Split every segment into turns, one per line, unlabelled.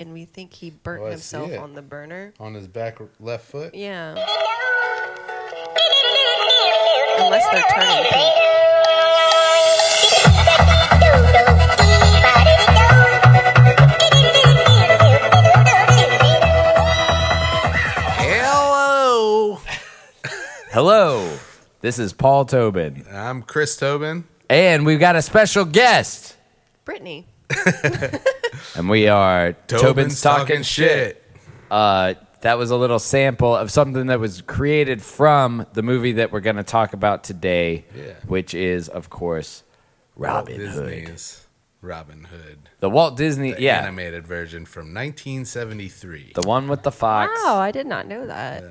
and we think he burnt
Oh, I see
himself
it.
on the burner.
on his back left foot.
Yeah. Unless they're turning pink.
Hello.
Hello, this is Paul Tobin,
I'm Chris Tobin.
and we've got a special guest,
Brittany.
and we are Tobin's, talking, shit. Uh, that was a little sample of something that was created from the movie that we're going to talk about today,
Yeah.
which is, of course, Robin Hood,
Disney's Robin Hood.
the Walt Disney,
The
yeah,
animated version from 1973.
the one with the fox.
Wow, I did not know that.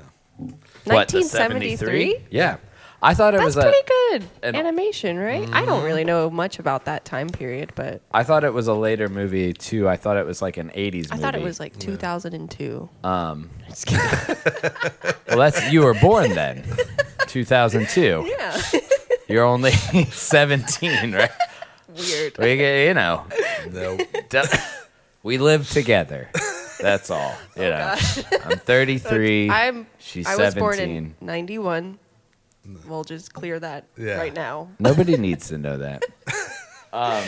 What, the
1973?
Yeah, I thought it
That's
was a.
pretty good
an-
animation, right? I don't really know much about that time period, but
I thought it was a later movie too. I thought it was like an '80s.
I
movie.
thought it was like 2002.
Um. Well, that's you were born then, 2002.
yeah.
You're only 17, right?
Weird.
We, get- you know,
The-
d- we live together. That's all. You know, I'm 33.
Oh, I'm
She's
I
17.
was born in 91. We'll just clear that
Yeah.
right now.
Nobody needs to know that. Um,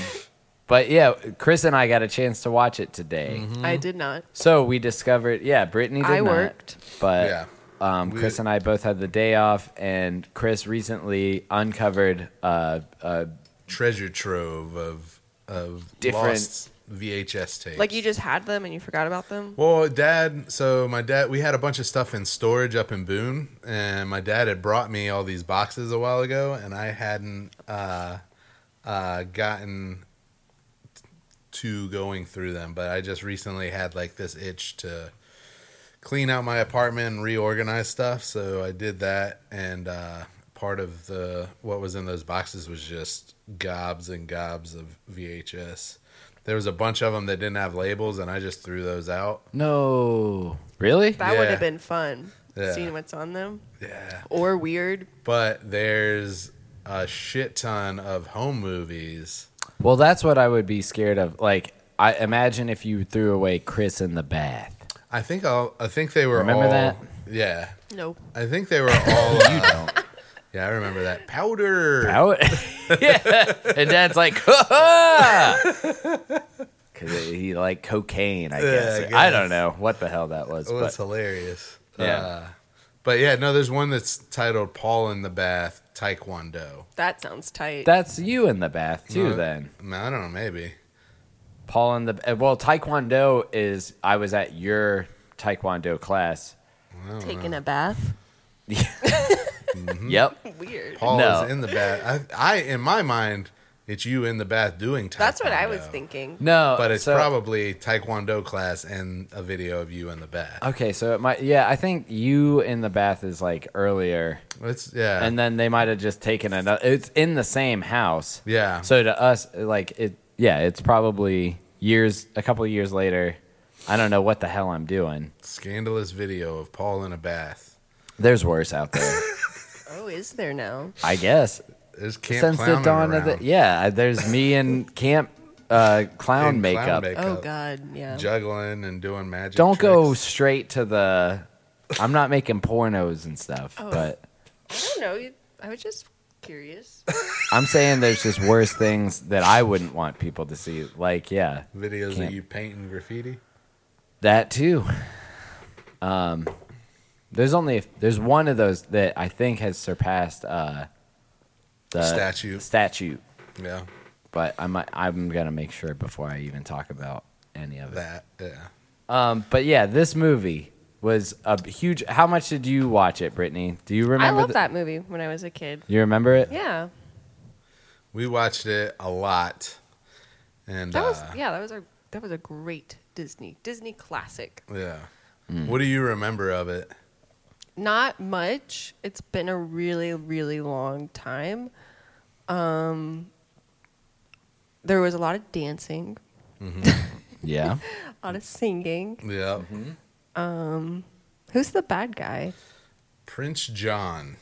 but yeah, Chris and I got a chance to watch it today.
I did not.
So we discovered, yeah, Brittany Mm-hmm. did
Mm-hmm. I
not,
worked.
but
yeah.
um,
We-
Chris and I both had the day off, and Chris recently uncovered uh, a
Treasure trove of of
Different-
lost VHS tapes.
Like you just had them and you forgot about them.
Well, dad, so my dad, we had a bunch of stuff in storage up in Boone, and my dad had brought me all these boxes a while ago, and I hadn't uh, uh, gotten to going through them, but I just recently had like this itch to clean out my apartment and reorganize stuff, so I did that, and uh, part of the what was in those boxes was just gobs and gobs of VHS. There was a bunch of them that didn't have labels, and I just threw those out.
no, really?
That would
Yeah.
have been fun.
Yeah.
Seeing what's on them
Yeah.
or weird.
But there's a shit ton of home movies.
Well, that's what I would be scared of. Like, I imagine if you threw away Chris in the bath.
I think I'll, I think they were
Remember
all
that?
Yeah.
No.
I think they were all You
Uh,
don't. Yeah, I remember that. Powder.
Out. yeah. And dad's like, because he liked cocaine, I
I
guess. I
guess.
don't know what the hell that was.
It was
But
hilarious.
Yeah.
Uh, but yeah, no, there's one that's titled Paul in the Bath Taekwondo.
That sounds tight.
that's you in the bath too.
No.
Then
I, mean, I don't know, maybe.
Paul in the uh, well, Taekwondo is. I was at your Taekwondo class.
Taking a bath.
Mm-hmm.
Yep.
Weird.
Paul
No.
is in the bath. I, I, in my mind, it's you in the bath doing Taekwondo.
That's what I was thinking.
No,
But it's
so-
probably Taekwondo class and a video of you in the bath.
okay. So it might. Yeah, I think you in the bath is like earlier.
It's yeah.
and then they might have just taken another. It's in the same house.
Yeah.
So to us, like it, yeah, it's probably years, a couple of years later. I don't know what the hell I'm doing.
Scandalous video of Paul in a bath.
There's worse out there,
Oh, is there now?
I guess.
There's camp
Since the
clowning
dawn
around.
of the yeah, there's me in camp uh, clown,
In clown
makeup.
Oh God, yeah.
Juggling and doing magic.
Don't go
tricks.
straight to the. I'm not making pornos and stuff, but
I don't know. You- I was just curious.
I'm saying there's just worse things that I wouldn't want people to see. Like yeah,
videos
Camp.
of you painting graffiti.
That too. Um, there's only there's one of those that I think has surpassed uh, the
Statute.
statute,
Yeah,
but I'm I'm gonna make sure before I even talk about any of it.
that. Yeah,
Um, but yeah, this movie was a huge. How much did you watch it, Brittany? Do you remember?
I love
the-
that movie when I was a kid.
You remember it?
Yeah,
we watched it a lot, and
that was
uh,
yeah that was a that was a great Disney Disney classic.
yeah.
Mm.
What do you remember of it?
Not much. It's been a really really long time. Um, there was a lot of dancing,
Yeah.
a lot of singing.
Yeah,
Mm-hmm.
Who's the bad guy?
Prince John.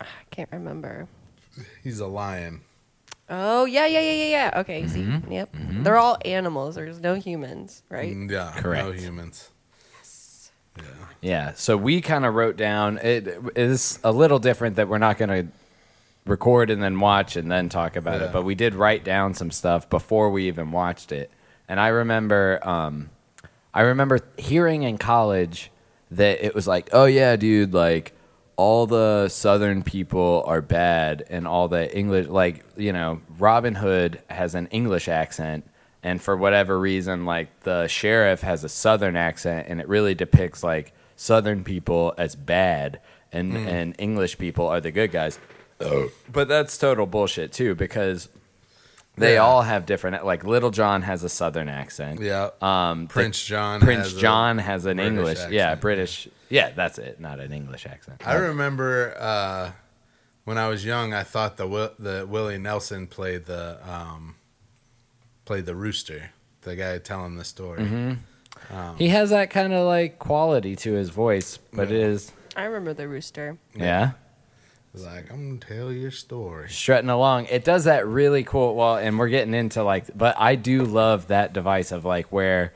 I can't remember.
He's a lion.
Oh yeah, yeah, yeah, yeah, yeah. Okay,
Mm-hmm.
see, yep. They're all animals. There's no humans, right?
Mm.
Yeah, no
Correct.
humans.
Yeah. So we kind of wrote down it is a little different that we're not going to record and then watch and then talk about
Yeah.
it, but we did write down some stuff before we even watched it. And I remember um I remember hearing in college that it was like, "Oh yeah, dude, like all the southern people are bad and all the English like, you know, Robin Hood has an English accent." And for whatever reason, like the sheriff has a southern accent, and it really depicts like southern people as bad, and and English people are the good guys but that's total bullshit too because they
Yeah.
all have different like little john has a southern accent
Yeah.
um
Prince John.
prince
has a-
john has an
British
english yeah
accent.
british yeah that's it not an english accent
I remember uh, when I was young, I thought the Wil- the Willie Nelson played the um, played the rooster, the guy telling the story.
he has that kind of like quality to his voice but it is
I remember the rooster.
yeah
He's like, "I'm gonna tell your story."
strutting along. It does that really cool. Well, and we're getting into like, but I do love that device of like where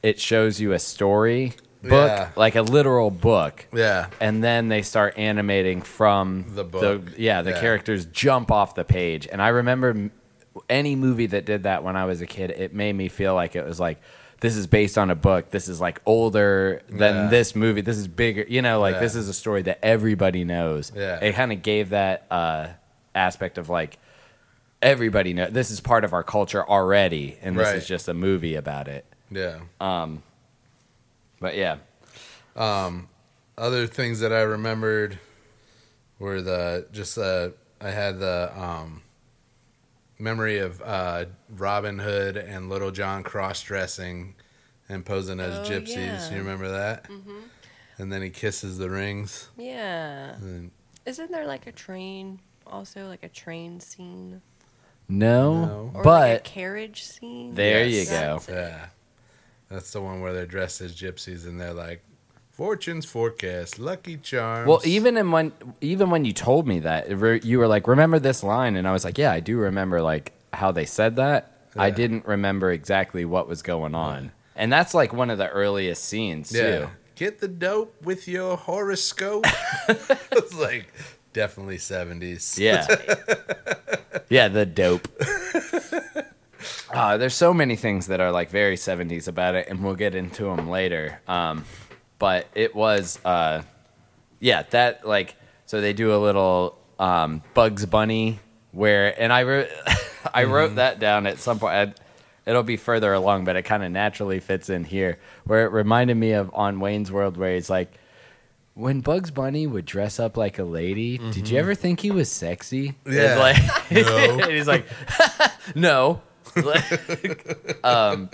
it shows you a story book,
Yeah.
like a literal book.
Yeah.
And then they start animating from
The book.
yeah, the
Yeah.
characters jump off the page. And I remember m- any movie that did that when I was a kid, it made me feel like it was like, this is based on a book. This is like older than
Yeah.
this movie. This is bigger. You know, like
Yeah.
this is a story that everybody knows.
Yeah.
It kind of gave that uh, aspect of like everybody know this is part of our culture already, and this
Right.
is just a movie about it.
Yeah.
But yeah,
Other things that I remembered were the just uh, I had the um, memory of uh, Robin Hood and Little John cross dressing and posing as
Oh,
gypsies.
yeah.
You remember that? Mm-hmm. And then he kisses the rings.
Yeah.
Mm.
Isn't there like a train? Also, like a train scene,
no,
No.
or like a
but
carriage scene.
There
Yes.
you go.
That's it.
Yeah. That's the one where they're dressed as gypsies and they're like, fortune's forecast, lucky charms.
well, even in when even when you told me that it re- you were like, remember this line, and I was like, yeah, I do remember like how they said that. I
Yeah.
didn't remember exactly what was going on, and that's like one of the earliest scenes
yeah.
too.
Get the dope with your horoscope. it's like definitely 70s.
Yeah. yeah, the dope. Uh, there's so many things that are like very 70s about it, and we'll get into them later. Um, but it was, uh, yeah, that like, so they do a little um, Bugs Bunny where, and I, wrote I
Mm-hmm.
wrote that down at some point. i it'll be further along, but it kind of naturally fits in here where it reminded me of on Wayne's World where he's like, when Bugs Bunny would dress up like a lady, did you ever think he was sexy? It's
Mm-hmm. Yeah. No.
like- and he's like, no. Like, um,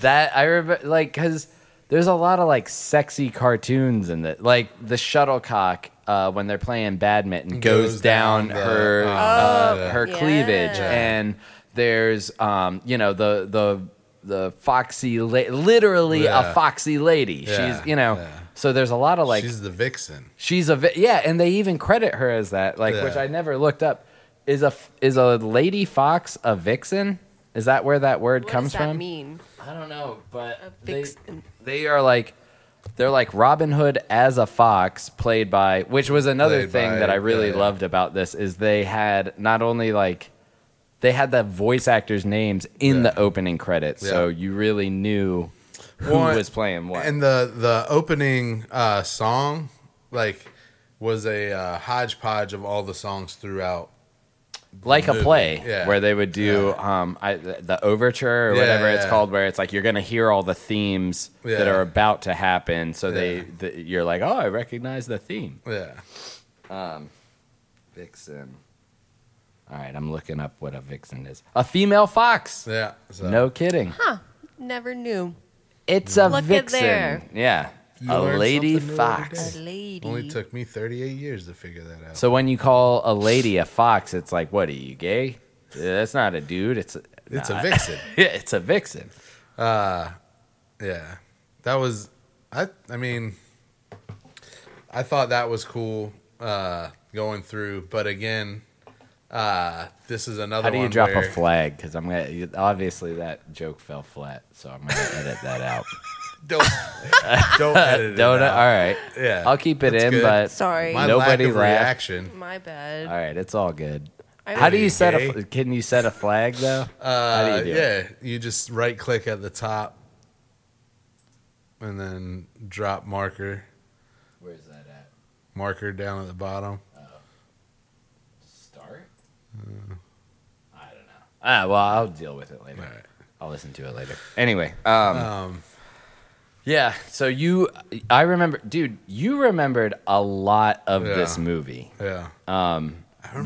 that I remember, like, because there's a lot of like sexy cartoons in that, like the shuttlecock. Uh, when they're playing badminton, goes,
Goes
down,
down the-
her
oh,
uh,
yeah.
her
Yeah.
cleavage,
Yeah.
and there's um, you know the the the foxy, la- literally
Yeah.
a foxy lady.
Yeah.
She's you know,
Yeah.
so there's a lot of like
She's the vixen.
She's a vi- yeah, and they even credit her as that, like
Yeah.
which I never looked up. Is a f- is a lady fox a vixen? Is that where that word
What
comes
does that
from?
mean?
I don't know, but
A
they,
vixen.
they are like they're like Robin Hood as a fox played by which was another
Played
thing
by-
that I really
yeah.
loved about this is they had not only like they had the voice actors names in
Yeah.
the opening credits, so
Yeah.
you really knew who
Well,
was playing what.
And the, the opening uh, song, like, was a uh, hodgepodge of all the songs throughout.
like a
movie.
play
Yeah.
where they would do um, I, th- the overture or
Yeah,
whatever it's
yeah.
called, where it's like you're going to hear all the themes that
Yeah.
are about to happen. So they,
Yeah.
th you're like, oh, I recognize the theme.
Yeah.
Vixen. All right, I'm looking up what a vixen is. A female fox.
Yeah. So
No kidding.
Never knew.
It's a
Look at
vixen.
there.
Yeah,
You
a
learn
lady
something new every
fox.
A lady.
Only took me 38 years to figure that out.
So when you call a lady a fox, it's like, what are you gay? That's not a dude. It's a,
it's
nah.
a vixen.
Yeah, it's a vixen.
Yeah, that was. I I mean, I thought that was cool uh, going through, but again, Uh, this is another.
How do you
one
drop
where-
a flag? Because I'm gonna obviously that joke fell flat, so I'm gonna edit that out.
Don't don't edit it.
Don't.
out.
All right.
Yeah,
I'll keep it
that's
in,
good.
but
Sorry.
My
nobody
lack of
laughed.
reaction.
My bad.
All right, it's all good.
I
How do
was-
you set a?
gay?
fl- Can you set a flag though?
Uh,
How do you do
yeah, you just right click at the top, and then drop marker
Where's that at?
marker down at the bottom.
Start. Hmm. I don't know. Ah, well, I'll deal with it later.
All right.
I'll listen to it later. Anyway, um,
Um,
yeah. So you, I remember, dude. You remembered a lot of
Yeah.
this movie
yeah.
Uh,
Um,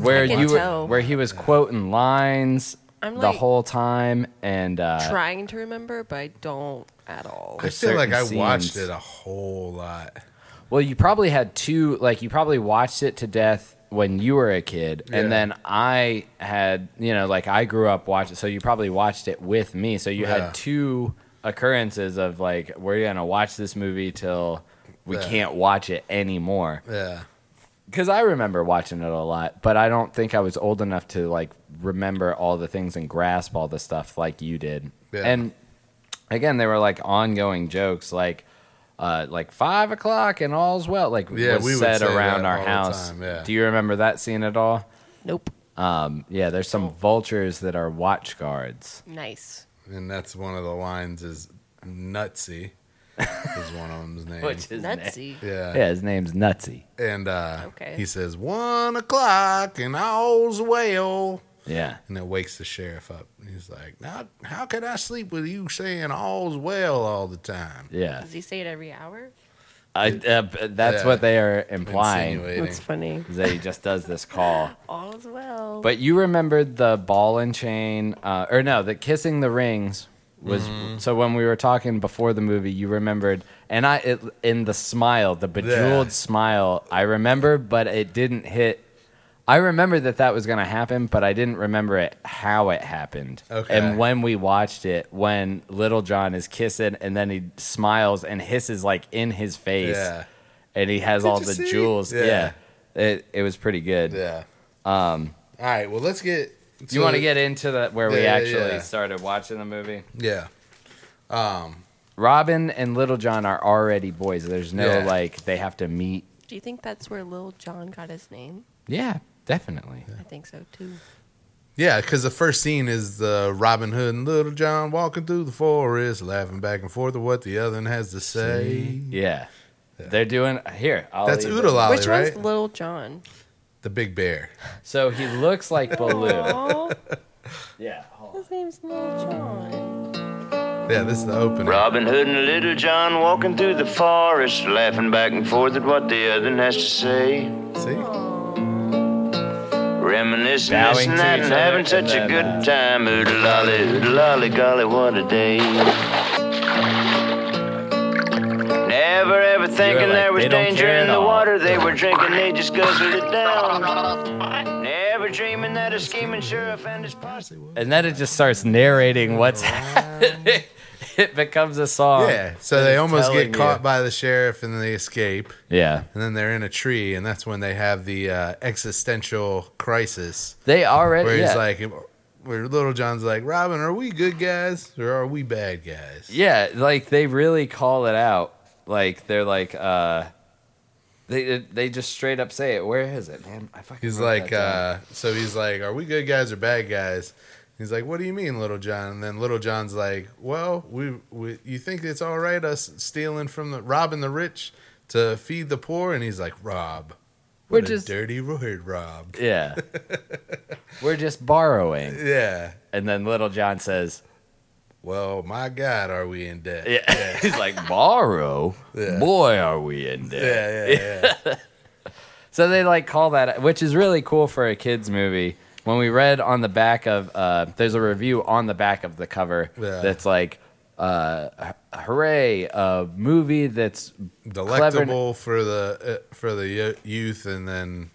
where
I can
you were,
tell.
where he was quoting lines
I'm,
the
like,
whole time, and uh,
Trying to remember, but I don't at all.
I
there's
feel like I
certain
watched it
scenes.
a whole lot.
Well, you probably had two, like, you probably watched it to death when you were a kid.
Yeah.
And then I had, you know, like, I grew up watching, so you probably watched it with me. So you
Yeah.
had two occurrences of, like, we're going to watch this movie till we
Yeah.
can't watch it anymore.
Yeah,
Because I remember watching it a lot, but I don't think I was old enough to, like, remember all the things and grasp all the stuff like you did.
Yeah.
And again, they were, like, ongoing jokes, like, uh, like five o'clock and all's well. Like
Yeah,
was
we would
said
say
around
that
our
all the
house.
time, yeah.
Do you remember that scene at all?
Nope.
Um, yeah, there's some
Oh.
vultures that are watch guards.
Nice.
and that's one of the lines is Nutsy is one of them's name.
Which is
Nutsy.
yeah.
Yeah, his name's Nutsy.
and uh,
Okay.
he says one o'clock and all's well.
Yeah.
And it wakes the sheriff up. He's like, "Now, how can I sleep with you saying all's well all the time?"
Yeah.
Does he say it every hour?
I, uh, b- that's
Yeah.
what they are implying.
Insinuating.
That's funny.
Is that he just does this call.
All's well.
But you remembered the ball and chain, uh, or no, the kissing the rings was.
Mm-hmm.
So when we were talking before the movie, you remembered, and I it, in the smile, the bejeweled
Yeah.
smile, I remember, but it didn't hit. I remember that that was going to happen, but I didn't remember it how it happened.
Okay.
And when we watched it, when Little John is kissing, and then he smiles and hisses like in his face,
Yeah.
and he has
Did
all
you
the
see?
jewels.
Yeah.
Yeah. It it was pretty good.
Yeah. Um. All right. Well, let's get.
you want to get into the where we
Yeah,
actually
yeah.
started watching the movie?
Yeah.
Robin and Little John are already boys. There's no
Yeah.
like they have to meet.
Do you think that's where Lil John got his name?
Yeah, definitely.
I think so too.
Yeah, because the first scene is the Robin Hood and Little John walking through the forest, laughing back and forth at what the other one has to say.
Yeah. They're doing here. I'll
That's
leave it.
Oodalolly,
Which
right?
one's Lil John?
the big bear.
So he looks like Baloo.
Aw,
yeah. hold on.
his name's Lil John.
Yeah, this is the opening.
Robin Hood and Little John walking through the forest, laughing back and forth at what the other one has to say.
See?
Oh.
Reminiscing
Bowing
this and
to
that
each
and
other
having
and
such a
then, uh,
good time. Oodle lolly, oodle lolly, golly, what a day. Never ever thinking
like,
there was
they don't
danger
care
in
at
the
all.
water they were drinking, they just guzzled it down. Never dreaming that a scheming sheriff and his posse
And then it just starts narrating what's happening. It becomes a song.
Yeah. So they almost
telling
get caught
you.
by the sheriff and they escape.
Yeah.
And then they're in a tree, and that's when they have the uh, existential crisis
They already.
where
yeah.
he's like, where Little John's like, Robin, are we good guys or are we bad guys?
Yeah, like they really call it out. Like they're like uh they they just straight up say it. Where is it, man? I fucking
He's
wrote
like,
that down.
uh, so he's like, are we good guys or bad guys? He's like, what do you mean, Little John? And then Little John's like, well, we, we you think it's all right us stealing from the robbing the rich to feed the poor? And he's like, Rob,
We're
what a
just-
dirty word, Rob.
yeah. We're just borrowing.
Yeah.
And then little John says,
Well, my God, are we in debt?
yeah. He's like, "Borrow?
Yeah.
Boy, are we in debt."
Yeah, yeah, yeah.
So they like call that, which is really cool for a kids movie. When we read on the back of, uh, there's a review on the back of the cover
Yeah.
that's like, uh, "Hooray, a movie that's
Delectable for the uh, for the yo- youth, and then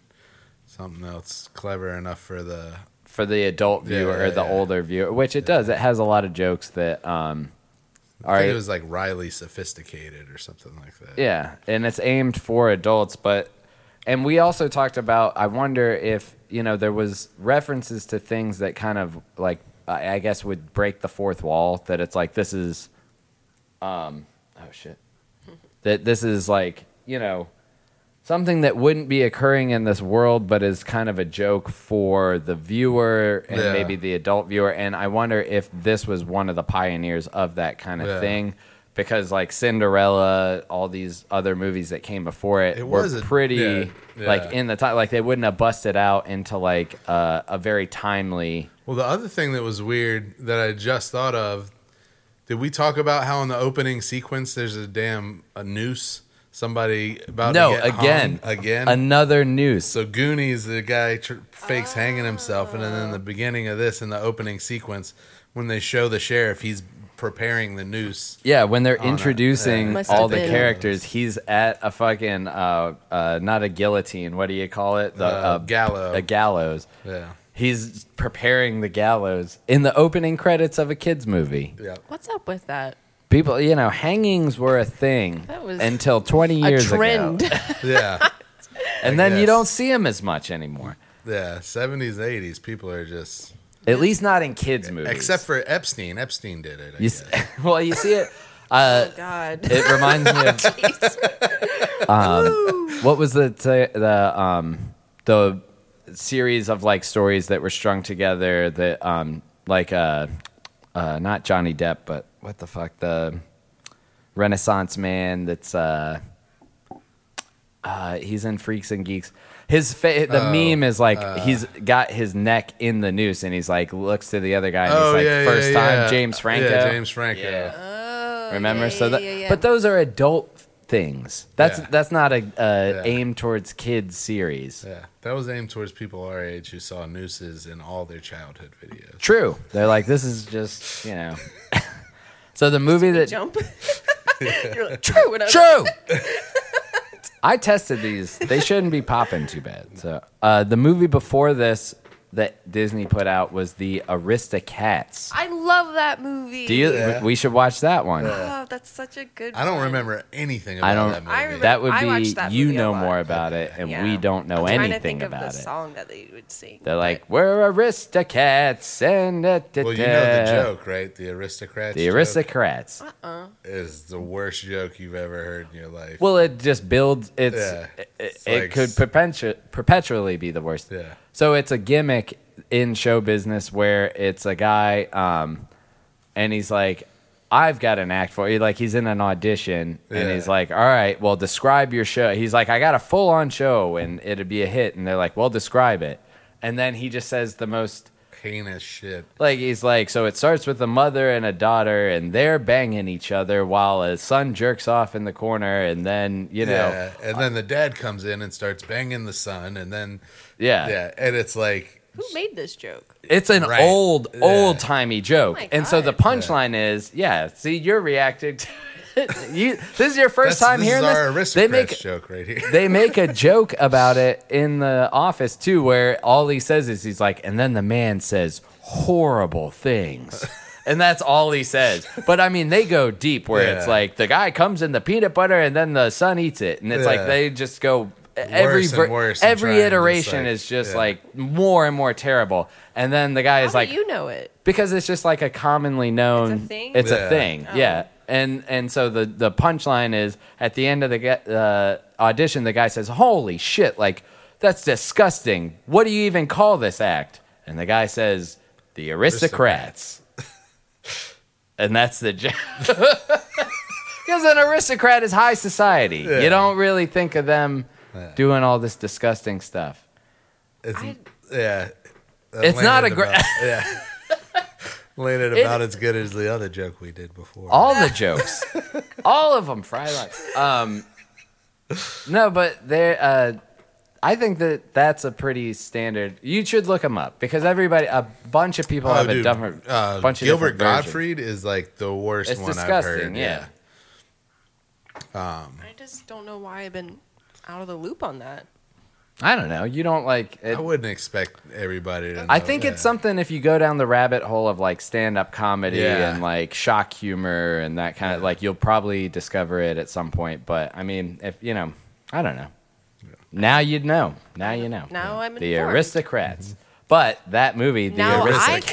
something else clever enough for the
for the adult
Yeah,
viewer or
yeah,
the
yeah.
older viewer, which it does. It has a lot of jokes that um
I
are
think it was like Riley sophisticated or something like that.
yeah, and it's aimed for adults, but and we also talked about. I wonder if you know there was references to things that kind of like I, I guess would break the fourth wall. That it's like this is, um, oh shit, that this is like you know something that wouldn't be occurring in this world, but is kind of a joke for the viewer and
Yeah.
maybe the adult viewer. And I wonder if this was one of the pioneers of that kind of
Yeah.
thing. Because like Cinderella, all these other movies that came before it,
It
were
was a-
pretty
yeah,
like
yeah.
in the time like they wouldn't have busted out into like uh, a very timely
Well, the other thing that was weird that I just thought of, did we talk about how in the opening sequence there's a damn a noose somebody about
no
to get hung
again
again
another noose
So Goonies, the guy tr- fakes hanging himself, and then in the beginning of this, in the opening sequence, when they show the sheriff, he's preparing the noose.
Yeah, when they're
it.
introducing
Must
all
have
the
been.
characters, he's at a fucking uh, uh, not a guillotine. What do you call it? The
Uh, gallow.
A gallows.
Yeah,
He's preparing the gallows in the opening credits of a kids movie.
yeah.
What's up with that?
People, you know, hangings were a thing
That was
until twenty years
a trend.
ago,
Yeah,
and then you
guess.
don't see him as much anymore.
yeah. Seventies, eighties, people are just
At least not in kids movies.
except for Epstein. Epstein did it. I
you,
guess.
s- well, you see it. Uh,
Oh, God.
it reminds me of what was the t- the um the series of like stories that were strung together that um like uh uh not Johnny Depp but what the fuck the Renaissance man that's uh uh he's in Freaks and Geeks. His fa- the
Oh,
meme is like
uh.
he's got his neck in the noose and he's like looks to the other guy and
Oh,
he's like
yeah,
first
yeah,
time
yeah.
James Franco.
Yeah, James Franco.
Yeah.
Oh,
Remember,
yeah,
so
yeah,
that,
yeah, yeah.
but those are adult things. That's
Yeah.
that's not a, a
Yeah.
aim towards kids series.
Yeah, that was aimed towards people our age who saw nooses in all their childhood videos.
True, they're like this is just you know. so the movie that
jump. You're like, true. And I was like,
true. I tested these. They shouldn't be popping too bad. So uh, the movie before this that Disney put out was the Aristocats.
I love that movie.
Do you?
Yeah.
We should watch that one.
Oh, that's such a good.
I don't
one.
remember anything about
I
that
don't.
movie.
I remember-
that would
I
be
watched that
you
movie a
know
lot.
more about it, and
Yeah.
we don't know
I'm trying to
anything
think of
about
the
it.
song that they would sing.
They're
but-
like, we're aristocrats and da, da,
well, you know the
da."
joke, right? The aristocrats.
uh, The
joke
aristocrats.
uh-uh.
is the worst joke you've ever heard in your life.
Well, it just builds. It's,
Yeah.
it,
It's
it
like-
could perpetu- perpetually be the worst.
Yeah.
So it's a gimmick in show business where it's a guy, um, and he's like, "I've got an act for you." Like he's in an audition, and
Yeah.
he's like, "All right, well, describe your show." He's like, "I got a full-on show, and it'd be a hit." And they're like, "Well, describe it." And then he just says the most
heinous shit.
Like he's like, so it starts with a mother and a daughter, and they're banging each other while a son jerks off in the corner, and then you know, yeah,
Yeah, and then the dad comes in and starts banging the son, and then yeah, and it's like
who made this joke?
it's an
Right.
old,
Yeah.
old timey joke.
Oh my
and so the
God.
punchline is, yeah, see, you're reacting. To you, this is your
that's,
first time
this
hearing
is our aristocrats
this. They make
joke right here.
they make a joke about it in the office too, where all he says is he's like, and then the man says horrible things. And that's all he says. But I mean, they go deep where it's
Yeah.
like the guy comes in the peanut butter and then the son eats it. And it's like
Yeah.
they just go every
Worse and
ver-
worse and
every
trying, just
iteration
like-
is just
yeah.
like more and more terrible. And then the guy
How
is
do
like,
you know it?
because it's just like a commonly known
It's a thing? Oh.
it's a
Yeah.
thing, yeah and and so the the punchline is at the end of the ge- uh, audition the guy says holy shit like that's disgusting what do you even call this act and the guy says the aristocrats and that's the joke because an aristocrat is high society
Yeah.
you don't really think of them
Yeah.
doing all this disgusting stuff
It's,
I-
yeah, That
It's not
landed
a gra-
about- yeah. Landed about as good as the other joke we did before.
all the jokes, all of them. Fry like, um, no, but there. Uh, I think that that's a pretty standard. You should look them up because everybody, a bunch of people have a
Oh, dude,
different
uh,
bunch of
Gilbert
different versions.
Gottfried is like the worst
It's
one I've
disgusting.
heard. Um,
yeah.
I just don't know why I've been out of the loop on that.
I don't know. You don't like. It,
I wouldn't expect everybody to.
I
know
think
that.
it's something if you go down the rabbit hole of like stand up comedy
Yeah.
and like shock humor and that kind of like you'll probably discover it at some point. But I mean, if you know, I don't know. Now you know. Now you know.
Now I'm
the
informed.
aristocrats. But that movie, the
Now I
aristocrats.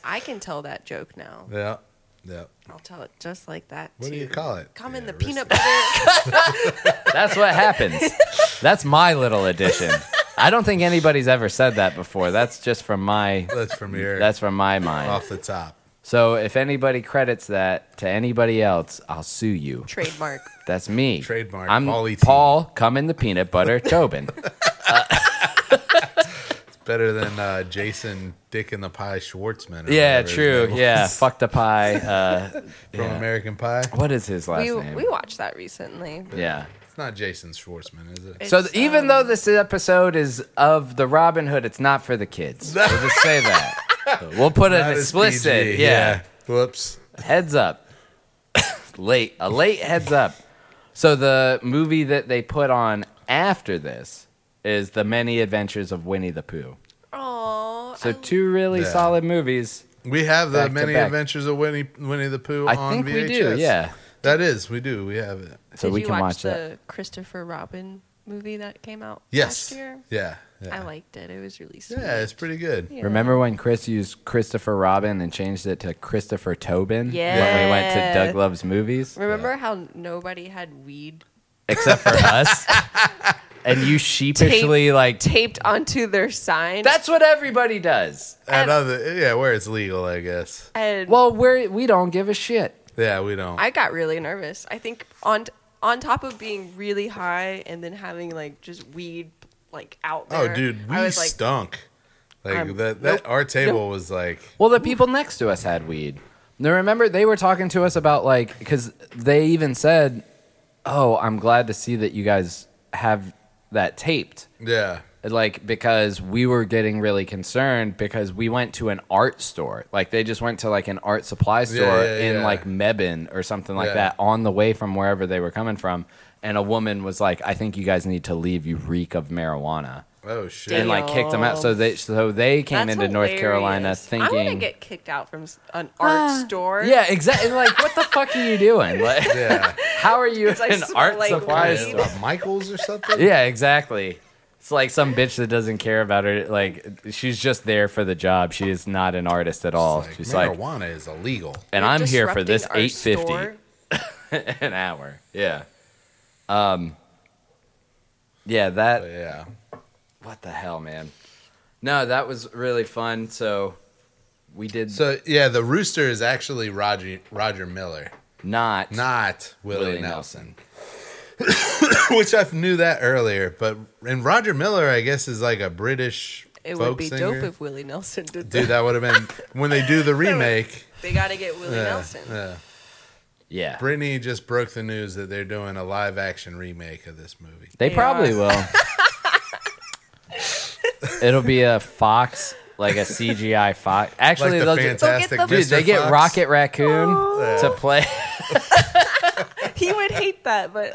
Cats.
I can tell that joke now.
Yeah. Yeah.
I'll tell it just like that.
What do
too.
you call it?
Come in
Yeah,
the peanut butter.
That's what happens. That's my little addition. I don't think anybody's ever said that before. That's just from my
That's from your
that's from my mind.
off the top.
So if anybody credits that to anybody else, I'll sue you.
trademark.
That's me.
Trademark,
I'm
Paul E. T.
Paul. Come in the peanut butter, Tobin.
Better than uh, Jason Dick in the Pie Schwartzman. or
yeah,
whatever his
true.
name was
Yeah, fuck the pie. Uh,
From
yeah.
American Pie.
What is his last
we
name?
we watched that recently.
yeah.
It's not Jason Schwartzman, is it?
So
It's,
th- even
um,
though this episode is of the Robin Hood, it's not for the kids. we'll just say that. We'll put an
That is
explicit.
PG,
yeah.
Whoops.
heads up late a late heads up so the movie that they put on after this is the many adventures of winnie the pooh
uh, Aw,
so
I-
two really
Yeah.
solid movies
We have the
Back to
many
back.
adventures of Winnie Winnie the Pooh
i
on
think
VHS.
we do yeah
That is, we do. We have it.
so
did
we
you
can
watch,
watch,
the
that
Christopher Robin movie that came out
Yes.
last year?
Yeah. yeah.
I liked it. It was really sweet.
Yeah, it's pretty good.
Yeah.
remember when chris used christopher robin and changed it to christopher tobin when we went to
Yeah.
doug loves movies
Remember how nobody had weed
except for us and you sheepishly like
taped onto their sign?
that's what everybody does
And other, yeah, where it's legal, I guess.
and
well we're we don't give a shit
Yeah, we don't.
I got really nervous. I think on on top of being really high and then having like just weed like out there.
oh, dude, we
I was like, um,
stunk. Like
I'm-
that, that our table was like
Well, the people next to us had weed. Now remember, they were talking to us about like because they even said, "Oh, I'm glad to see that you guys have that taped."
yeah.
Like because we were getting really concerned because we went to an art store. Like they just went to like an art supply store
yeah,
in
yeah.
like Mebane or something like
Yeah.
that on the way from wherever they were coming from. And a woman was like, "I think you guys need to leave. You reek of marijuana."
Oh shit.
And like kicked them out. So they so they came
That's
into North Carolina
hilarious.
thinking
I want to get kicked out from s- an art store.
Ah, Yeah, exactly. Like, what the fuck are you doing? Like,
yeah.
how are you
I
an
smell
art
like
supply
weed.
Yeah,
store?
what, Michaels or something?
Yeah, exactly. It's like some bitch that doesn't care about her. Like, she's just there for the job. She is not an artist at all.
Like,
Oh, she's like,
marijuana is illegal.
and
You're
I'm here for this
disrupting our
eight fifty
store.
an hour. Yeah. Um. Yeah, that.
But yeah.
What the hell, man? No, that was really fun. So, we did
So yeah, the rooster is actually Roger Roger Miller,
not
not Willie,
Willie
Nelson. Which I knew that earlier, but and Roger Miller, I guess, is like a British
It
folk
would be
singer.
dope if Willie Nelson did that.
Dude, that would have been when they do the remake.
They got to get Willie
Yeah,
Nelson.
yeah.
Yeah,
Brittany just broke the news that they're doing a live action remake of this movie.
They
They
probably
are.
will. It'll be a fox, like a CGI fox. Actually,
Like the
they'll ju-
fantastic
They'll get the-
dude,
Mr.
they get
Fox.
Rocket Raccoon to play.
He would hate that, but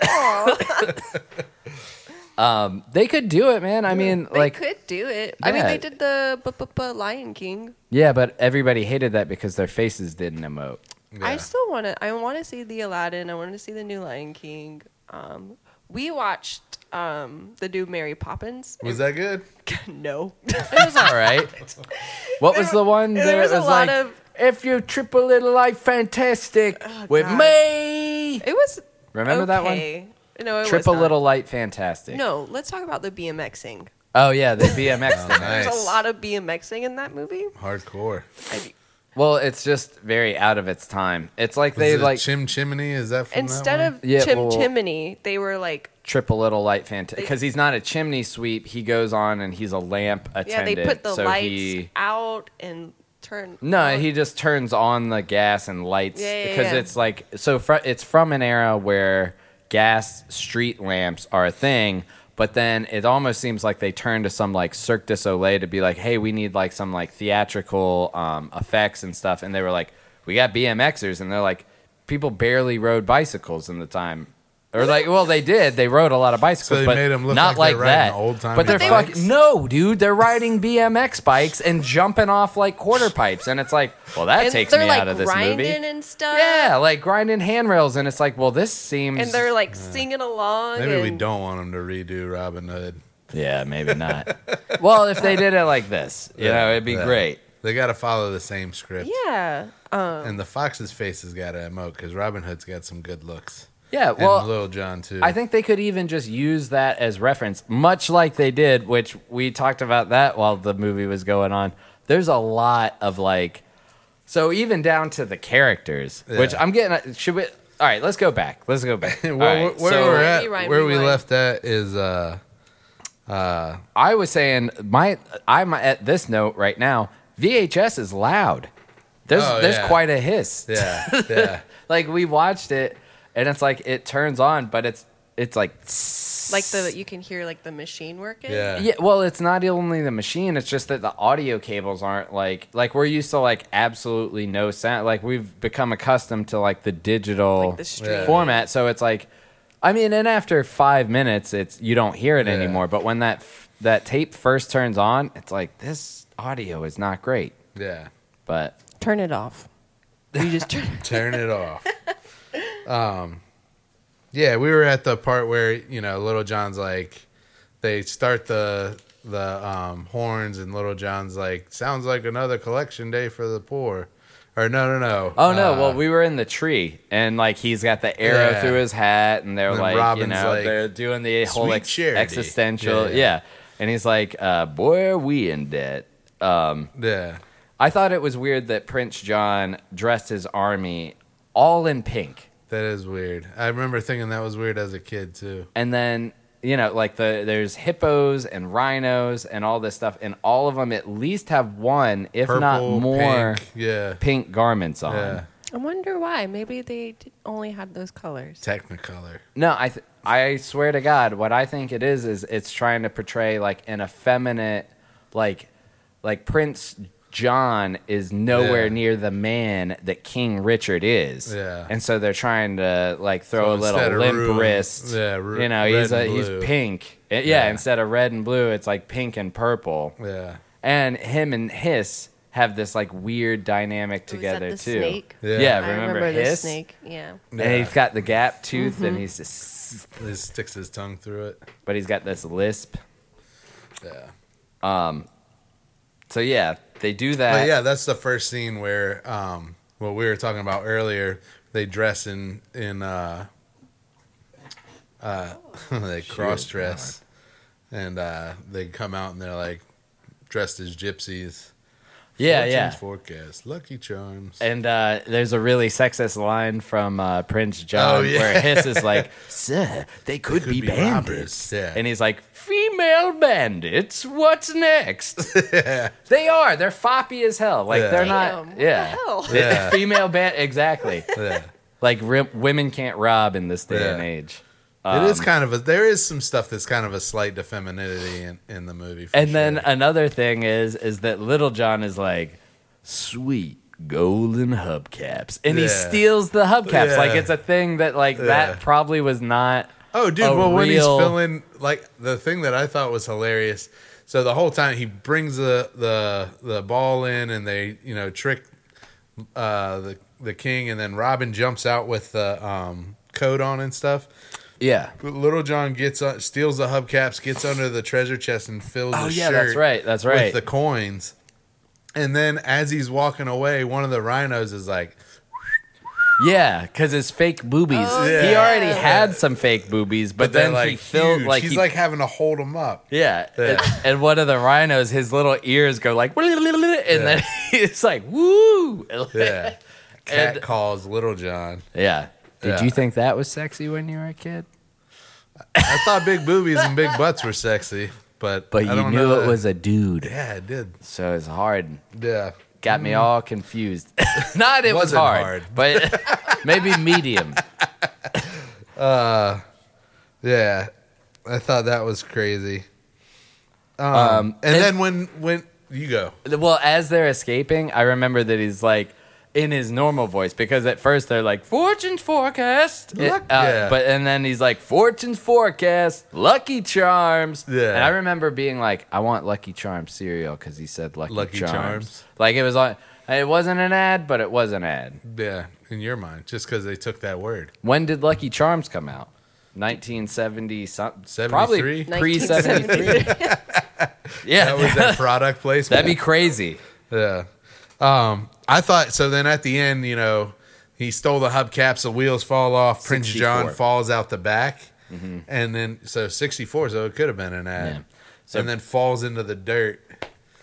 aw,
Um, They could do it, man. I mean,
they
like,
could do it. I mean,
Yeah.
they did the bu- bu- bu- Lion King.
yeah, but everybody hated that because their faces didn't emote.
I
Yeah.
still want to. I want to see the Aladdin. I want to see the new Lion King. Um, we watched um, the new Mary Poppins.
Was that good?
no,
It was all right. What was the one
there
that
was a
was
lot
like,
of- Oh,
if you trip a little life, fantastic with
God.
me?
it was.
Remember that one?
okay. No, it
Trip
was
a
not.
little light, fantastic.
No, let's talk about the BMXing.
Oh yeah, the BMX thing.
nice.
There's a lot of BMXing in that movie.
Hardcore.
I,
Well, it's just very out of its time. It's like
They
they like
Chim Chimney. Is that from
instead
that one?
of
Yeah,
Chim
well-
Chimney, they were like,
trip a little light fantastic because he's not a chimney sweep. He goes on and he's a lamp
yeah,
attendant.
they put the
so
lights
he
out and turn.
no,
on.
he just turns on the gas and lights
Yeah, yeah,
because
yeah.
it's like so. Fr- it's from an era where gas street lamps are a thing, but then it almost seems like they turn to some like Cirque du Soleil to be like, "Hey, we need like some like theatrical um, effects and stuff," and they were like, "We got BMXers," and they're like, "People barely rode bicycles in the time." Or like, well, they did. They rode a lot of bicycles,
So they
but
made 'em look like
not like,
they're riding
that.
old-timey
but they're
bikes?
fucking no, dude. They're riding BMX bikes and jumping off like quarter pipes, and it's like, well, that
and
takes me
they're like
out of this
grinding
movie.
and stuff.
yeah, like grinding handrails, and it's like, well, this seems.
and they're like singing along.
Maybe we
and-
don't want them to redo Robin Hood.
yeah, maybe not. well, if they did it like this, you know, it'd be
Yeah.
great.
They got to follow the same script.
Yeah. Um,
And the fox's face has got to emote because Robin Hood's got some good looks.
Yeah,
And
well,
Lil John too.
I think they could even just use that as reference, much like they did, which we talked about that while the movie was going on. There's a lot of like, so even down to the characters, which
Yeah.
I'm getting. Should we? All right, let's go back. Let's go back.
Where,
All right,
where
so
we're at,
Rewind,
where we
rewind.
left at is uh,
I was saying my I'm at this note right now. VHS is loud. There's
Oh,
there's
yeah.
quite a hiss.
yeah, yeah,
Like we watched it, and it's like it turns on, but it's it's like
like the you can hear like the machine working.
yeah.
Yeah, well, it's not only the machine, it's just that the audio cables aren't like like we're used to like absolutely no sound. Like we've become accustomed to like the digital
Like the stream.
format, so it's like I mean, and after 5 minutes, it's you don't hear it
Yeah.
anymore, but when that f- that tape first turns on, it's like this audio is not great.
yeah.
But
Turn it off. You just turn.
Turn it off. Um, yeah, we were at the part where you know Little John's like, they start the the um, horns, and Little John's like, sounds like another collection day for the poor, or no, no, no.
oh no,
Uh,
well, we were in the tree and like he's got the arrow
Yeah.
through his hat and they're
And then
like, you
Robin's
know,
like,
they're doing the whole
"Sweet
ex-
charity."
existential,
Yeah,
yeah.
yeah.
And he's like, uh, boy, are we in debt.
yeah,
I thought it was weird that Prince John dressed his army all in pink.
that is weird. I remember thinking that was weird as a kid too.
And then, you know, like the there's hippos and rhinos and all this stuff and all of them at least have one if not more
pink, yeah,
pink garments on.
yeah.
I wonder why. Maybe they did, only had those colors.
Technicolor.
No, I th- I swear to God, what I think it is is it's trying to portray like an effeminate, like like Prince John is nowhere
Yeah.
near the man that King Richard is.
Yeah.
and so they're trying to like throw
So
a little
instead of
limp
ruin-
wrist.
yeah, ru-
you know
red
he's a,
and
he's
blue.
pink. Uh, yeah,
Yeah.
instead of red and blue, it's like pink and purple.
Yeah.
And him and Hiss have this like weird dynamic
Ooh, Oh, is that
together
the
too.
snake?
Yeah.
Yeah,
I
remember,
remember the
Hiss?
snake. Mm-hmm. Yeah.
Yeah.
And he's got the gap tooth, and he's just
He sticks his tongue through it.
but he's got this lisp.
Yeah.
So yeah, they do that.
But Oh, yeah, that's the first scene where um what we were talking about earlier, they dress in in uh uh they cross dress and uh they come out and they're like dressed as gypsies.
yeah,
Fortune's
yeah.
Forecast, Lucky Charms.
And uh, there's a really sexist line from uh, Prince John
Oh, yeah.
where Hiss is like, "Sir, they could,
could
be,
be
bandits,"
robbers, yeah.
and he's like, "Female bandits? What's next?" They are. They're foppy as hell. Like
Yeah.
they're
Damn,
not.
Um, what
Uh, Yeah.
the hell?
Yeah.
Female band. Exactly.
yeah.
Like ri- women can't rob in this day
Yeah.
and age.
it
Um,
is kind of a there is some stuff that's kind of a slight to femininity in, in the movie. for
And then
sure.
another thing is is that Little John is like, sweet golden hubcaps, and he
Yeah.
steals the hubcaps. Like
Yeah.
it's a thing that like
Yeah.
that probably was not.
Oh, dude!
a
Well, when he's
real-
filling, like the thing that I thought was hilarious. So the whole time he brings the the the ball in, and they you know trick uh, the the king, and then Robin jumps out with the um, coat on and stuff.
Yeah.
But Little John gets uh, steals the hubcaps, gets under the treasure chest, and fills.
Oh
his
yeah, that's
shirt
right. That's
with
right.
the coins. And then as he's walking away, one of the rhinos is like,
yeah, because his fake boobies.
Oh,
Yeah.
He already
yeah.
had some fake boobies, but,
they're,
then he
like
filled
huge.
like
he's
he-
like having to hold him up.
Yeah,
Yeah.
And, and one of the rhinos, his little ears go like, and then he's like, woo.
Yeah, cat
And-
calls Little John.
yeah. Did
Yeah.
you think that was sexy when you were a kid?
I thought big boobies and big butts were sexy, but
But
I
you
don't
knew
know
it
that-
was a dude.
Yeah, it did.
So it's hard.
Yeah,
Got me all confused. Not it was
Mm. Wasn't
hard,
hard.
but maybe medium.
yeah. I thought that was crazy. Um, and,
and-
then when when you go,
Well, as they're escaping, I remember that he's like, in his normal voice because at first they're like fortune forecast, It-
Luck-
uh,
yeah.
but and then he's like fortune forecast, Lucky Charms.
Yeah.
and I remember being like, I want Lucky Charms cereal because he said Lucky,
Lucky
Charms.
Charms.
Like it was on. It wasn't an ad, but it was an ad.
Yeah, in your mind, just because they took that word.
When did Lucky Charms come out? 1970 something.
73?
Probably pre 73.
1973.
Yeah.
That was that product placement.
That'd be crazy.
Yeah. Um, I thought so. Then at the end, you know, he stole the hubcaps, the wheels fall off, Prince
64.
John falls out the back, and then so sixty four, so it could have been an ad,
Mm-hmm. Yeah. So-
and then falls into the dirt.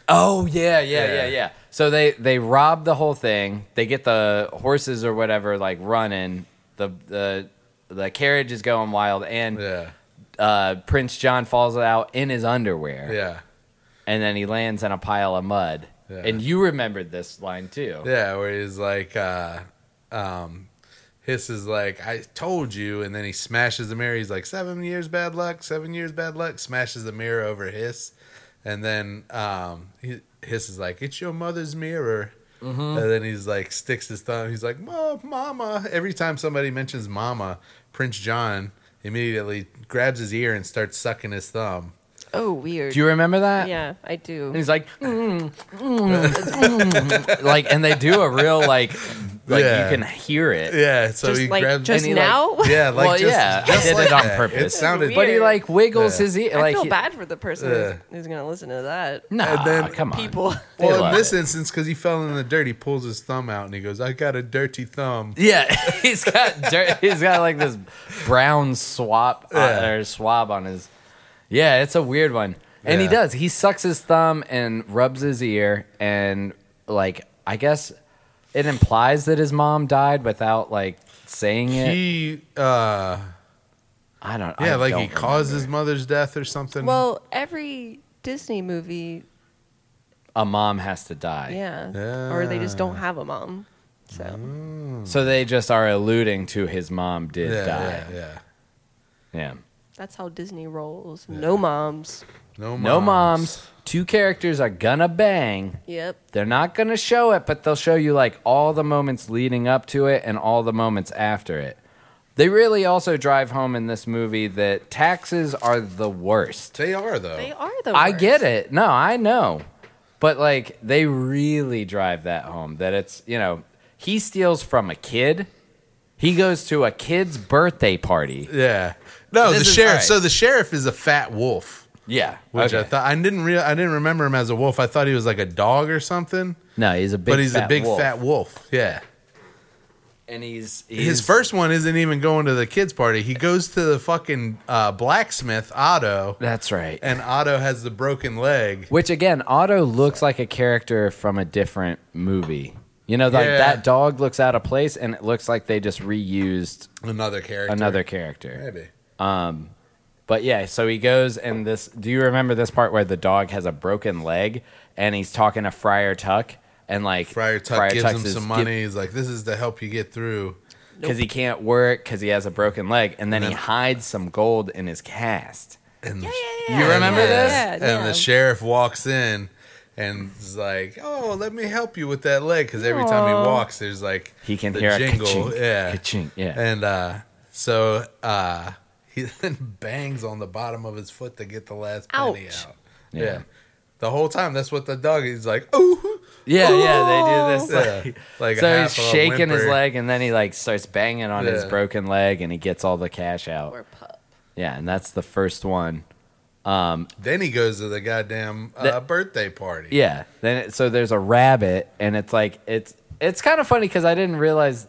Oh yeah, yeah, yeah,
Yeah.
yeah. So they they rob the whole thing. They get the horses or whatever like running. The the the carriage is going wild, and
Yeah,
uh, Prince John falls out in his underwear,
yeah,
and then he lands in a pile of mud.
Yeah.
And you remembered this line too.
yeah. Where he's like, uh, um, Hiss is like, I told you, and then he smashes the mirror. He's like, seven years bad luck, seven years bad luck. Smashes the mirror over Hiss, and then um, he, Hiss is like, it's your mother's mirror. And then he's like, sticks his thumb. He's like, "Ma, mama. Every time somebody mentions mama, Prince John immediately grabs his ear and starts sucking his thumb.
oh, weird.
Do you remember that?
yeah, I
And
do.
he's like, "Mm, mm, mm." like, and they do a real like, like
Yeah.
you can hear it.
Yeah, so
just
he
like
grabs.
just
and he, like-
now.
yeah, like
Well,
just,
yeah, I
just
did
like
it on
that.
purpose.
It sounded.
But he
Weird.
like wiggles
Yeah.
his ear.
I
Like,
feel
he-
bad for the person
Yeah.
who's gonna listen to that.
Nah,
And then-
come on.
People.
They
Well, in
love
this
it.
instance, because he fell in the dirt, he pulls his thumb out and he goes, "I got a dirty thumb."
Yeah, he's got dirt, he's got like this brown swab
Yeah.
or swab on his. Yeah, it's a weird one, and he
Yeah.
does. He sucks his thumb and rubs his ear, and like I guess it implies that his mom died without like saying it.
He, uh,
I don't. I
yeah, like he
don't
caused
remember.
his mother's death or something.
Well, every Disney movie,
a mom has to die.
yeah, or they just don't have a mom. So
Mm-hmm.
So they just are alluding to his mom did
yeah,
die.
yeah, yeah.
yeah.
that's how Disney rolls. No moms.
No, moms.
No moms. Two characters are gonna bang.
Yep.
They're not going to show it, but they'll show you like all the moments leading up to it and all the moments after it. They really also drive home in this movie that taxes are the worst.
They are though.
They are the.
I get
worst.
it. No, I know. But like they really drive that home that it's, you know, he steals from a kid. He goes to a kid's birthday party.
Yeah. No,
This
the
is-
sheriff.
alright.
So the sheriff is a fat wolf,
Yeah.
which I
okay.
thought I didn't real I didn't remember him as a wolf. I thought he was like a dog or something,
No, he's a big
but he's a
fat
big
wolf.
fat wolf. Yeah.
and he's, he's
His first one isn't even going to the kids party. He goes to the fucking uh, blacksmith Otto,
That's right.
and Otto has the broken leg.
Which again, Otto looks like a character from a different movie. You know, like
Yeah.
that dog looks out of place, and it looks like they just reused
Another character.
another character.
Maybe.
But yeah, so he goes and this. Do you remember this part where the dog has a broken leg and he's talking to Friar Tuck and like
Friar Tuck gives
Tuck's
him
is-
some money. He's like, "This is to help you get through."
because he can't work because he has a broken leg, and then
And
he hides some gold in his cast.
And
Yeah,
You remember
yeah,
this?
Yeah,
and
yeah.
the sheriff walks in and is like, "Oh, let me help you with that leg," because every time
Aw.
he walks, there's like
He can
the
hear
jingle,
a ka-chink,
yeah,
ka-chink, yeah.
and uh, so uh, he then bangs on the bottom of his foot to get the last penny
Ouch.
out.
Yeah.
Yeah. the whole time that's what the dog. He's like, "Oh,
Yeah, yeah, they do this.
Yeah.
like-
Like a
so he's
half a
shaking his
whimper.
leg, and then he like starts banging on his
Yeah.
broken leg, and he gets all the cash
Or
out.
pup.
Yeah, and that's the first one.
Then he goes to the goddamn uh,
That-
birthday party.
Yeah. Then it, so there's a rabbit, and it's like it's it's kind of funny because I didn't realize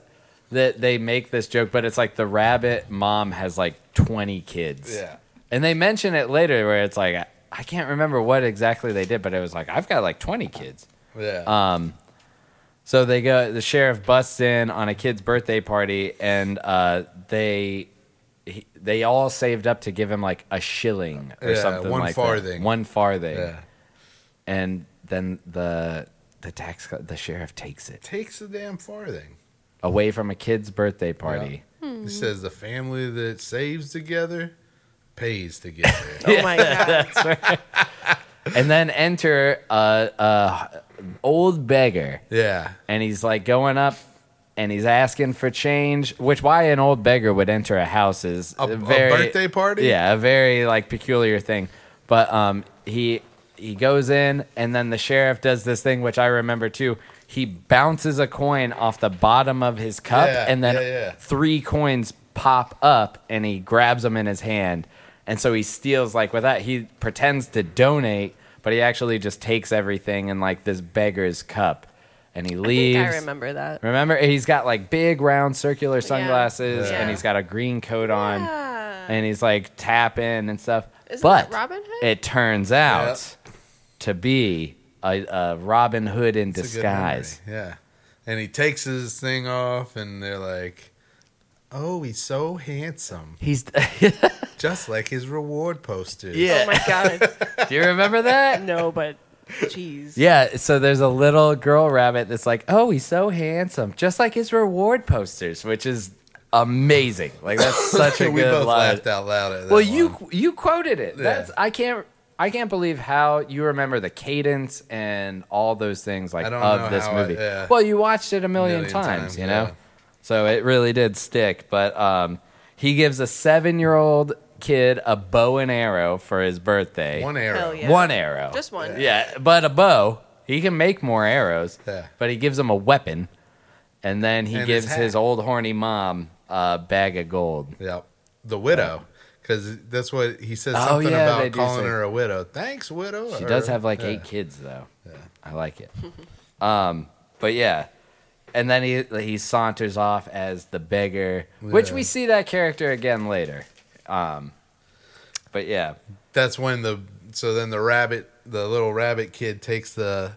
that they make this joke, but it's like the rabbit mom has like 20 kids.
Yeah.
And they mention it later where it's like I, I can't remember what exactly they did, but it was like I've got like 20 kids.
yeah.
Um, So they go. The sheriff busts in on a kid's birthday party, and uh, they he, they all saved up to give him like a shilling or
Yeah,
something
one
like
farthing.
that. One farthing.
yeah.
And then the the tax co- the sheriff takes it
Takes the damn farthing.
away from a kid's birthday party.
He says the family that saves together pays together.
Oh my god.
and then enter a, a old beggar,
Yeah.
and he's like going up. And he's asking for change, which why an old beggar would enter a house is
A- a birthday party?
Yeah, a very like peculiar thing. But um, he he goes in, and then the sheriff does this thing, which I remember too. He bounces a coin off the bottom of his cup,
Yeah,
and then
yeah, yeah.
three coins pop up, and he grabs them in his hand, and so he steals like with that. He pretends to donate, but he actually just takes everything in like this beggar's cup, and he
I think
leaves.
I remember that.
Remember, he's got like big round circular sunglasses,
Yeah.
and he's got a green coat on,
Yeah.
and he's like tapping and stuff.
Isn't
but
that Robin Hood?
it turns out to be a, a Robin Hood in
It's a good
disguise.
memory, Yeah. And he takes his thing off, and they're like, "Oh, he's so handsome,
He's.
just like his reward posters."
Oh my god.
Do you remember that?
No, but jeez.
Yeah, so there's a little girl rabbit that's like, "Oh, he's so handsome," just like his reward posters, which is amazing. Like that's such a
we
good
both
line.
laughed out loud at that.
Well, you
one.
you quoted it.
Yeah.
That's I can't I can't believe how you remember the cadence and all those things like
I don't know
of this
how I-
movie.
yeah.
Well, you watched it a million,
Million
times,
times,
you
yeah.
know. So it really did stick, but um he gives a 7-year-old kid a bow and arrow for his birthday.
one arrow.
Hell Oh, yeah.
One arrow.
Just one.
Yeah, but a bow. He can make more arrows,
Yeah.
but he gives him a weapon, and then he
And his
gives
hat.
his old horny mom a bag of gold.
Yep. The widow. Because that's what he says
Oh,
something
yeah, they
about
do
calling
say-
her a widow. Thanks, widow.
She
or-
does have like
yeah.
eight kids though. I like it. um, but yeah, and then he he saunters off as the beggar, which
Yeah.
we see that character again later. Um, but yeah,
That's when the so then the rabbit, the little rabbit kid, takes the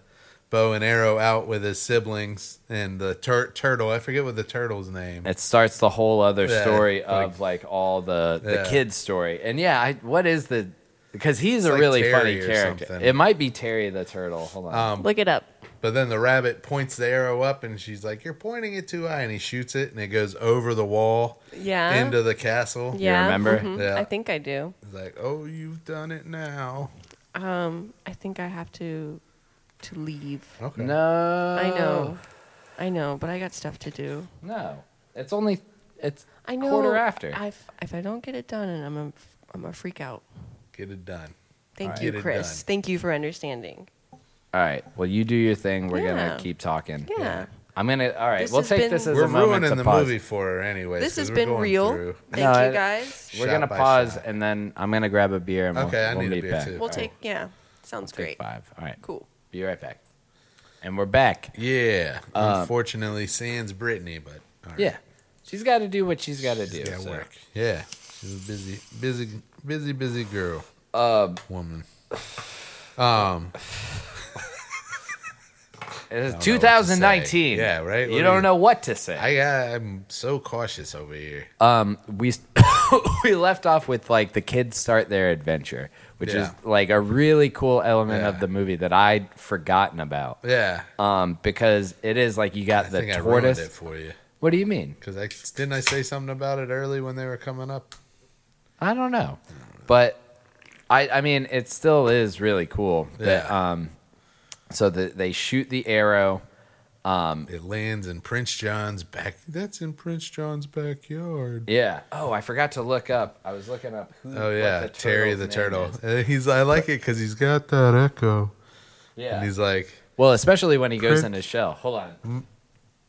bow and arrow out with his siblings and the tur- turtle. I forget what the turtle's name.
it starts the whole other
Yeah,
story
like-
of like all the the
Yeah.
kids story. And yeah, I, what is the because he's a
like
really
Terry
funny
or
character.
something. Um,
It might be Terry the turtle. Hold on.
Look it up.
But then the rabbit points the arrow up and she's like, "You're pointing it too high," and he shoots it and it goes over the wall
Yeah.
into the castle.
yeah.
remember?
mhm.
uh, Yeah.
I think I do.
He's like, "Oh, you've done it now."
Um, I think I have to to leave.
Okay.
no,
I know. I know, but I got stuff to do.
No, it's only it's
I know.
quarter after.
I've, if I don't get it done, and I'm a, I'm a freak out.
Get it done.
Thank
Alright.
you,
Get it
Chris.
done.
Thank you for understanding.
All right. Well, you do your thing. We're
Yeah.
gonna keep talking.
Yeah.
Yeah.
I'm gonna. All right.
This
we'll
has
take
been-
this as
We're
a moment
ruining
to
the
pause.
movie for her anyway.
this
'cause
has
we're
been
going
real.
through.
Thank
No,
you
I-
guys.
We're
shot
gonna
by
pause,
shot.
and then I'm gonna grab a beer. And
Okay,
we'll,
I
we'll
need a
meet
beer
back.
too.
We'll
Alright.
take. Yeah, sounds great.
Take five. All right.
Cool.
Be right back. And we're back.
Yeah. Unfortunately, sans Brittany, but all right.
Um, Yeah. She's got to do what she's got to do.
Yeah,
so.
work. Yeah, she's a busy, busy, busy, busy girl. Um, woman. Um,
It is
what to
2019.
say. Yeah, right?
You
What do
don't
you-
know what to say.
I got. I'm so cautious over here.
um we we left off with like the kids start their adventure which
Yeah.
is like a really cool element
Yeah.
of the movie that i'd forgotten about
Yeah,
um because it is like you got
I
the
think I ruined it
tortoise
for you
what do you mean
because I didn't I say something about it early when they were coming up.
i don't know but i i mean it still is really cool that
Yeah.
um so that they shoot the arrow um,
It lands in Prince John's back. That's in Prince John's backyard.
yeah oh i forgot to look up i was looking up who
Oh
what
yeah,
Mm, the
Terry the turtle.
turtle's name is.
Uh, He's. I like it because he's got that echo, and
yeah
he's like,
well especially when he goes
Prin-
in his shell hold on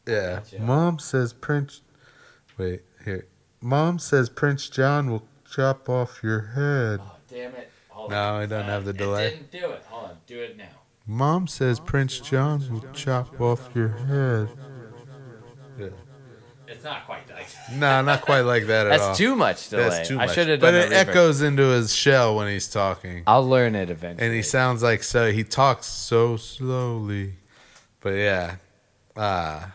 Yeah. Mom says Prince. Wait here. Mom says Prince John will chop off your head.
oh damn it hold on
No, I don't have the delay.
didn't do it. Hold on, do it now.
Mom says Prince John will chop off your head.
It's not quite that.
No, not quite like that at all.
That's too much delay.
That's too
I
much.
should have
But
done
it
a reverb.
echoes into his shell when he's talking,
I'll learn it eventually.
and he sounds like so. He talks so slowly, but yeah, uh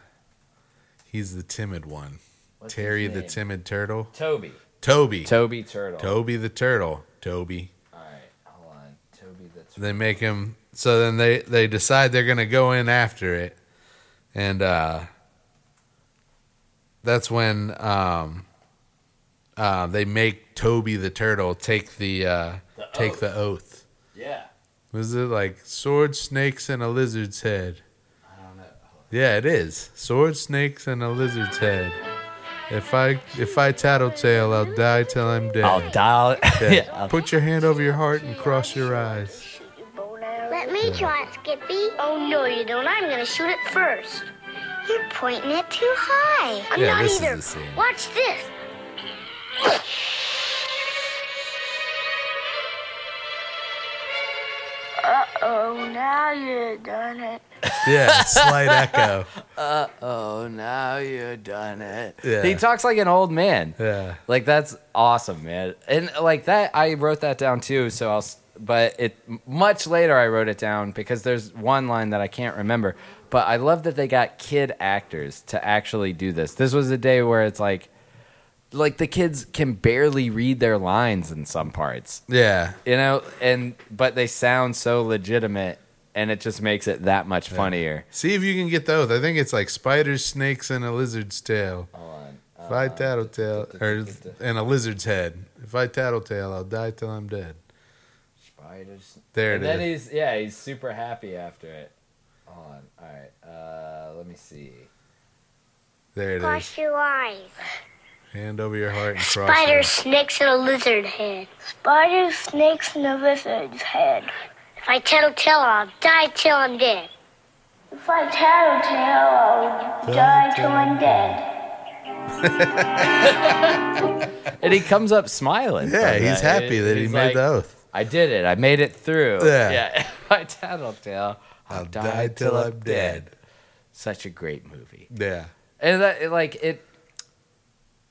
he's the timid one.
What's his
Terry the
name?
timid turtle.
Toby.
Toby.
Toby Turtle.
Toby the turtle. Toby.
All right, hold on. Toby the Turtle.
they make him so then they they decide they're gonna go in after it and uh that's when um uh they make toby the turtle take the uh
The
take
oath.
the oath
Yeah.
Was it like sword, snakes, and a lizard's head? Yeah, it is. Sword, snakes, and a lizard's head. If I if I tattletale, I'll die till I'm dead.
I'll dial.
Dead.
yeah.
Put your hand over your heart and cross your eyes.
Let me try it, Skippy. Oh, no, you don't. I'm going to shoot it first. You're pointing it too high. I'm
Yeah,
not
this is
either.
the scene.
Watch this. Uh-oh, now you've done it.
Yeah, slight echo.
Oh, now you done it.
Yeah.
He talks like an old man.
Yeah.
Like that's awesome, man. And like that, I wrote that down too. So I'll. s- But it much later, I wrote it down because there's one line that I can't remember. But I love that they got kid actors to actually do this. This was a day where it's like, like the kids can barely read their lines in some parts
Yeah.
you know and but they sound so legitimate and it just makes it that much funnier
See if you can get those. I think it's like spiders, snakes, and a lizard's tail. If I tattletale, or and a lizard's head. If I tattletale, I'll die till I'm dead.
spiders
There it
and then
is.
he's yeah he's super happy after it hold on all right uh let me see
There it is.
Cross your eyes.
Hand over your heart and cross. your-
Spiders, snakes, and a lizard head. Spiders, snakes, and a lizard's head. If I tattletale, I'll die till I'm dead. If I tattletale, I'll die till I'm dead.
and he comes up smiling
Yeah,
from
he's
that.
happy that he
He's
made
like,
the oath.
i did it i made it through
Yeah.
i tattletale I'll,
I'll die till I'm dead.
such a great movie
Yeah.
and that it, like it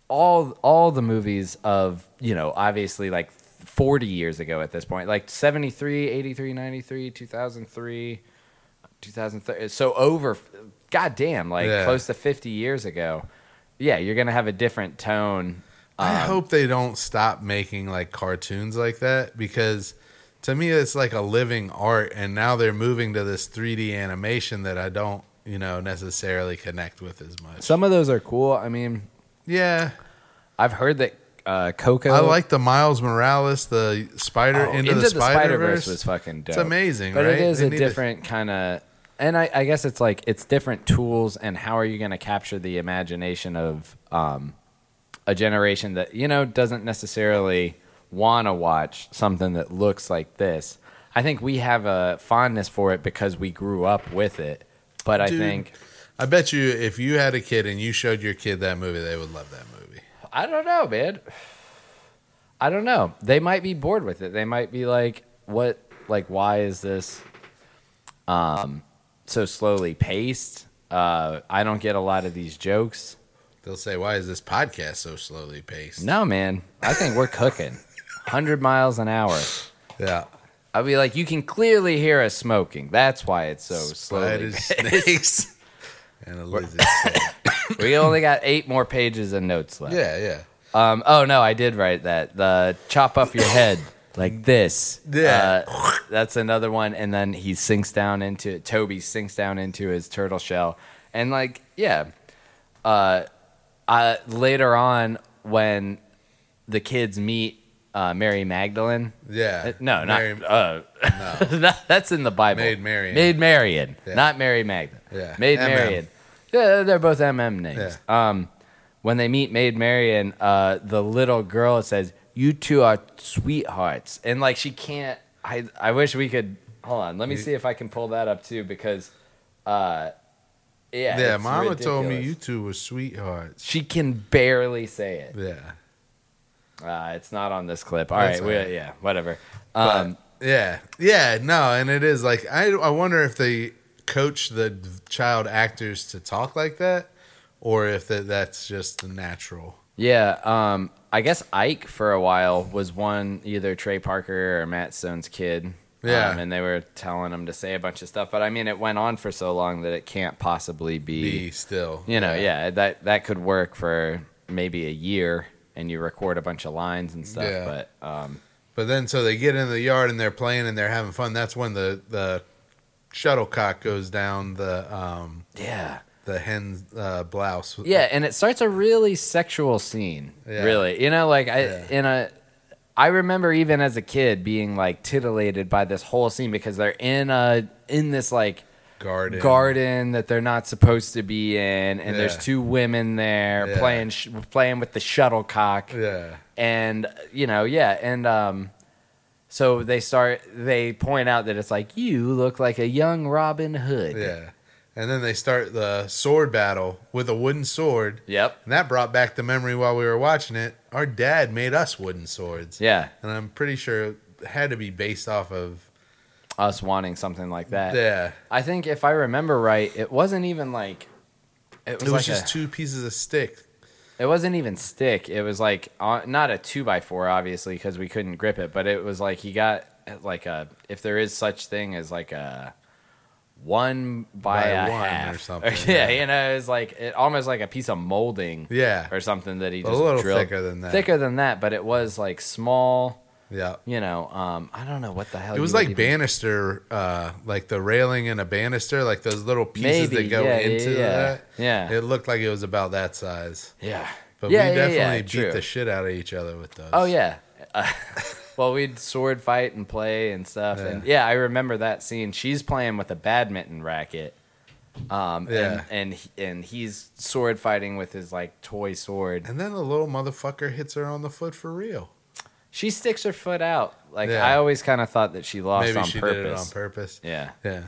all all the movies of you know obviously like 40 years ago at this point like 73 83 93 2003 2003 uh, so over goddamn like
Yeah.
close to 50 years ago yeah you're gonna have a different tone
I
Um,
hope they don't stop making like cartoons like that because to me it's like a living art and now they're moving to this 3D animation that I don't, you know, necessarily connect with as much.
some of those are cool i mean
yeah.
i've heard that uh coco
I like the Miles Morales, the spider
Oh,
into, the, Spider Verse.
was fucking dope.
It's amazing,
but
right?
it is
They
a
need to-
different kind of, and I, I guess it's like it's different tools, and how are you going to capture the imagination of um, a generation that you know doesn't necessarily want to watch something that looks like this? I think we have a fondness for it because we grew up with it, but I
Dude.
think
I bet you if you had a kid and you showed your kid that movie, they would love that movie.
I don't know, man. I don't know. They might be bored with it. They might be like, "What? Like, why is this um so slowly paced? Uh, I don't get a lot of these jokes."
They'll say, "Why is this podcast so slowly paced?"
No, man. I think we're cooking, hundred miles an hour.
Yeah.
I'll be like, you can clearly hear us smoking. That's why it's so slowly.
Spiders, snakes, and a lizard.
paced. we only got eight more pages of notes left.
yeah, yeah.
Um, oh no, I did write that. The chop off your head like this.
Yeah.
Uh, that's another one. And then he sinks down into Toby sinks down into his turtle shell, and like yeah, uh, uh, later on when the kids meet uh, Mary Magdalene.
Yeah.
Uh, No,
Mary-
not uh, that- that's in the Bible.
Maid Marian.
Maid Marian,
Yeah.
not Mary Magdalene.
Yeah.
Maid
MM.
Marian. Yeah, they're both MM names. Um, when they meet Maid Marian, uh, the little girl says, "You two are sweethearts," and like she can't. I I wish we could. Hold on, let me see if I can pull that up too because, uh, yeah,
yeah,
it's
Mama told me
ridiculous.
you two were sweethearts.
She can barely say it.
Yeah.
Uh, it's not on this clip. All
That's
right,
all
we,
right.
yeah, whatever.
But,
Um,
yeah. Yeah. No, and it is like I. I wonder if they coach the child actors to talk like that, or if that that's just the natural.
Yeah, um, I guess Ike for a while was one either Trey Parker or Matt Stone's kid.
Yeah.
um, and they were telling him to say a bunch of stuff, but I mean, it went on for so long that it can't possibly
Be
be,
still.
you know, yeah. that that could work for maybe a year, and you record a bunch of lines and stuff,
Yeah.
but um,
But then, so they get in the yard and they're playing and they're having fun. That's when the the shuttlecock goes down the um
yeah,
the hen's uh, blouse.
yeah, and it starts a really sexual scene,
Yeah.
really, you know, like I
Yeah.
in a. I remember even as a kid being like titillated by this whole scene because they're in a in this like
Garden.
garden that they're not supposed to be in, and there's
Yeah.
two women there
Yeah.
playing sh- playing with the shuttlecock,
Yeah.
and you know, yeah, and um, so they start they point out that it's like you look like a young Robin Hood.
Yeah. And then they start the sword battle with a wooden sword.
Yep.
And that brought back the memory while we were watching it. Our dad made us wooden swords.
Yeah.
And I'm pretty sure it had to be based off of
Us wanting something like that.
Yeah.
I think if I remember right, it wasn't even like it was,
It was
like
just
a-
two pieces of stick.
It wasn't even stick. It was like uh, not a two by four, obviously, because we couldn't grip it. But it was like he got uh, like a if there is such thing as like a one by,
By
a
one or
half.
something,
yeah,
yeah.
you know, it's like it, almost like a piece of molding
Yeah.
or something that he
A
just
little
drilled.
thicker than that.
Thicker than that, but it was like small.
Yeah.
You know, um, I don't know what the hell
It was
you would
like
even-
banister, uh, like the railing and a banister, like those little pieces
Maybe,
that go
yeah, yeah,
into
yeah.
that.
Yeah.
It looked like it was about that size.
Yeah,
But
yeah,
we
yeah,
definitely
yeah,
beat
true.
the shit out of each other with those.
Oh yeah. Uh, well, we'd sword fight and play and stuff, and yeah, I remember that scene. She's playing with a badminton racket, um,
Yeah.
and and he- and he's sword fighting with his like toy sword.
And then the little motherfucker hits her on the foot for real.
She sticks her foot out. Like
Yeah.
I always kind of thought that she lost
Maybe
on
she
purpose.
did it on purpose.
Yeah,
Yeah.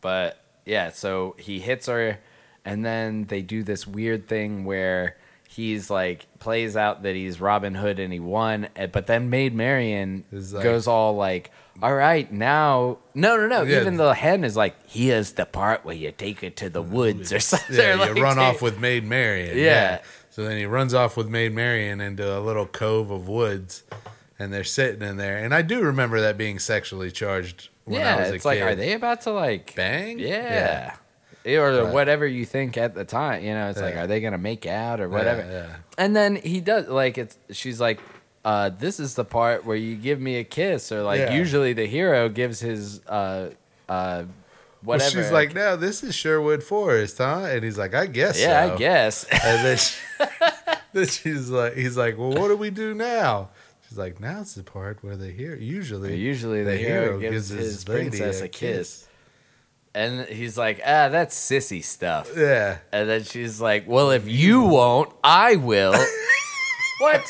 but yeah, so he hits her, and then they do this weird thing where. He's like plays out that he's Robin Hood and he won, eh, but then Maid Marian
Is like-
goes all like, "All right, now, no, no, no."
Yeah.
Even the hen is like, "Here's the part where you take her to the woods or something."
Yeah,
like,
you run off with Maid Marian.
Yeah.
So then he runs off with Maid Marian into a little cove of woods, and they're sitting in there. And I do remember that being sexually charged when
yeah.
I was a
it's like,
kid.
are they about to like
bang?
Yeah. Or
But-
whatever you think at the time, you know, it's like,
Yeah.
are they gonna make out or whatever?
Yeah, yeah.
And then he does like it's she's like uh, this is the part where you give me a kiss or like
Yeah.
usually the hero gives his uh uh
Well,
whatever
she's like, no, this is Sherwood Forest, huh? And he's like, I guess.
yeah
so.
I guess
And then, she, then she's like, he's like, well, what do we do now? She's like, now's the part where they hear. Usually,
usually the, hero, gives, his
lady
princess a kiss. and he's like ah that's sissy stuff
Yeah,
and then she's like well if you won't I will what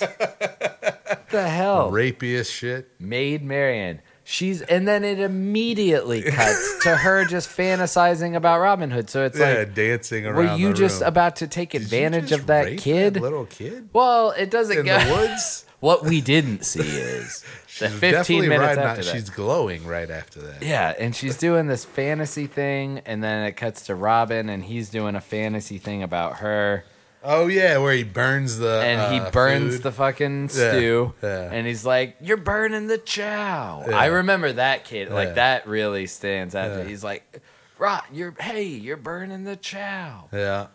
the hell
rapiest shit.
Maid Marian. She's and then it immediately cuts to her just fantasizing about Robin Hood. So it's
yeah,
like,
dancing around.
were you
the
just
room.
about to take
Did you
advantage
just
of that
rape
kid?
little kid
well, it doesn't
in
go.
the woods?
What we didn't see is the
She's
15
definitely
minutes
riding
after
out-
that.
She's glowing right after that.
yeah, and she's doing this fantasy thing, and then it cuts to Robin, and he's doing a fantasy thing about her.
Oh yeah, where he burns the
and
uh,
he burns
food.
the fucking
Yeah,
stew
yeah.
and he's like you're burning the chow
Yeah.
i remember that kid
Yeah.
like that really stands out
Yeah.
he's like rot you're hey you're burning the chow
yeah.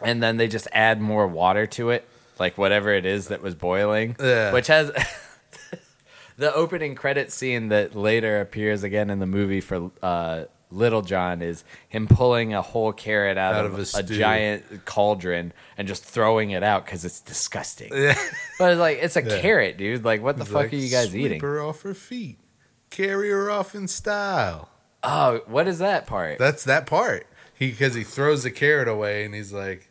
and then they just add more water to it like whatever it is that was boiling
Yeah.
which has the opening credit scene that later appears again in the movie for uh Little John is him pulling a whole carrot out,
Out
of,
of a
a,
stew.
giant cauldron and just throwing it out because it's disgusting. But it's like it's a
Yeah.
carrett, dude. Like what the
He's
fuck
like,
are you guys
"Sweep
eating?
her off her feet, carry her off in style.
Oh, what is that part?
That's that part. He because he throws the carrot away and he's like,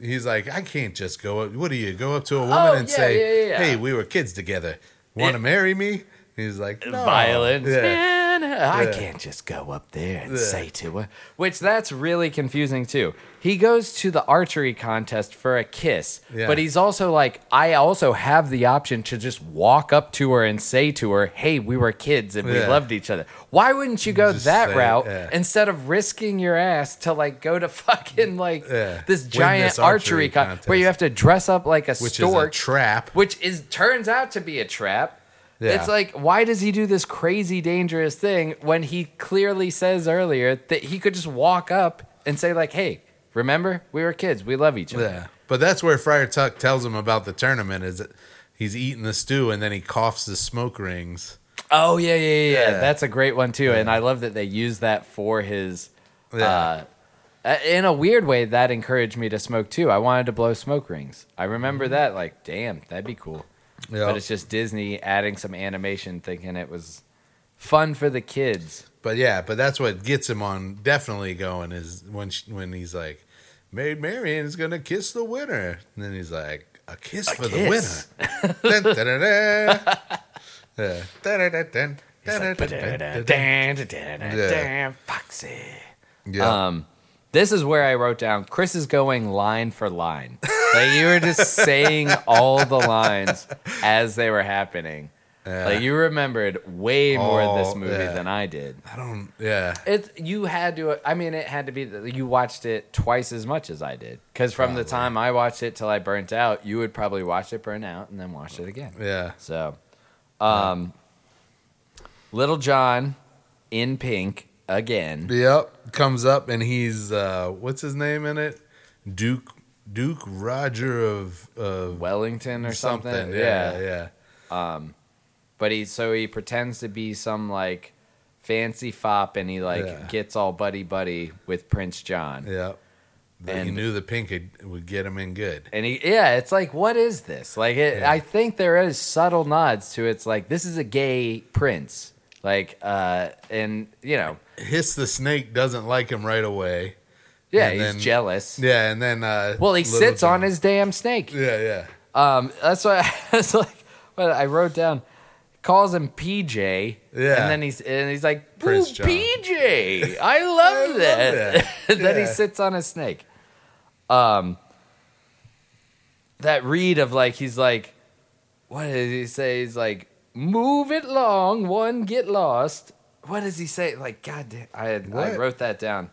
he's like, I can't just go. up. What do you go up to a woman
Oh,
and
yeah,
say,
yeah, yeah, yeah.
"Hey, we were kids together. Want to
Yeah.
marry me?" He's like, no.
violence.
Yeah.
Man, I
Yeah.
can't just go up there and
Yeah.
say to her. Which that's really confusing too. He goes to the archery contest for a kiss,
Yeah.
but he's also like, I also have the option to just walk up to her and say to her, "Hey, we were kids and we
Yeah.
loved each other." Why wouldn't you go
Just
that
say it,
route
yeah.
instead of risking your ass to like go to fucking like
Yeah.
this
Win
giant
this
archery,
archery
con- where you have
contest.
to dress up like a
Which
stork?
is a trap.
which is turns out to be a trap.
Yeah.
It's like, why does he do this crazy dangerous thing when he clearly says earlier that he could just walk up and say, like, hey, remember, we were kids, we love each other.
Yeah, but that's where Friar Tuck tells him about the tournament. Is that he's eating the stew and then he coughs the smoke rings.
Oh yeah, yeah, yeah, yeah.
Yeah.
That's a great one too. And I love that they use that for his
Yeah.
uh Uh, in a weird way, that encouraged me to smoke too. I wanted to blow smoke rings. I
Mm-hmm.
remember that. Like, damn, that'd be cool.
Yeah.
But it's just Disney adding some animation, thinking it was fun for the kids.
But yeah, but that's what gets him on definitely going is when she, when he's like, "Maid Marian is gonna kiss the winner," and then he's like, "A kiss for
kiss."
the winner." Dun, dun, dun, dun. Yeah. Dun, dun, dun,
It's
dun,
like,
dun, dun, dun, dun.
"Ba-da-da-da-da-da-da-da, Foxy.
Yeah.
Um, this is where I wrote down Chris is going line for line. Like you were just saying all the lines as they were happening.
Yeah.
Like you remembered way more of this
Oh,
movie
yeah.
than I did.
I don't. Yeah.
It you had to. I mean, it had to be. that You watched it twice as much as I did. Because from the time I watched it till I burnt out, you would probably watch it burn out and then watch it again.
Yeah.
So, um, Little John in pink again.
Yep. Comes up and he's uh, what's his name in it? Duke Duke Roger of of
Wellington or something.
Yeah. Yeah.
But he so he pretends to be some like fancy fop and he like
Yeah.
gets all buddy buddy with Prince John.
Yeah. But he
And-
knew the pink would, would get him in good.
And he, yeah, it's like, what is this? Like, it,
Yeah.
I think there is subtle nods to it's like this is a gay prince, like, uh, and you know,
Hiss the snake doesn't like him right away.
yeah,
And
he's
then-
jealous.
Yeah, and then uh
Well, he
Little
sits on
John-
his damn snake.
Yeah, yeah.
Um, that's why I was like, what I wrote down calls him PJ.
Yeah.
And then he's and he's like, "Ooh,
Prince John."
PJ, I love
love
that.
that.
And then he
Yeah.
sits on a snake. Um, that read of like he's like, what does he say? He's like, move it long, one get lost. What does he say? Like, goddamn, I had, I
What?
wrote that down.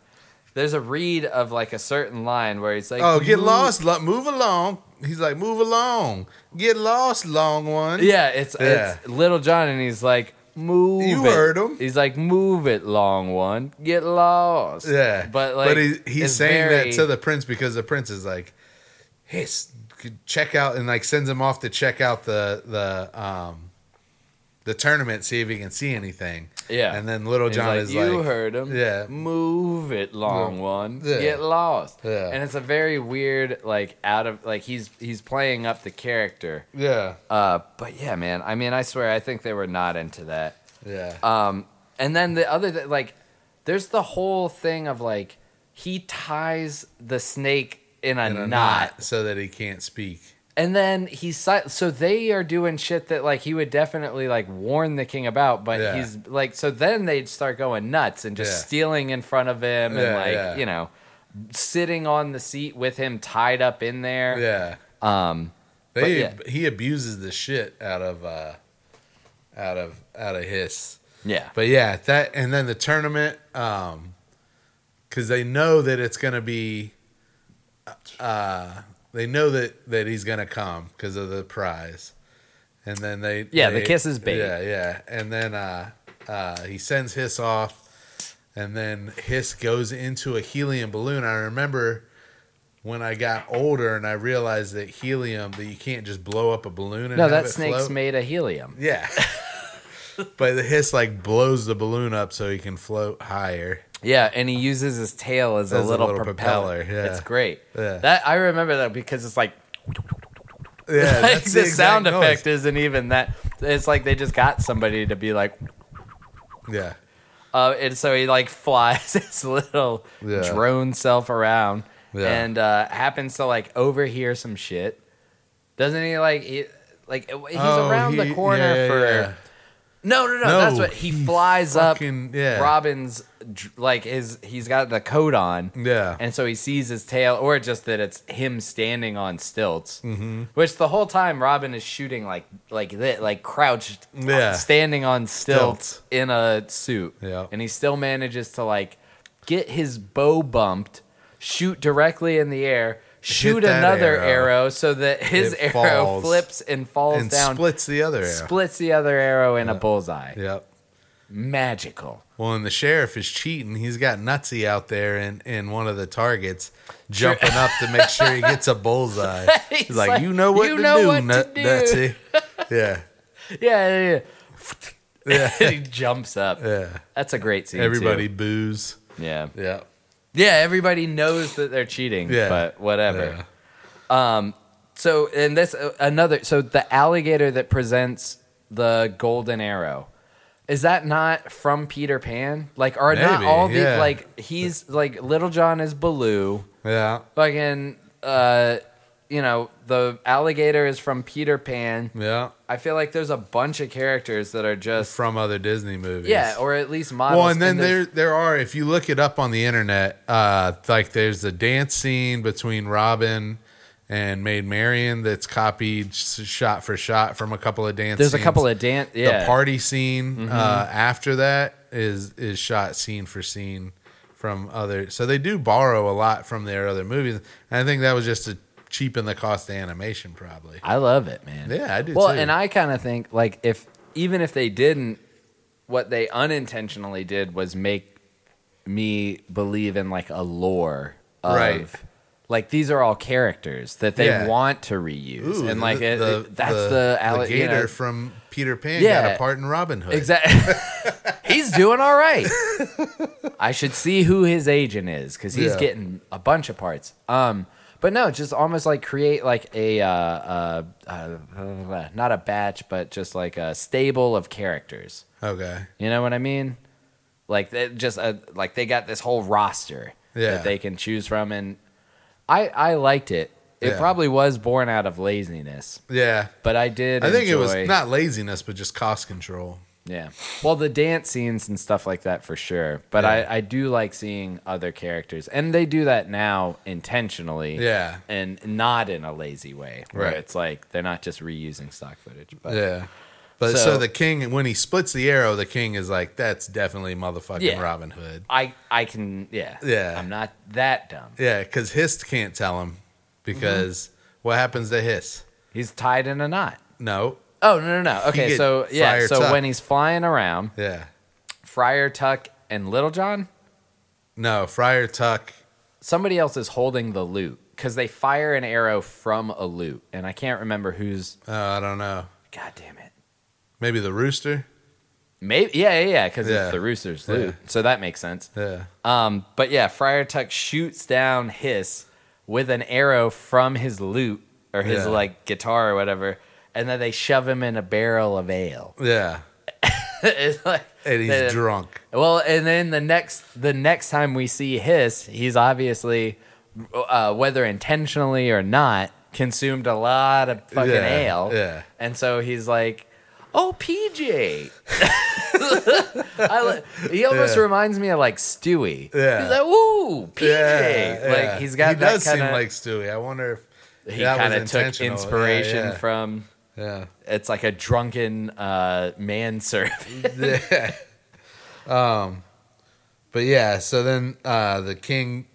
There's a read of like a certain line where he's like,
Oh, get
"Move-
lost, lo- move along. He's like, move along, get lost, long one.
Yeah, it's
Yeah.
it's Little John, and he's like, "Move."
You
it."
heard him.
He's like, "Move it, long one. Get lost."
yeah.
but like,
but he, he's
it's
saying
very-
that to the prince because the prince is like, hiss, check out, and like sends him off to check out the the um the tournament, see if he can see anything.
Yeah.
and then Little
He's
John
like,
is
"You
like,
heard him.
yeah.
move it, long one.
Yeah.
Get lost."
Yeah.
and it's a very weird, like, out of like he's he's playing up the character.
yeah,
Uh, but yeah, man. I mean, I swear, I think they were not into that.
yeah,
Um, and then the other th- like, there's the whole thing of like, he ties the snake in a,
And a
knot.
knot so that he can't speak.
And then he's si- so they are doing shit that like he would definitely like warn the king about, but
Yeah.
he's like so then they'd start going nuts and just
Yeah.
stealing in front of him and
Yeah,
like
yeah.
you know sitting on the seat with him tied up in there.
Yeah.
Um, But
They,
yeah.
he abuses the shit out of uh out of out of his.
yeah,
But yeah, that and then the tournament um cuz they know that it's going to be uh they know that that he's going to come cuz of the prize. And then they
Yeah, the
they-
kiss is bait.
Yeah, yeah. And then uh uh he sends Hiss off and then Hiss goes into a helium balloon. I remember when I got older and I realized that helium that you can't just blow up a balloon and
no,
have
that
it
snake's
float.
made of helium.
Yeah. but the hiss like blows the balloon up so he can float higher.
Yeah, and he uses his tail as, a,
As a
little
little
propeller.
propeller, yeah.
It's great.
Yeah.
That I remember that because it's like
Yeah,
like, the,
exact
sound
noise.
effect isn't even that. It's like they just got somebody to be like.
Yeah,
Uh, and so he like flies his little
Yeah.
drone self around
Yeah.
and uh, happens to like overhear some shit. Doesn't he like he, like he's
Oh,
around
he-
the corner
yeah,
for
yeah.
no, no no
No,
that's what he
he
flies
fucking-
up
yeah.
Robin's dr- like his he's got the coat on
Yeah.
and so he sees his tail or just that it's him standing on stilts mm-hmm. which the whole time Robin is shooting like like that like crouched
Yeah.
standing on stilts,
Stilts.
in a suit
Yeah.
and he still manages to like get his bow bumped, shoot directly in the air, shoot
that
another arrow.
arrow.
so that his
It
arrow
falls.
flips and falls
and
down,
splits the other arrow.
splits the other arrow in a bullseye.
Yep.
Magical.
Well, and the sheriff is cheating. He's got Nutsy out there in, in one of the targets, jumping up to make sure he gets a bullseye. He's,
He's
like,
like,
"You know what,
"You
to,
know
do,
what to
Nut-
do."
Nutsy." Yeah,
Yeah, yeah, yeah. he jumps up.
yeah.
That's a great scene. too.
Everybody boos.
Yeah.
Yeah.
Yeah, everybody knows that they're cheating,
Yeah.
but whatever. Um, so and this uh, another so the alligator that presents the golden arrow is that not from Peter Pan? Like are not
Maybe,
all the
yeah.
like he's like Little John is Baloo,
Yeah.
fucking uh, you know the alligator is from Peter Pan.
Yeah.
I feel like there's a bunch of characters that are just
From other Disney movies.
yeah, or at least models.
Well, and then
there's-
there there are if you look it up on the internet, uh, like there's a dance scene between Robin and Maid Marian that's copied s- shot for shot from a couple of dance.
there's a couple
scenes.
of dance. Yeah, Mm-hmm.
The party scene uh, after that is is shot scene for scene from other. So they do borrow a lot from their other movies, and I think that was just to cheapen the cost of animation, probably.
I love it, man.
Yeah, I do
Well,
too.
and I kind of think like if even if they didn't, what they unintentionally did was make me believe in like a lore of
Right.
like these are all characters that they
Yeah.
want to reuse,
Ooh,
and like it, it- that's the, alligator.
gator from Peter Pan got
Yeah.
a part in Robin Hood.
Exactly. he's doing all right. I should see who his agent is because he's
Yeah.
getting a bunch of parts. Um, but no, just almost like create like a uh, uh, uh, uh, not a batch, but just like a stable of characters.
Okay.
You know what I mean? Like they just uh, like they got this whole roster
Yeah.
that they can choose from, and I I liked it. It
Yeah.
probably was born out of laziness,
Yeah.
but I did.
I think it
enjoy-
was not laziness, but just cost control.
Yeah. Well, the dance scenes and stuff like that for sure. But I, I do like seeing other characters. And they do that now intentionally.
Yeah.
And not in a lazy way. Where
Right.
it's like they're not just reusing stock footage. But
Yeah. But so,
So-
the king, when he splits the arrow, the king is like, that's definitely motherfucking
Yeah.
Robin Hood.
I, I can, yeah.
Yeah.
I'm not that dumb.
Yeah, because Hist can't tell him because
Mm-hmm.
what happens to Hist?
He's tied in a knot.
No.
Oh, no, no, no. Okay.
get
So, yeah.
Friar
So
Tuck.
when he's flying around,
Yeah.
Friar Tuck and Little John,
No. Friar Tuck.
somebody else is holding the loot because they fire an arrow from a loot. And I can't remember who's,
Uh, I don't know.
God damn it.
Maybe the rooster?
Maybe yeah, yeah, yeah, because
Yeah.
it's the rooster's
Yeah.
loot, so that makes sense.
Yeah.
Um, but yeah, Friar Tuck shoots down Hiss with an arrow from his loot or his
Yeah.
like guitar or whatever, and then they shove him in a barrel of ale.
Yeah.
it's like,
And he's
they-
drunk.
Well, and then the next the next time we see Hiss, he's obviously, uh, whether intentionally or not, consumed a lot of fucking
Yeah,
ale.
yeah.
And so he's like, "Oh, PJ." I, li- he almost
Yeah.
reminds me of like Stewie.
Yeah.
He's like, "Ooh, PJ."
Yeah,
like
yeah.
he's got
He
that
does
kind
seem
of
like Stewie. I wonder if
he
that was
kind of took
intentional. Yeah,
inspiration
yeah,
from
yeah.
it's like a drunken uh manservant.
yeah. Um, but yeah, so then uh, the king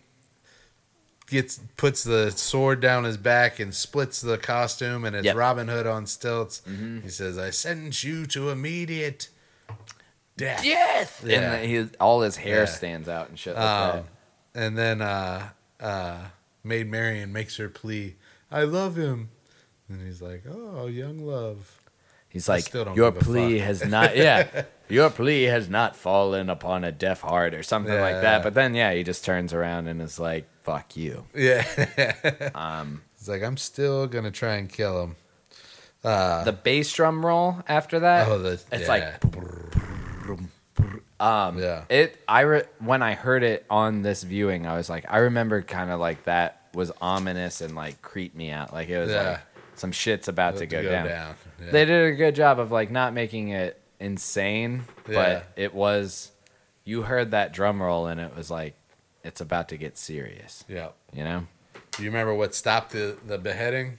gets puts the sword down his back and splits the costume, and it's
Yep. Mm-hmm.
Robin Hood on stilts. He says, "I sentence you to immediate death."
yes.
Yeah.
And he, all his hair
Yeah.
stands out and shit like that.
Um, and then uh, uh, Maid Marian makes her plea, "I love him," and he's like, "Oh, young love."
He's
I
like,
still don't
your
give a
plea
fuck."
has not, yeah, your plea has not fallen upon a deaf heart or something like that.
Yeah.
But then, yeah, he just turns around and is like, fuck you.
Yeah.
Um,
he's like, "I'm still gonna try and kill him."
the bass drum roll after that,
Uh. Oh, the,
it's
yeah.
like, um,
Yeah.
it, I, re- when I heard it on this viewing, I was like, I remember kind of like that was ominous and like creeped me out. Like it was
Yeah.
like some shit's about to, go, down.
Yeah.
they did a good job of like not making it insane,
Yeah.
but it was you heard that drum roll and it was like it's about to get serious,
yeah.
you know?
Do you remember what stopped the, the beheading?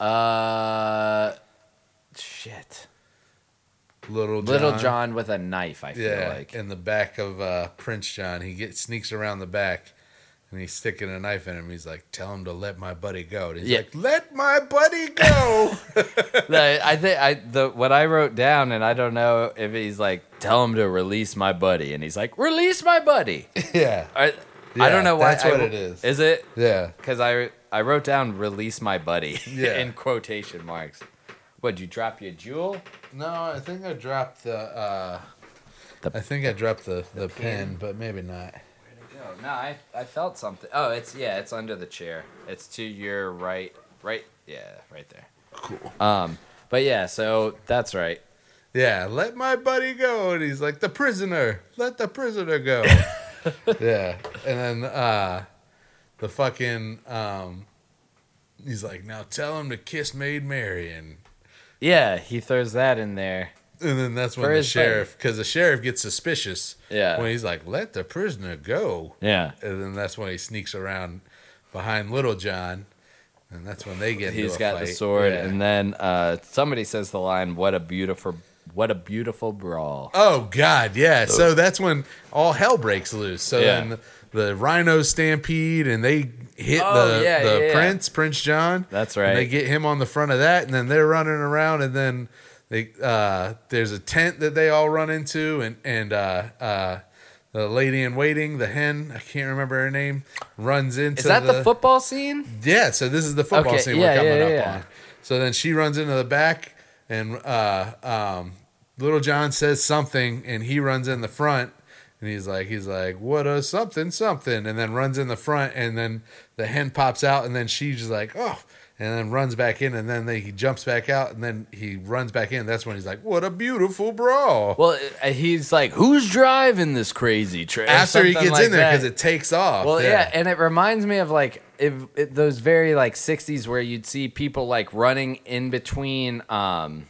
Uh shit.
Little John.
Little John with a knife, I feel
Yeah,
like.
in the back of uh, Prince John, he gets sneaks around the back, and he's sticking a knife in him. He's like, "Tell him to let my buddy go." And he's
Yeah.
like, "Let my buddy go."
Like, I think I the what I wrote down and I don't know if he's like tell him to release my buddy and he's like release my buddy.
yeah,
I, I
Yeah,
don't know why
that's
I-
what it is.
Is it?
yeah.
Because I I wrote down "release my buddy"
Yeah.
in quotation marks. What'd you drop your jewel?
No, I think I dropped the. Uh,
The-
I think I dropped the the, pen, but maybe not.
No, don't know. I, I felt something. Oh, it's yeah, it's under the chair. It's to your right, right. Yeah, right there.
Cool.
Um, but yeah, so that's right.
Yeah, let my buddy go. And he's like, the prisoner. Let the prisoner go. yeah. And then uh the fucking um he's like, now tell him to kiss Maid Mary and
Yeah, he throws that in there.
and then that's when
For
the
his
sheriff because the sheriff gets suspicious
Yeah.
when he's like, Let the prisoner go.
Yeah,
And then that's when he sneaks around behind Little John. And that's when they get into
he's
a
got the
fight.
sword,
Yeah.
and then uh, somebody says the line, "What a beautiful, what a beautiful brawl."
Oh God, yeah. So that's when all hell breaks loose. So
Yeah.
then the rhino stampede, and they hit
Oh,
the,
yeah,
the
yeah, yeah.
prince, Prince John.
That's
And they
right.
get him on the front of that, and then they're running around, and then they uh, there's a tent that they all run into, and and uh, uh, the lady in waiting, the hen, I can't remember her name, runs into.
Is that the, football scene?
Yeah, so this is the football
Okay,
scene
yeah,
we're coming
yeah,
up
yeah.
on. So then she runs into the back, and uh, um, Little John says something, and he runs in the front, and he's like, he's like, what a something something, and then runs in the front, and then the hen pops out, and then she's just like, oh, and then runs back in, and then they, he jumps back out, and then he runs back in. That's when he's like, what a beautiful brawl.
Well, uh, he's like, "Who's driving this crazy train?"
After he
Something
gets
like
in there
that.
because it takes off.
Well, yeah. and it reminds me of like if, it, those very like '60s where you'd see people like running in between, um,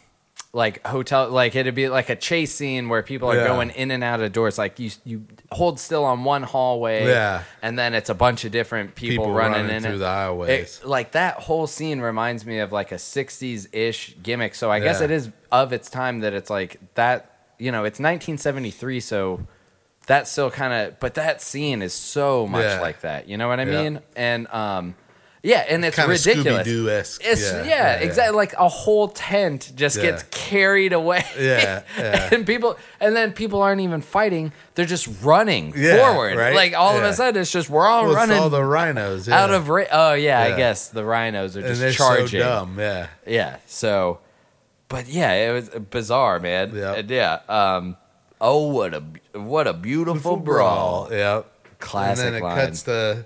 like hotel, like it'd be like a chase scene where people are
Yeah.
going in and out of doors. Like you, you hold still on one hallway,
Yeah.
and then it's a bunch of different people,
People
running,
running
in
through
it.
the aisleways.
It- like that whole scene reminds me of like a '60s ish gimmick. So I guess
Yeah.
it is of its time that it's like that. You know, it's 1973, so that's still kind of but that scene is so much
Yeah.
like that you know what i
Yeah.
mean and um yeah and it's
Kind of Scooby
ridiculous
Doo esque.
it's yeah, exactly like a whole tent just
Yeah.
gets carried away
Yeah, yeah.
and people and then people aren't even fighting they're just running
Yeah,
forward
right?
like all of
Yeah.
a sudden it's just we're all
Well, it's
running
all the rhinos
out
yeah.
of ra- oh yeah,
Yeah.
i guess the rhinos are
and
just
they're
charging
so dumb. Yeah,
yeah. So, but yeah, it was bizarre, man.
Yeah.
And yeah. Um, oh, what a what a beautiful brawl.
Yeah,
Classic
And then it
line.
cuts to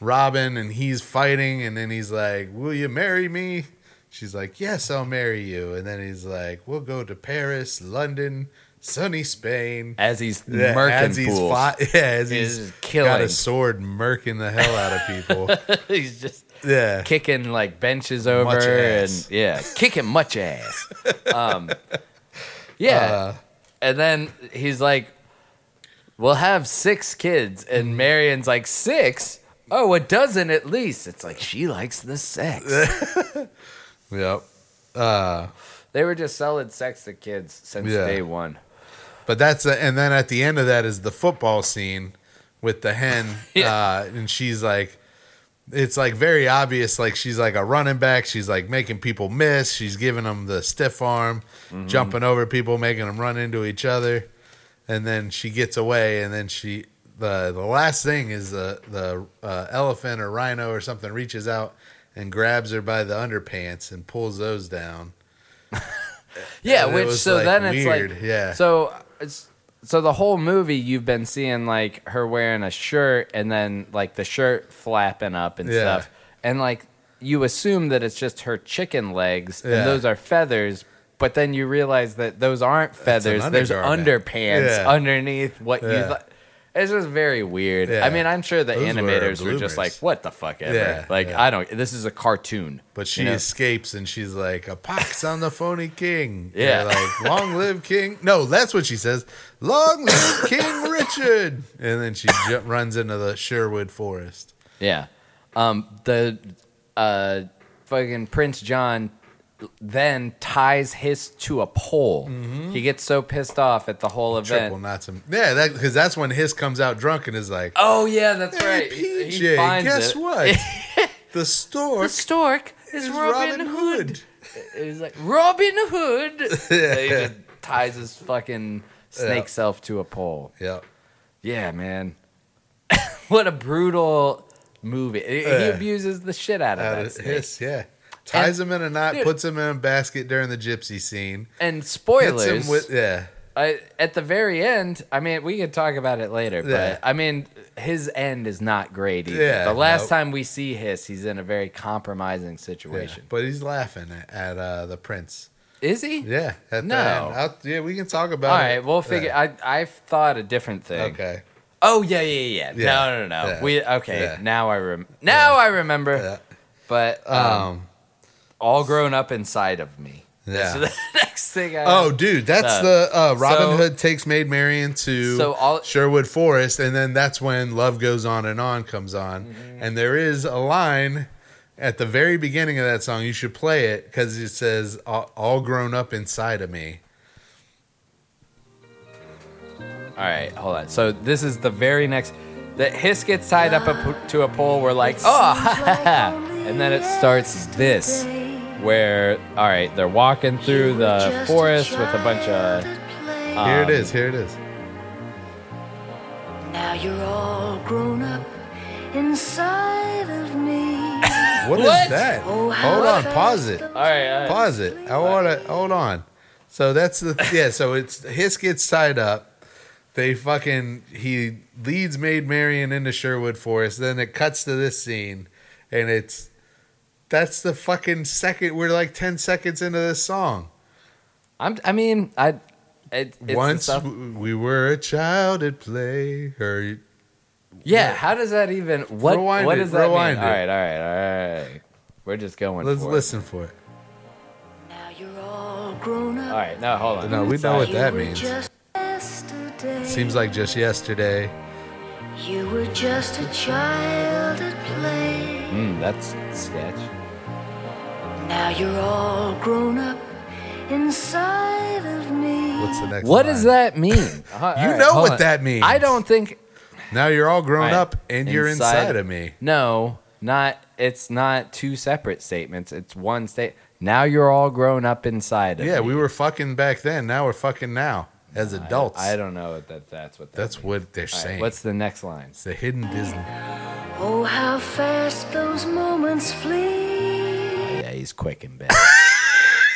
Robin, and he's fighting, and then he's like, "Will you marry me?" She's like, "Yes, I'll marry you." And then he's like, "We'll go to Paris, London, sunny Spain."
As he's
Yeah,
murking
as he's
fools.
fi- yeah, as
He's
he's got
killing.
a sword, murking the hell out of people.
he's just
yeah,
kicking like benches over
Much
and
ass.
yeah, kicking much ass. Um, yeah.
Uh,
and then he's like, "We'll have six kids," and Marion's like, six? Oh, a dozen at least. It's like she likes the sex.
yep. Uh,
They were just selling sex to kids since
Yeah.
day one.
But that's the, and then at the end of that is the football scene with the hen,
Yeah.
uh, and she's like, it's like very obvious, like she's like a running back. She's like making people miss. She's giving them the stiff arm, jumping over people, making them run into each other, and then she gets away. And then she the the last thing is the the uh, elephant or rhino or something reaches out and grabs her by the underpants and pulls those down.
Yeah,
And it
which
was,
so
like,
then it's
weird,
like
yeah.
So it's so the whole movie you've been seeing like her wearing a shirt and then like the shirt flapping up and
Yeah.
stuff. And like you assume that it's just her chicken legs
Yeah.
and those are feathers, but then you realize that those aren't feathers. There's
undergarment.
underpants
Yeah.
underneath what you
Yeah.
thought. It's just very weird.
Yeah.
I mean, I'm sure the
Those were
animators were, just
bloomers.
like, "What the fuck ever."
Yeah,
like,
yeah.
I don't. This is a cartoon.
But she
You know?
escapes and she's like, a pox on the phony king.
Yeah.
They're like, long live King. No, that's what she says. Long live King Richard. And then she ju- runs into the Sherwood Forest.
Yeah. Um, the uh, fucking Prince John then ties his to a pole. He gets so pissed off at the whole
Mm-hmm. Triple
event.
knots him. Yeah, that because that's when his comes out drunk and is like,
Oh yeah, that's
hey,
right. He- he
PJ,
finds
guess
it.
what? the stork
The stork is,
is
Robin, Hood. He's like Robin Hood. And he just ties his fucking
Yeah.
snake self to a pole.
Yep.
Yeah, man. what a brutal movie. He- he
Yeah.
abuses the shit out of
Out
that
of
snake.
hiss, yeah. Ties him in a knot,
Dude.
puts him in a basket during the gypsy scene.
And
Hits
spoilers.
him with yeah.
I, at the very end, I mean, we could talk about it later,
Yeah.
but I mean, his end is not great either.
Yeah,
the last
nope.
time we see Hiss, he's in a very compromising
Yeah,
situation.
but he's laughing at, at uh, the prince.
Is he?
Yeah. At
No.
The end. I'll, yeah, we can talk about
All
it.
right, we'll figure.
Yeah.
I I've thought a different thing.
Okay.
Oh yeah, yeah, yeah.
Yeah,
No, no, no.
yeah,
We okay.
yeah.
Now I rem- now I remember.
Yeah.
But um,
Um,
all grown up inside of me.
Yeah.
So the next thing I
oh, dude, that's
Uh,
the uh, Robin
so-
Hood takes Maid Marian to
So all-
Sherwood Forest, and then that's when Love Goes On and On comes on,
Mm-hmm.
and there is a line at the very beginning of that song. You should play it because it says "all all grown up inside of me."
All right, hold on. So this is the very next. That hiss gets tied up a p- to a pole. We're like, oh, and then it starts this, where all right, they're walking through the forest with a bunch of.
Here it
um,
is. Here it is.
Now you're all grown up inside of me.
what is
What?
that?
Oh, how
Hold on.
fast
Pause it.
All right, uh, all right.
Pause it. I want to hold on. So that's the yeah. So it's his gets tied up. They fucking he leads Maid Marian into Sherwood Forest. Then it cuts to this scene, and it's that's the fucking second. We're like ten seconds into this song.
I'm, I mean, I. It, it's the
Once
stuff-
w- we were a child at play. Or
yeah. How does that even? What?
Rewind
what
it,
does that
rewind it.
mean? All right, all right, all right. We're just going.
let's
for it.
listen for it.
Now you're all grown up.
All right, no, hold on.
No, we know what
You
that
were
means.
Just yesterday.
Seems like just yesterday.
you were just a child at play.
Mm, that's sketch.
Now you're all grown up inside of me.
What's the next?
What does
line?
that mean? you
You know what that means.
I don't think.
Now you're all grown
All right.
up and you're
Inside.
inside of me.
No, not. It's not two separate statements. It's one state. Now you're all grown up inside. Of
Yeah,
me.
we were fucking back then. Now we're fucking now as adults.
I don't know what that. That's what. That
That's
means.
what they're
All right,
saying.
what's Uh, the next line?
it's the hidden Disney.
Oh, how fast those moments flee.
Yeah, he's quick and bad.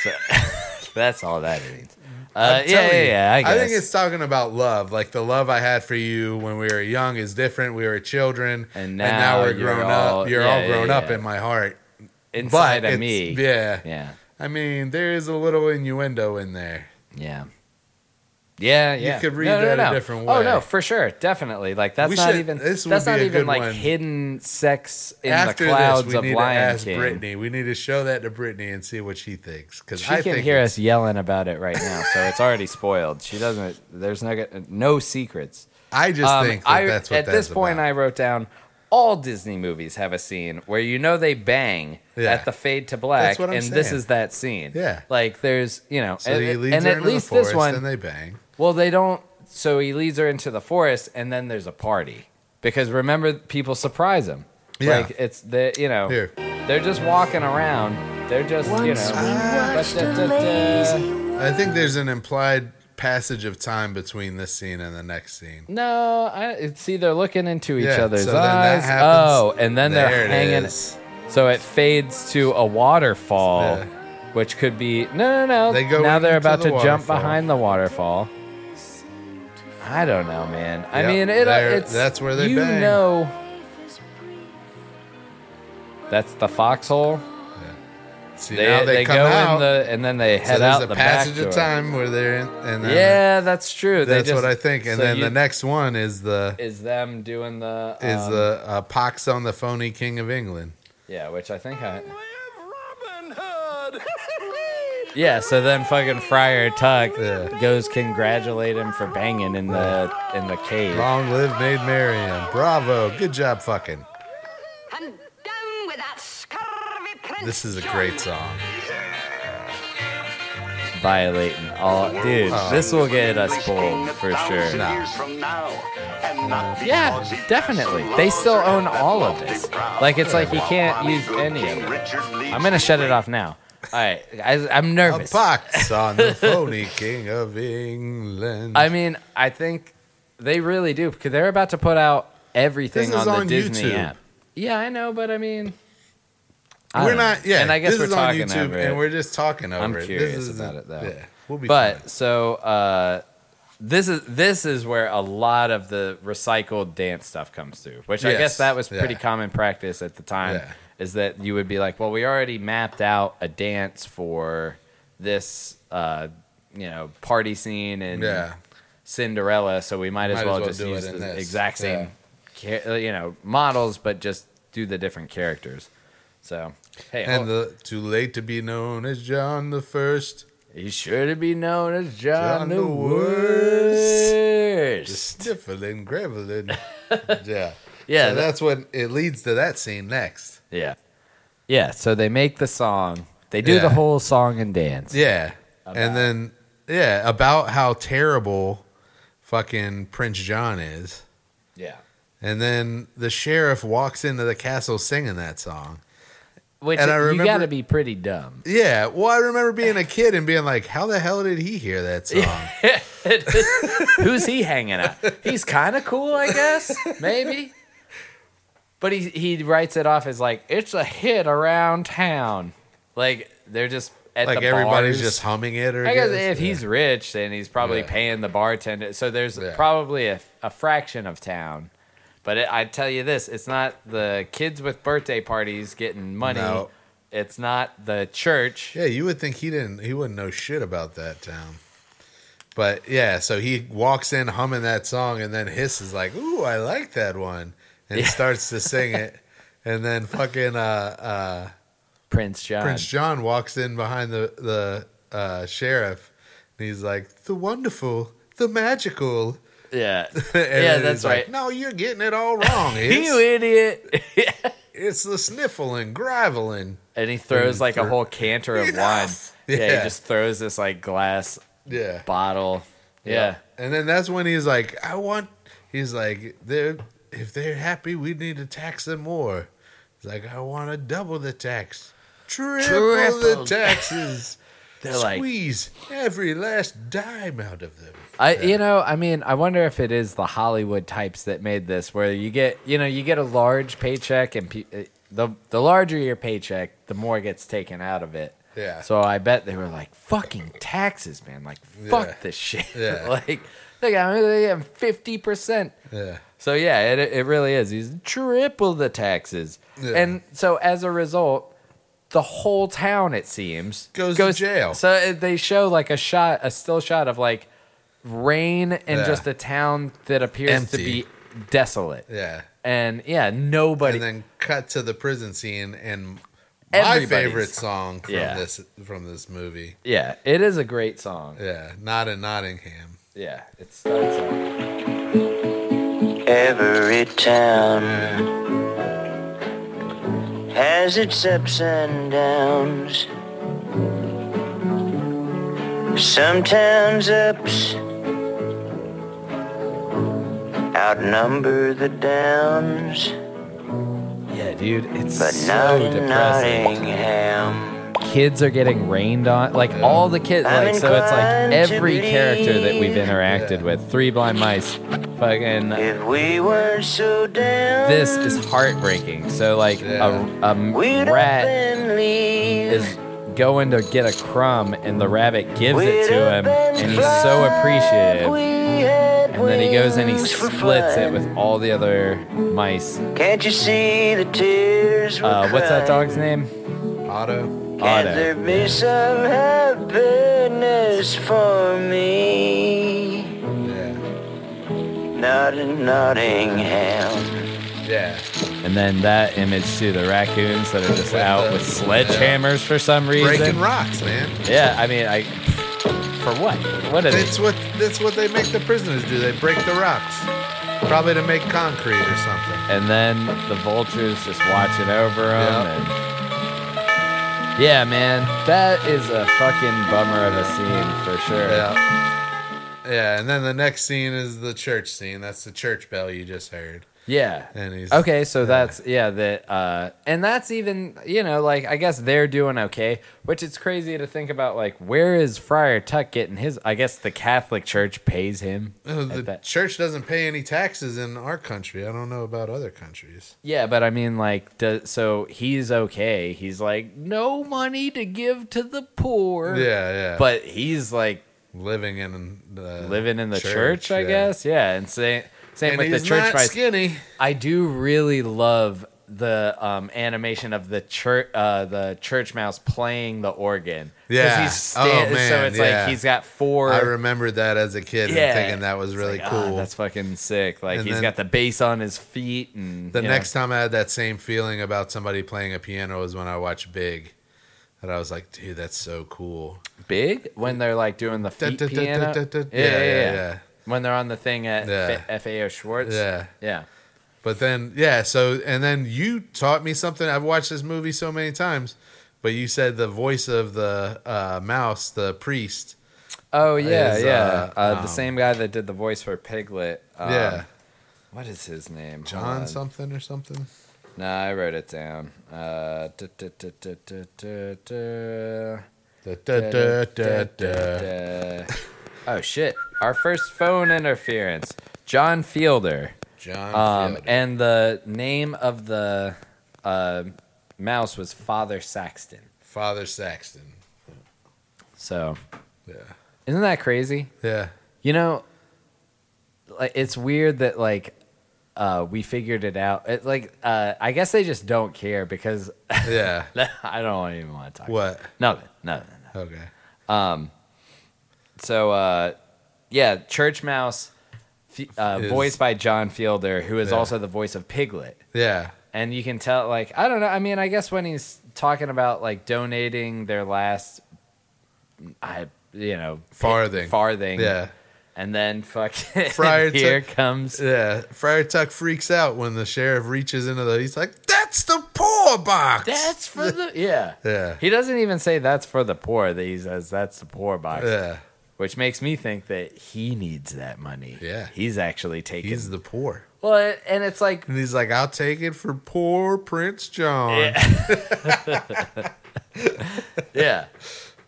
so, that's all that means. Uh,
I'm
yeah,
telling
yeah,
you,
yeah. I guess.
think it's talking about love. Like the love I had for you when we were young is different. We were children,
And now
now we're
you're
grown
all-
up. You're
yeah,
all
yeah,
grown up
yeah.
in my heart.
inside
but it's-
of me.
Yeah.
yeah,
I mean, there is a little innuendo in there.
yeah. Yeah, yeah.
could read
No, no,
that a
no.
different
Oh
way.
no, for sure, definitely. Like that's
We
not
should-
even
this would
that's
be
not
a
even
good
like
one.
hidden sex in
After
the clouds
this, we
of
need
Lion
to ask
King.
Brittany. We need to show that to Brittany and see what she thinks. Because
She
I
can
think
hear
it's-
us yelling about it right now, so it's already spoiled. She doesn't. There's no no secrets.
I just
Um,
think that
I,
that's what
at this point I wrote down all Disney movies have a scene where you know they bang
Yeah.
at the fade to black,
That's what I'm
and this
saying.
is that scene.
Yeah.
like there's you know,
So
and,
he leads
and
her
at
into
least
the forest
this one.
and they bang.
well, they don't. So he leads her into the forest, and then there's a party because remember people surprise him.
Yeah.
Like it's the you know
Here.
they're just walking around. They're just you
Once
know.
we watched
da- da-
a
da-
lazy
I think there's an implied passage of time between this scene and the next scene.
No, I, see, they're looking into each
Yeah,
other's
so then that
eyes.
happens.
oh, and then
There
they're
it
hanging.
is.
So it fades to a waterfall,
Yeah.
which could be no, no, no.
They go
now they're
into
about
the
to jump
waterfall.
behind the waterfall. I don't know, man. I
Yep,
mean, it,
there-
it's
that's where they
you
bang.
know. That's the foxhole.
See,
They,
now
they,
they, come
go
out.
in the and then they
so
head
there's
out
a
the
passage
back door.
of time where they're in, and then
Yeah, that's true. They
that's
just-
what I think. And
so
then
you-
the next one is the
is them doing the
is
um,
the uh, pox on the phony king of England.
Yeah, which I think I. yeah, so then fucking Friar Tuck
Yeah.
goes congratulate him for banging in the in the cave.
Long live Maid Marian! Bravo, good job, fucking.
And down with that scurvy prince.
This is a great song.
Violating all, dude. This will get us pulled for sure.
No.
Yeah, definitely. They still own all of this. Like it's like you can't use any of it. I'm gonna shut it off now. All right, I, I'm
A
nervous.
pox on the phony king of England.
I mean, I think they really do because they're about to put out everything
This is
on the
on
Disney
YouTube.
app. Yeah, I know, but I mean, I
we're
don't know.
not. Yeah,
and I guess
this
we're
is
talking
on YouTube,
over
and
it.
we're just talking over
I'm
it. This
curious
isn't-
about it, though.
Yeah, we'll be.
But
fine.
so, uh, this is this is where a lot of the recycled dance stuff comes through, which I guess
Yes,
that was pretty
yeah.
common practice at the time.
Yeah.
Is that you would be like, well, we already mapped out a dance for this, uh, you know, party scene and
Yeah.
Cinderella, so we might, as, well just
do
use
it
the
in this.
exact same, cha- you know, models, but just do the different characters. So, hey,
And
hold-
the too late to be known as John the First.
he's sure to be known as
John
John, the
the Worst.
Worst.
Sniffling, graveling. yeah.
Yeah,
So
that-
that's what it leads to that scene next.
Yeah. Yeah, so they make the song. They do the
Yeah.
whole song and dance.
Yeah. And then, yeah, about how terrible fucking Prince John is.
Yeah.
And then the sheriff walks into the castle singing that song.
Which
And I
you got to
remember-
be pretty dumb.
Yeah. Well, I remember being a kid and being like, how the hell did he hear that song?
Who's he hanging out? He's kind of cool, I guess. Maybe. But he he writes it off as like it's a hit around town. Like they're just at
like
the
everybody's
bars.
just humming it or
I guess
guess-
if he's rich, then he's probably
Yeah.
paying the bartender. So there's
Yeah.
probably a, a fraction of town. But it, I tell you this, it's not the kids with birthday parties getting money.
No.
It's not the church.
Yeah, you would think he didn't. He wouldn't know shit about that town. But yeah, so he walks in humming that song, and then Hiss is like, "Ooh, I like that one," and he starts to sing it. And then fucking uh, uh,
Prince John.
Prince John walks in behind the the uh, sheriff, and he's like, "The wonderful, the magical."
Yeah.
And
yeah,
then
that's
he's like,
right.
no, you're getting it all wrong.
you
It's,
idiot.
it's the sniffling, graveling.
and he throws
And
like a
throw-
whole canter of wine.
Enough.
Yeah.
Yeah.
he just throws this like glass
Yeah.
bottle. Yeah.
And then that's when he's like, I want. He's like, they're if they're happy, we need to tax them more. He's like, I want to double the tax, triple,
Triple.
the taxes.
They're like
Squeeze every last dime out of them.
I you know, I mean, I wonder if it is the Hollywood types that made this where you get, you know, you get a large paycheck and pe- uh, the the larger your paycheck, the more gets taken out of it.
Yeah.
So I bet they were like fucking taxes, man. Like fuck
Yeah.
this shit.
Yeah.
like they got they got 50%.
Yeah.
So yeah, it it really is. He's triple the taxes.
Yeah.
And so as a result, the whole town it seems
Goes to jail.
So it- they show like a shot, a still shot of like rain and
Yeah.
just a town that appears to
Empty.
be desolate.
Yeah.
And yeah, nobody.
And then cut to the prison scene and my
Everybody's-
favorite song from
Yeah.
this from this movie.
yeah, it is a great song.
Yeah, not in Nottingham.
Yeah, it's, it's a-
Every town has its ups and downs. Sometimes ups outnumber the downs,
yeah, dude, it's
but
so
not in
depressing.
Nottingham.
Kids are getting rained on, like all the kids.
I'm
Like so, it's like
inclined to
every character that we've
believe-
interacted with. Three blind mice, fucking
If we weren't so down,
this is heartbreaking. So like
Yeah.
a, a
we'd
rat
up and leave.
is going to get a crumb and the rabbit gives it
We'd
to him
up and
and he's so
fly.
appreciative.
We had
And then he goes and he
wings for
splits it
fun.
with all the other mice.
Can't you see the tears? we're
Uh, what's that
crying?
dog's name?
Otto.
Can
Otto.
there be some happiness for me?
Yeah.
Not in Nottingham.
Yeah.
And then that image too, the raccoons that are just
With
out
the-
with sledgehammers for some reason.
Breaking rocks, man.
Yeah, I mean, I. For what? What is it?
That's what that's what they make the prisoners do. They break the rocks, probably to make concrete or something.
and then the vultures just watching over him.
Yeah.
And yeah, man, that is a fucking bummer of a scene for sure.
Yeah, yeah. And then the next scene is the church scene. That's the church bell you just heard.
Yeah.
And he's
Okay, so that's yeah, that uh and that's even, you know, like I guess they're doing okay, which it's crazy to think about like where is Friar Tuck getting his I guess the Catholic Church pays him.
Oh,
at
the
that-
church doesn't pay any taxes in our country. I don't know about other countries.
Yeah, but I mean like does, so he's okay. He's like no money to give to the poor.
Yeah, yeah.
But he's like
living in the
living in the church, I guess. Yeah, and same same
And
with
he's
the church
not
mice.
skinny.
I do really love the um, animation of the church uh, the church mouse playing the organ. 'Cause
Yeah.
he's
Oh,
stand- so
man,
it's
yeah.
like he's got four.
I remembered that as a kid and thinking that was
It's
really
like, ah,
cool.
that's fucking sick. Like
And
he's
then-
got the bass on his feet, and
the
you know.
next time I had that same feeling about somebody playing a piano was when I watched Big. And I was like, dude, that's so cool.
big when they're like doing the
Da-
feet
da- da-
piano.
da- da- da-
Yeah, yeah,
yeah,
yeah,
yeah.
When they're on the thing at
Yeah.
F- FAO Schwartz.
Yeah.
yeah.
But then, yeah. So, and then you taught me something. I've watched this movie so many times, but you said the voice of the uh, mouse, the priest.
Oh yeah,
Is, uh,
yeah. Uh,
um,
the same guy that did the voice for Piglet. Um,
yeah.
What is his name? Hold
John
on.
something or something.
No, I wrote it down. Uh, duh, duh, duh, duh, duh, duh, duh,
Da, da, da, da,
duh, duh,
da.
duh. Oh shit! Our first phone interference. John Fielder.
John.
Um,
Fielder.
and the name of the uh, mouse was Father Saxton.
Father Saxton.
So,
Yeah.
isn't that crazy?
Yeah.
You know, like it's weird that like uh, we figured it out. It, like uh, I guess they just don't care because
Yeah.
I don't even want to talk.
what?
No, no, no.
Okay.
So uh, yeah, Church Mouse, f- uh,
Is-
voiced by John Fielder, who is
Yeah.
also the voice of Piglet.
Yeah.
and you can tell like i don't know i mean i guess when he's talking about like donating their last i you know pa-
Farthing.
farthing
Yeah.
and then fucking
Friar Tuck-
here comes
Yeah. Friar Tuck freaks out when the sheriff reaches into the. He's like, "That's the poor box."
that's for the yeah
Yeah.
he doesn't even say that's for the poor that he says that's the poor box
Yeah.
which makes me think that he needs that money
Yeah.
he's actually taking
He's the poor.
well and it's like
And he's like, I'll take it for poor Prince John.
yeah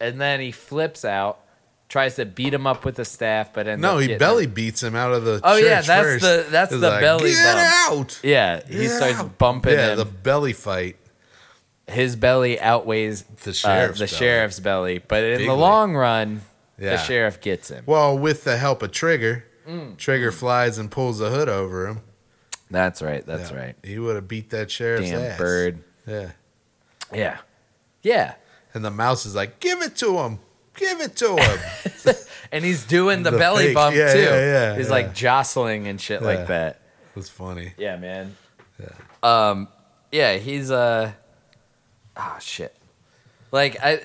and then he flips out tries to beat him up with the staff but ends
No,
up
he
getting-
belly beats him out of the.
Oh, yeah,
church
that's
first.
the- that's
He's
the belly
Get
bump."
out!
Yeah, he
Get
starts
out."
bumping
Yeah,
him.
the belly fight.
His belly outweighs
The
uh,
sheriff's
the
belly.
sheriff's belly, but in
Bigly.
the long run,
Yeah.
the sheriff Mm. gets him.
Well, with the help of Trigger, Trigger flies and pulls the hood over him.
That's right. That's
Yeah,
right.
He would have beat that sheriff's
Damn
ass.
bird.
Yeah,
Yeah, yeah.
and the mouse is like, "Give it to him! Give it to him!"
And he's doing the,
The
belly
fake.
bump
Yeah,
too.
yeah, yeah,
he's
yeah.
like jostling and shit
Yeah.
like that.
It's funny.
Yeah, man. Yeah. Um. Yeah, he's uh. Oh shit. Like I.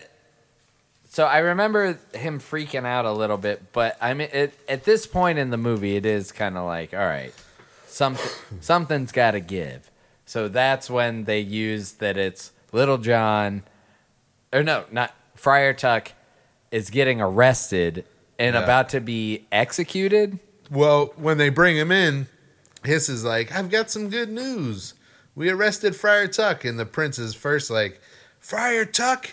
So I remember him freaking out a little bit, but I mean, it, at this point in the movie, it is kind of like, all right, something something's got to give. So that's when they use that it's Little John, or no, not Friar Tuck, is getting arrested and
Yeah.
about to be executed.
Well, when they bring him in, Hiss is like, I've got some good news. We arrested Friar Tuck. And the prince is first like, Friar Tuck?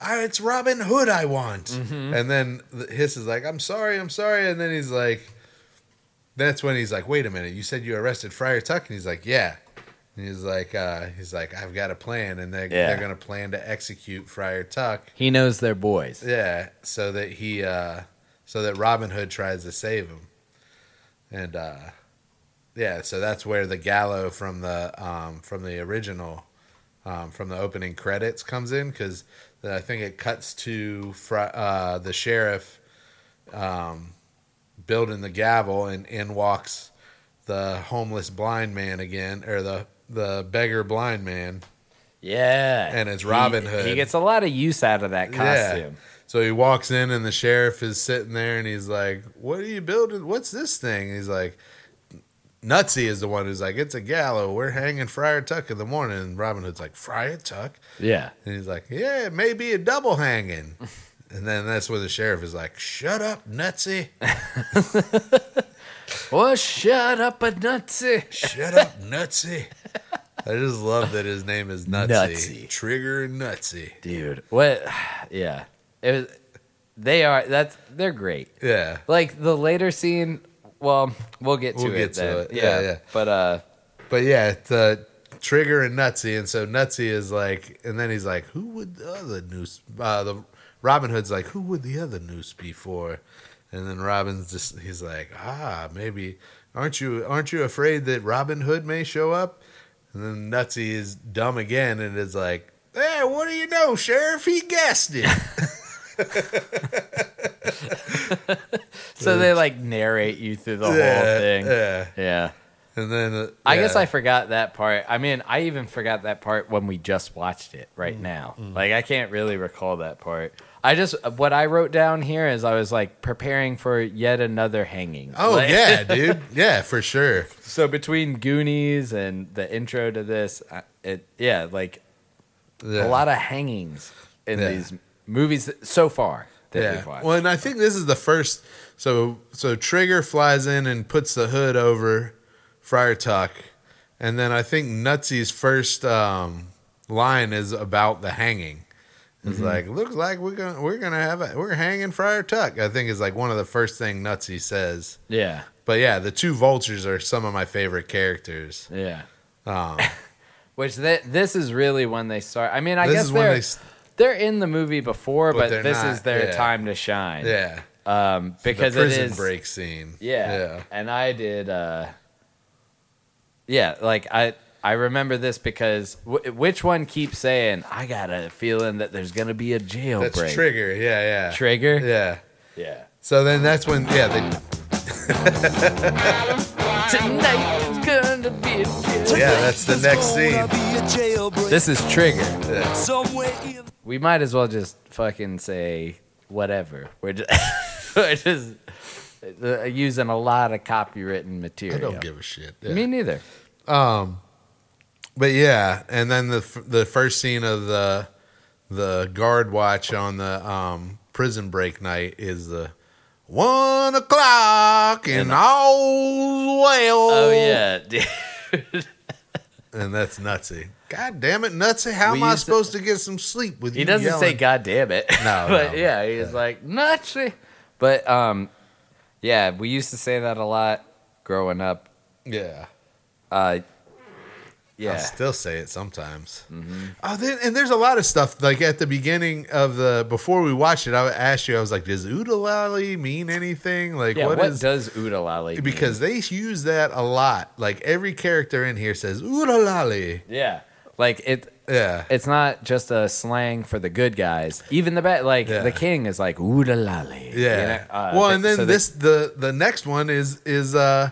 I, it's Robin Hood I want. And then the- Hiss is like, I'm sorry, I'm sorry. And then he's like, that's when he's like, wait a minute, you said you arrested Friar Tuck? And he's like, yeah. And he's like, uh, he's like, I've got a plan. And they're,
Yeah.
they're going to plan to execute Friar Tuck.
He knows they're boys.
Yeah, so that he uh so that Robin Hood tries to save him. And uh yeah, so that's where the gallow from the um from the original um from the opening credits comes in cuz I think it cuts to fr- uh the sheriff um building the gavel and in walks the homeless blind man again or the the beggar blind man.
Yeah.
And it's
He-
Robin
he,
Hood.
gets a lot of use out of that
Yeah.
costume.
So he walks in, and the sheriff is sitting there, and he's like, "What are you building? What's this thing?" And he's like, "Nutsy is the one who's like, it's a gallow. We're hanging Friar Tuck in the morning." And Robin Hood's like, "Friar Tuck,"
Yeah.
and he's like, "Yeah, it may be a double hanging." and then that's where the sheriff is like, "Shut up, Nutsy!
Well, shut up, a nutsy.
Shut up, Nutsy!" I just love that his name is Nutsy.
Nutsy.
Trigger Nutsy.
Dude. What? Yeah. It was, they are, that's, they're great.
Yeah.
Like the later scene, well, we'll get to
We'll
it
get to
then.
it. Yeah, yeah.
But, uh,
But yeah, it's, uh, Trigger and Nutsy, and so Nutsy is like, and then he's like, "Who would the other new uh, the Robin Hood's like, who would the other noose be for? And then Robin's just he's like, ah, maybe aren't you aren't you afraid that Robin Hood may show up? And then Nutsy is dumb again and is like, Hey, what do you know, Sheriff? He guessed it.
So they like narrate you through the whole thing. Yeah.
Yeah. And then uh,
I guess
yeah.
I forgot that part. I mean, I even forgot that part when we just watched it
Mm.
right now. Like I can't really recall that part. I just what I wrote down here is I was like preparing for yet another hanging.
Oh
Like-
yeah, dude. Yeah, for sure.
So between Goonies and the intro to this, I- it yeah, like
Yeah.
a lot of hangings in
Yeah.
these movies that- so far that we've watched.
Well, and I think this is the first. So so Trigger flies in and puts the hood over Friar Tuck, and then I think Nutsy's first um, line is about the hanging. It's
Mm-hmm.
like looks like we're gonna we're gonna have a, we're hanging Friar Tuck. I think is like one of the first thing Nutsy says.
yeah,
But yeah, the two vultures are some of my favorite characters.
yeah.
Um,
Which that this is really when they start. I mean, I
this
guess
is
they're
when they, s-
they're in the movie before,
But
but,
they're
this
not,
is their
yeah.
time to shine.
yeah
Um, because
the
it
prison
is
break scene.
Yeah.
yeah.
And I did. uh Yeah, like I I remember this because w- which one keeps saying I got a feeling that there's gonna be a jailbreak.
That's Trigger. Yeah, yeah.
Trigger?
Yeah.
Yeah.
So then that's when yeah they
Tonight's gonna be a jailbreak.
Yeah, that's the next scene.
This is Trigger.
Yeah.
We might as well just fucking say whatever. We're just, we're just uh, using a lot of copywritten
I
material.
don't give a shit. Yeah.
Me neither.
but yeah, and then the f- the first scene of the the guard watch on the um, prison break night is the one o'clock and
And-
all's well.
Oh yeah, dude.
and that's Nutsy. God damn it, Nutsy! How
We
am I
used to-
supposed to, get some sleep with
He
you?
doesn't say
yelling?
"God damn it,"
No,
but
no.
yeah, he's like Nazi. But um, yeah, we used to say that a lot growing up.
Yeah.
Uh,
I
yeah, Mm-hmm.
still say it sometimes. Oh, then, and there's a lot of stuff like at the beginning of the before we watched it. I asked you, I was like, "Does oodalali mean anything? Like,
yeah. What,
what is
does oodalali? mean?
because they use that a lot. Like every character in here says "oodalali."
yeah, like it.
Yeah,
It's not just a slang for the good guys. Even the bad, like
Yeah.
the king is like oodalali. you
yeah.
know? Uh,
well,
they-
and then
so they-
this the the next one is is uh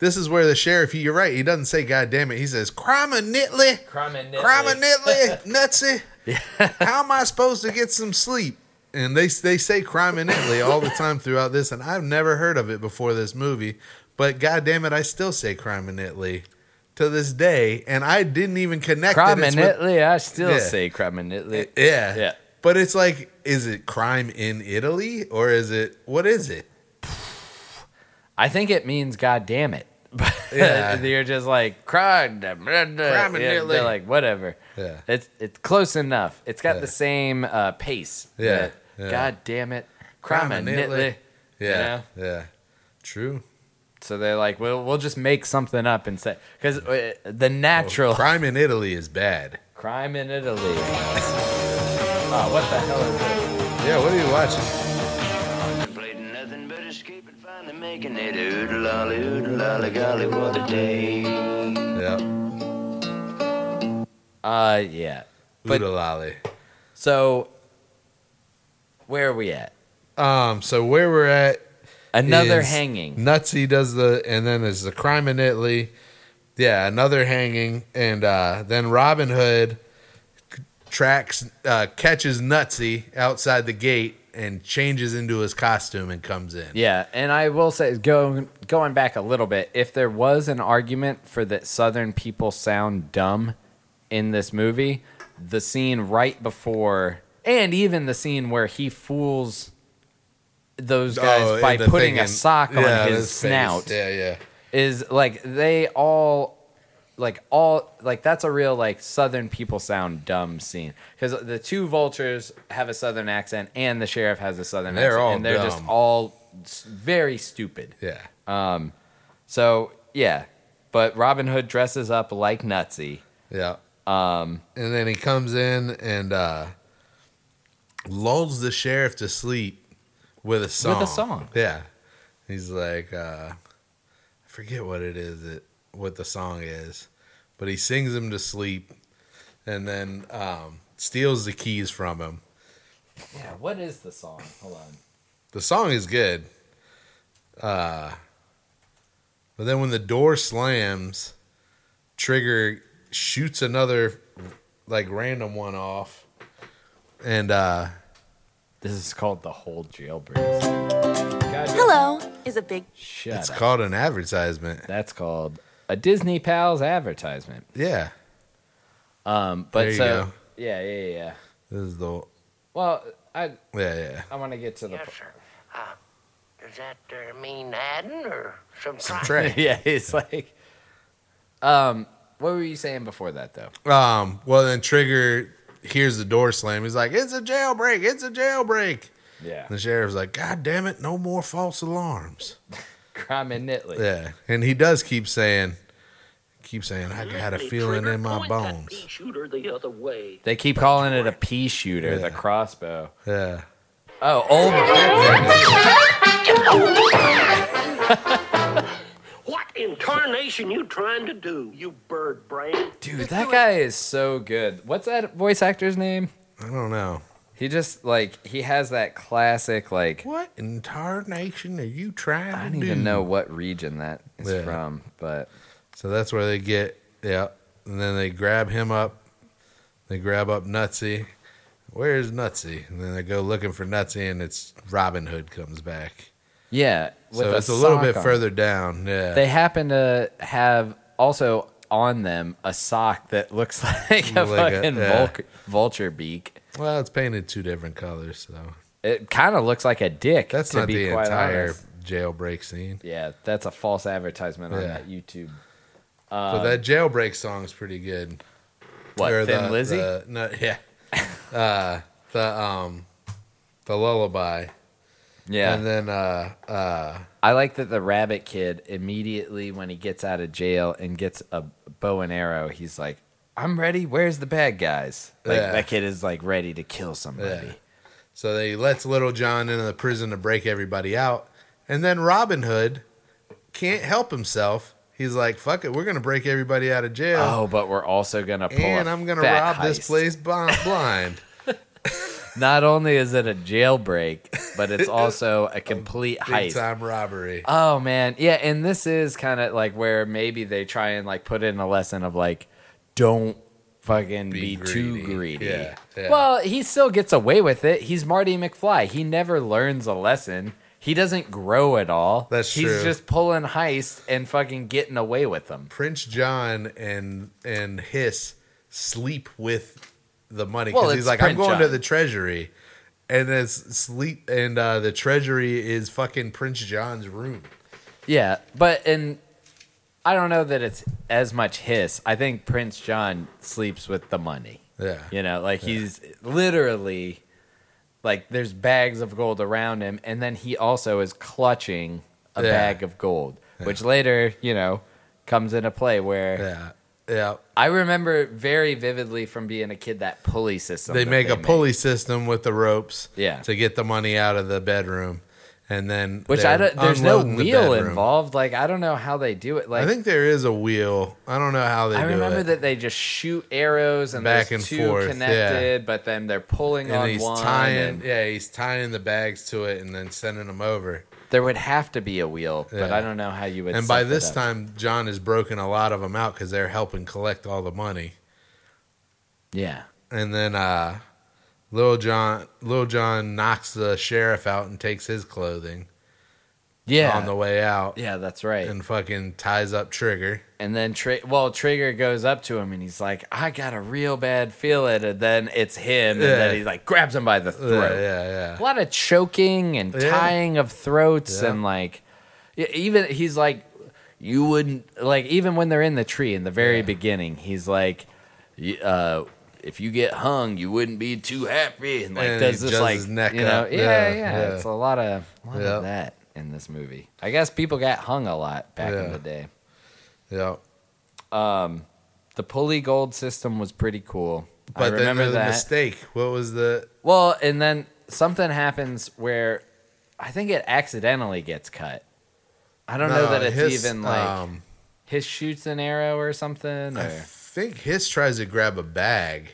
this is where the sheriff. He, you're right. He doesn't say "God damn it." He says "criminally,
Criminally.
criminally, nutsy." How am I supposed to get some sleep? And they they say "criminally" all the time throughout this, and I've never heard of it before this movie. But God damn it, I still say "criminally." To this day, and I didn't even connect that it's with-
criminally, I still
Yeah.
say criminally.
Yeah.
Yeah.
But it's like, is it crime in Italy or is it what is it?
I think it means God damn it. But
Yeah.
you're just like crime. da- blah, blah."
Crime
Yeah,
nearly.
they're like whatever.
Yeah.
It's it's close enough. It's got
Yeah.
the same uh, pace.
Yeah,
that,
yeah.
God damn it. Crime
Crime
nearly."
nearly.
Yeah.
Yeah. True.
So they're like, well, we'll just make something up and say because uh, the natural
Crime in Italy is bad.
crime in Italy. oh, what the hell is this?
Yeah, what are you watching?
Played nothing but escape and finally making it. Oodalolly, oodalolly, golly, what a day.
Yeah.
Uh, yeah. But-
Oodalali.
So where are we at?
Um, so where we're at
Another
is
hanging.
Nutsy does the and then there's the crime in Italy. Yeah, another hanging, and uh, then Robin Hood tracks uh, catches Nutsy outside the gate and changes into his costume and comes in.
Yeah, and I will say, go, going back a little bit, if there was an argument for that Southern people sound dumb in this movie, the scene right before, and even the scene where he fools those guys
Oh,
by
and the
putting
thing
a
in-
sock on
yeah,
his
face.
snout
Yeah, yeah,
is like they all like all like that's a real like southern people sound dumb scene because the two vultures have a southern accent and the sheriff has a southern
They're
accent
all
and they're just
dumb.
all s- very stupid
yeah.
so yeah but robin hood dresses up like nutsy
Yeah. Um, and then he comes in and uh, lulls the sheriff to sleep with a song.
a song.
Yeah. He's like, uh, I forget what it is that what the song is, but he sings him to sleep, and then um, steals the keys from him.
Yeah, what is the song? Hold on.
The song is good. Uh, but then when the door slams, Trigger shoots another like random one off. And uh
This is called the whole jailbird.
Hello is a big
Shut
it's
up.
called an advertisement.
That's called a Disney Pals advertisement.
Yeah.
Um, but
There you
so
go.
yeah, yeah, yeah.
This is the
Well, I
yeah, yeah.
I want to get to the
Yes, sir. Uh, does that uh, mean adding or subtract?
Trey.
yeah. It's like, um, what were you saying before that though?
Um well then Trigger hears the door slam. He's like, It's a jailbreak, it's a jailbreak.
Yeah,
And the sheriff's like, God damn it, no more false alarms.
crime in Italy.
Yeah, and he does keep saying, keep saying, I got a feeling in my bones.
shooter the other way.
They keep calling it a pea shooter,
Yeah.
the crossbow.
Yeah,
Oh, old
What in tarnation you trying to do, you bird brain?
dude, that guy is so good. What's that voice actor's name?
I don't know.
He just like he has that classic like
What in tarnation are you trying
I
to
don't
do?
even know what region that is
Yeah.
from, but
So that's where they get, yeah, and then they grab him up. They grab up Nutsy. Where's Nutsy? And then they go looking for Nutsy, and it's Robin Hood comes back.
yeah, with
so it's a little
sock
bit
on.
further down. Yeah,
They happen to have also on them a sock that looks like a
Like a-
fucking
yeah.
vulc- vulture beak.
well, it's painted two different colors, so
It kind of looks like a dick.
that's
to
not
be
the
quite
entire
honest.
jailbreak scene.
Yeah, that's a false advertisement on
Yeah.
that YouTube. Uh,
but that jailbreak song's pretty good.
What
Or
Thin
the-
Lizzy?
the- no, yeah. uh, the um, the lullaby,
yeah,
and then uh, uh,
I like that the rabbit kid immediately when he gets out of jail and gets a bow and arrow, he's like, "I'm ready. Where's the bad guys?" Like
Yeah.
that kid is like ready to kill somebody.
Yeah. so they lets Little John into the prison to break everybody out, and then Robin Hood can't help himself. He's like, "Fuck it, we're gonna break everybody out of jail,
Oh, but we're also gonna pull
and
a
I'm gonna
fat
rob this
heist.
place bl- blind."
Not only is it a jailbreak, but it's also a complete
Big
heist.
time robbery.
Oh man, yeah, and this is kind of like where maybe they try and like put in a lesson of like, don't fucking be,
Be
too
greedy.
greedy.
Yeah, yeah.
Well, he still gets away with it. He's Marty McFly. He never learns a lesson. He doesn't grow at all.
That's
He's
true.
just pulling heists and fucking getting away with them.
Prince John and and Hiss sleep with the money because
Well,
he's
it's
like, I'm
Prince
going to
John."
the treasury, and it's sleep, and uh, the treasury is fucking Prince John's room.
Yeah, but and I don't know that it's as much his. I think Prince John sleeps with the money.
Yeah,
You know, like he's literally like there's bags of gold around him, and then he also is clutching a
Yeah.
bag of gold, which later, you know, comes into play where
yeah, yeah.
I remember very vividly from being a kid that pulley system.
They
that
make a pulley system with the ropes,
Yeah.
to get the money out of the bedroom, and then
Which I
they're
don't. There's no
unloading the
wheel
bedroom.
involved. Like I don't know how they do it. Like
I think there is a wheel. I don't know how they.
I
do
remember
it.
that they just shoot arrows and
Back
there's
and
two
forth,
connected, but then they're pulling
And
on
he's
one.
tying,
and
yeah, he's tying the bags to it and then sending them over.
there would have to be a wheel, but
Yeah.
I don't know how you would.
and by
set that
this
up.
time, John has broken a lot of them out because they're helping collect all the money.
yeah,
And then uh, Little John, Little John knocks the sheriff out and takes his clothing
yeah,
on the way out,
yeah, that's right. And,
and fucking ties up Trigger.
then Tri- well, Trigger goes up to him and he's like, "I got a real bad feeling," and then it's him, and
Yeah.
then he like grabs him by the
Yeah,
throat.
yeah,
a lot of choking and
Yeah.
tying of throats
Yeah.
and like e- even he's like you wouldn't like even when they're in the tree in the very beginning he's like y- uh if you get hung you wouldn't be too happy and like
And
does
he
this
jumps
like
his neck
you know
up.
yeah,
Yeah,
yeah
yeah.
it's a lot of, lot
Yeah.
of that in this movie i guess people got hung a lot back
Yeah.
in the day
yeah,
the pulley gold system was pretty cool
But then
remember
there's a
that.
mistake. What was the?
Well, and then something happens where I think it accidentally gets cut. I don't know
No,
that it's
his,
even like
um,
his shoots an arrow or something.
I
Or,
think his tries to grab a bag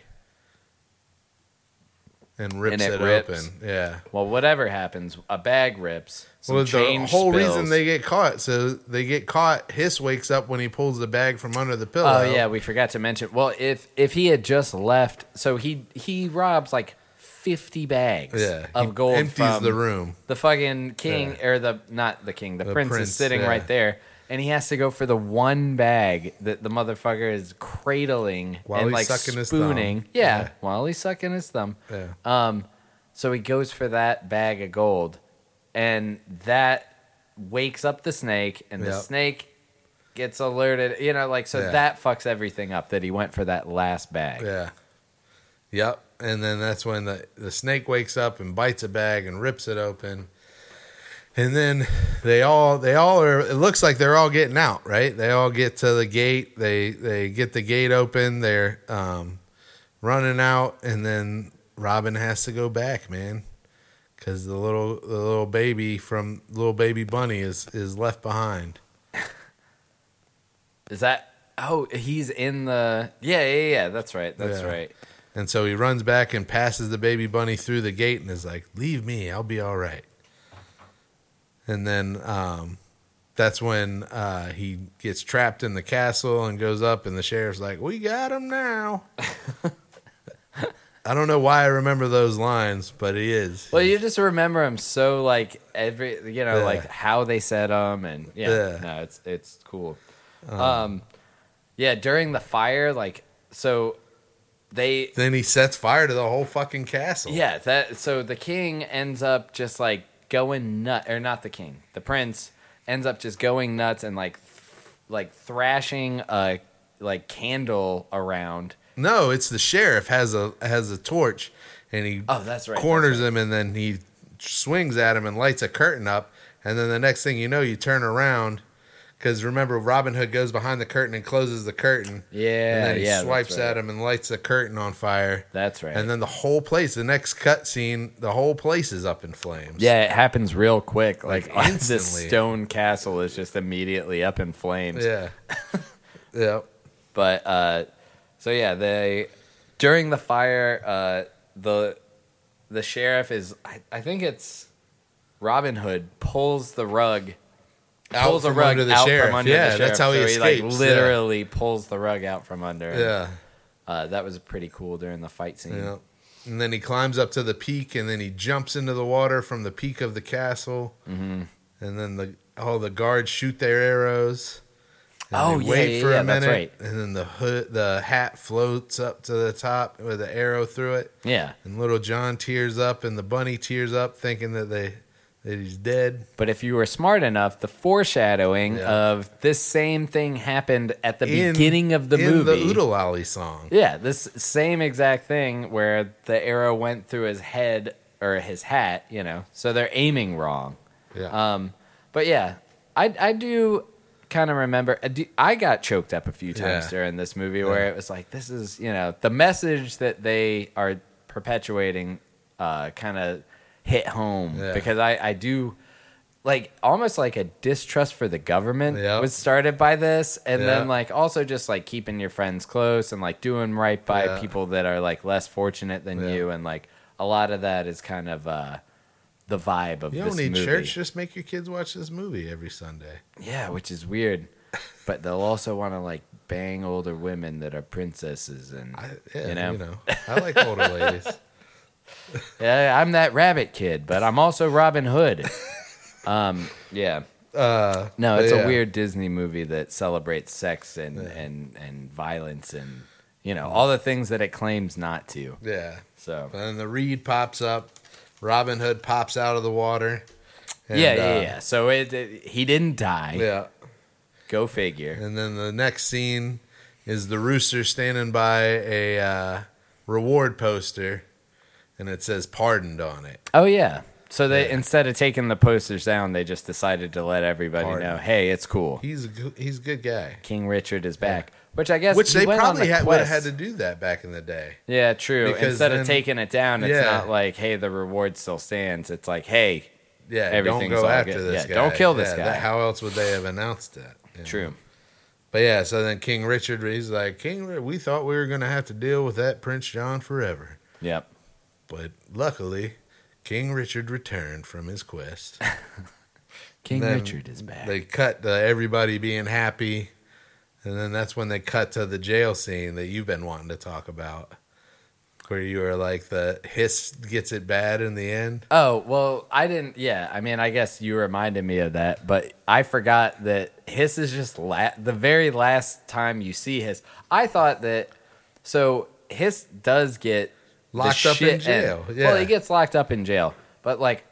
and rips
it
it,
rips.
open. Yeah.
well, whatever happens, a bag rips. Some
well, the
change
whole
spills.
reason they get caught, so they get caught. Hiss wakes up when he pulls the bag from under the pillow.
Oh yeah, we forgot to mention. Well, if if he had just left, so he he robs like fifty bags
yeah.
of
he
gold
empties
from
the room.
the fucking king or the not the king, the,
The
prince,
prince,
is sitting
yeah.
right there, and he has to go for the one bag that the motherfucker is cradling
While
and
he's
like
sucking his thumb.
spooning. Yeah,
Yeah.
while he's sucking his thumb.
Yeah.
Um, so he goes for that bag of gold, and that wakes up the snake, and the
Yep.
snake gets alerted. You know, like so
Yeah.
that fucks everything up that he went for that last bag.
Yeah. Yep. And then that's when the, the snake wakes up and bites a bag and rips it open. And then they all they all are it looks like they're all getting out, right? They all get to the gate, they they get the gate open, they're um running out and then Robin has to go back, man. Cuz the little the little baby from little baby bunny is is left behind.
Is that? Oh, he's in the. Yeah, yeah, yeah. That's right. That's
Yeah.
right.
And so he runs back and passes the baby bunny through the gate and is like, "Leave me, I'll be all right." And then um, that's when uh, he gets trapped in the castle and goes up, and the sheriff's like, "We got him now." I don't know why I remember those lines, but he is.
Well, you just remember him so like every you know
Yeah.
like how they said him and yeah,
Yeah. Uh-huh.
no, it's it's cool. Um, yeah, during the fire, like so they
then he sets fire to the whole fucking castle.
yeah that so the king ends up just like going nut or not the king the prince ends up just going nuts and like th- like thrashing a like candle around.
No, it's the sheriff has a has a torch, and he
Oh, that's right, that's
corners him, and then he swings at him and lights a curtain up, and then the next thing you know, you turn around because remember Robin Hood goes behind the curtain and closes the curtain,
Yeah,
and then he
yeah, that's
swipes
right.
at him and lights the curtain on fire,
That's right.
and then the whole place. The next cut scene, the whole place is up in flames.
Yeah, it happens real quick. Like,
Like,
this
instantly.
stone castle is just immediately up in flames.
yeah, yeah.
But uh, so yeah, they during the fire, uh, the the sheriff is I, I think it's Robin Hood pulls the rug
Out
pulls a
from
rug
under the
out
sheriff.
from under
yeah,
the sheriff.
that's how he
so
escapes.
He,
yeah.
like, literally pulls the rug out from under. him.
yeah.
uh, that was pretty cool during the fight scene.
Yeah. And then he climbs up to the peak, and then he jumps into the water from the peak of the castle. Mm-hmm. And then the all the guards shoot their arrows. And
Oh,
they
yeah, yeah,
for
yeah,
a
that's
minute,
right.
and then the hood, the hat floats up to the top with the arrow through it.
yeah.
And little John tears up, and the bunny tears up, thinking that they that he's dead.
But if you were smart enough, the foreshadowing
Yeah.
of this same thing happened at the
In-
beginning of the
in
movie.
the Oodle Alley song.
yeah, this same exact thing where the arrow went through his head or his hat, you know. So they're aiming wrong.
Yeah.
Um, but yeah, I I do kind of remember. I, do, I got choked up a few times
Yeah.
during this movie where it was like, this is you know the message that they are perpetuating, uh, kind of hit home
Yeah.
because I I do. Like almost like a distrust for the government
Yeah.
was started by this, and then
Yeah.
like also just like keeping your friends close and like doing right by
Yeah.
people that are like less fortunate than
Yeah.
you, and like a lot of that is kind of uh, the vibe of
you
this
don't need
movie.
church; just make your kids watch this movie every Sunday.
Yeah, which is weird. But they'll also want to like bang older women that are princesses and
I, yeah,
you know.
you know, I like older ladies.
Yeah, I'm that rabbit kid, but I'm also Robin Hood. um, yeah.
Uh,
No,
but
it's
yeah.
a weird Disney movie that celebrates sex and and and violence and you know, all the things that it claims not to.
Yeah.
So
And then the reed pops up. Robin Hood pops out of the water. And,
yeah, yeah,
uh,
yeah. So it, it- he didn't die.
Yeah.
Go figure.
And then the next scene is the rooster standing by a uh, reward poster, and it says "pardoned" on it.
Oh yeah, So they instead of taking the posters down, they just decided to let everybody
Pardon.
know, hey, it's cool.
He's a good, he's a good guy.
King Richard is back. Which I guess
Which
he
they
went on
probably
the
had, would have
quest.
had to do that back in the day.
Yeah, true.
Because
Instead
then-
of taking it down, it's
Yeah.
not like, hey, the reward still stands. It's like, hey,
Yeah,
Everything's
don't go
all
after
good.
this
Yeah,
guy.
don't kill this
Yeah,
guy.
that- how else would they have announced that? You know?
true.
But yeah, so then King Richard, he's like, King, Ri- we thought we were going to have to deal with that Prince John forever.
Yep.
But luckily, King Richard returned from his quest.
King
Then
Richard is back.
they cut to everybody being happy. And then that's when they cut to the jail scene that you've been wanting to talk about, where you are like, the hiss gets it bad in the end.
Oh, well, I didn't. Yeah, I mean, I guess you reminded me of that, but I forgot that Hiss is just la- the very last time you see Hiss. I thought that. So Hiss does get the
Locked up in
shit end.
jail,
Well,
yeah.
he gets locked up in jail. But, like,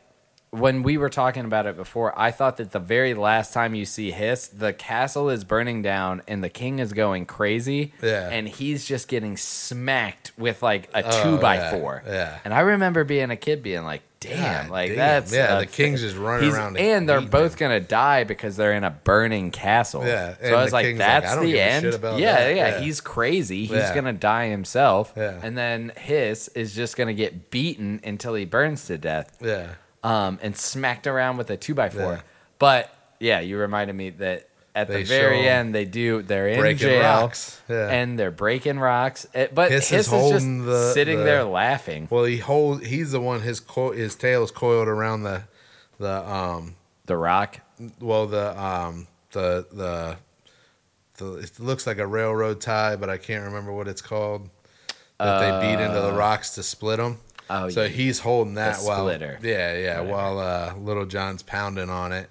when we were talking about it before, I thought that the very last time you see Hiss, the castle is burning down and the king is going crazy.
Yeah.
And he's just getting smacked with, like, a
Oh,
two by
yeah,
four.
yeah.
And I remember being a kid being like, damn,
God
like
damn.
that's
Yeah,
a
the king's
thing.
just running
He's-
around and
and they're
eating
both
him.
gonna die because they're in a burning castle.
Yeah, and
so I was
the
like,
king's like, "I
that's
don't
the
give a
end.
shit about
yeah,
that."
yeah,
Yeah.
he's crazy. He's
Yeah.
gonna die himself.
Yeah.
and then Hiss is just gonna get beaten until he burns to death,
Yeah.
um, and smacked around with a two by four.
Yeah.
But yeah, you reminded me that. At
They
the very
show
end, they do. They're in
breaking
jail,
rocks. Yeah.
and they're breaking rocks. Eh, But
Hiss
Hiss,
is
is, just
holding the-
sitting
the-
there laughing.
Well, he hold he's the one his co- his tail is coiled around the the um
The rock,
well the um the the the it looks like a railroad tie, but I can't remember what it's called that they beat into the rocks to split them.
Oh,
so
yeah.
he's holding that while
splitter.
yeah yeah while uh, Little John's pounding on it,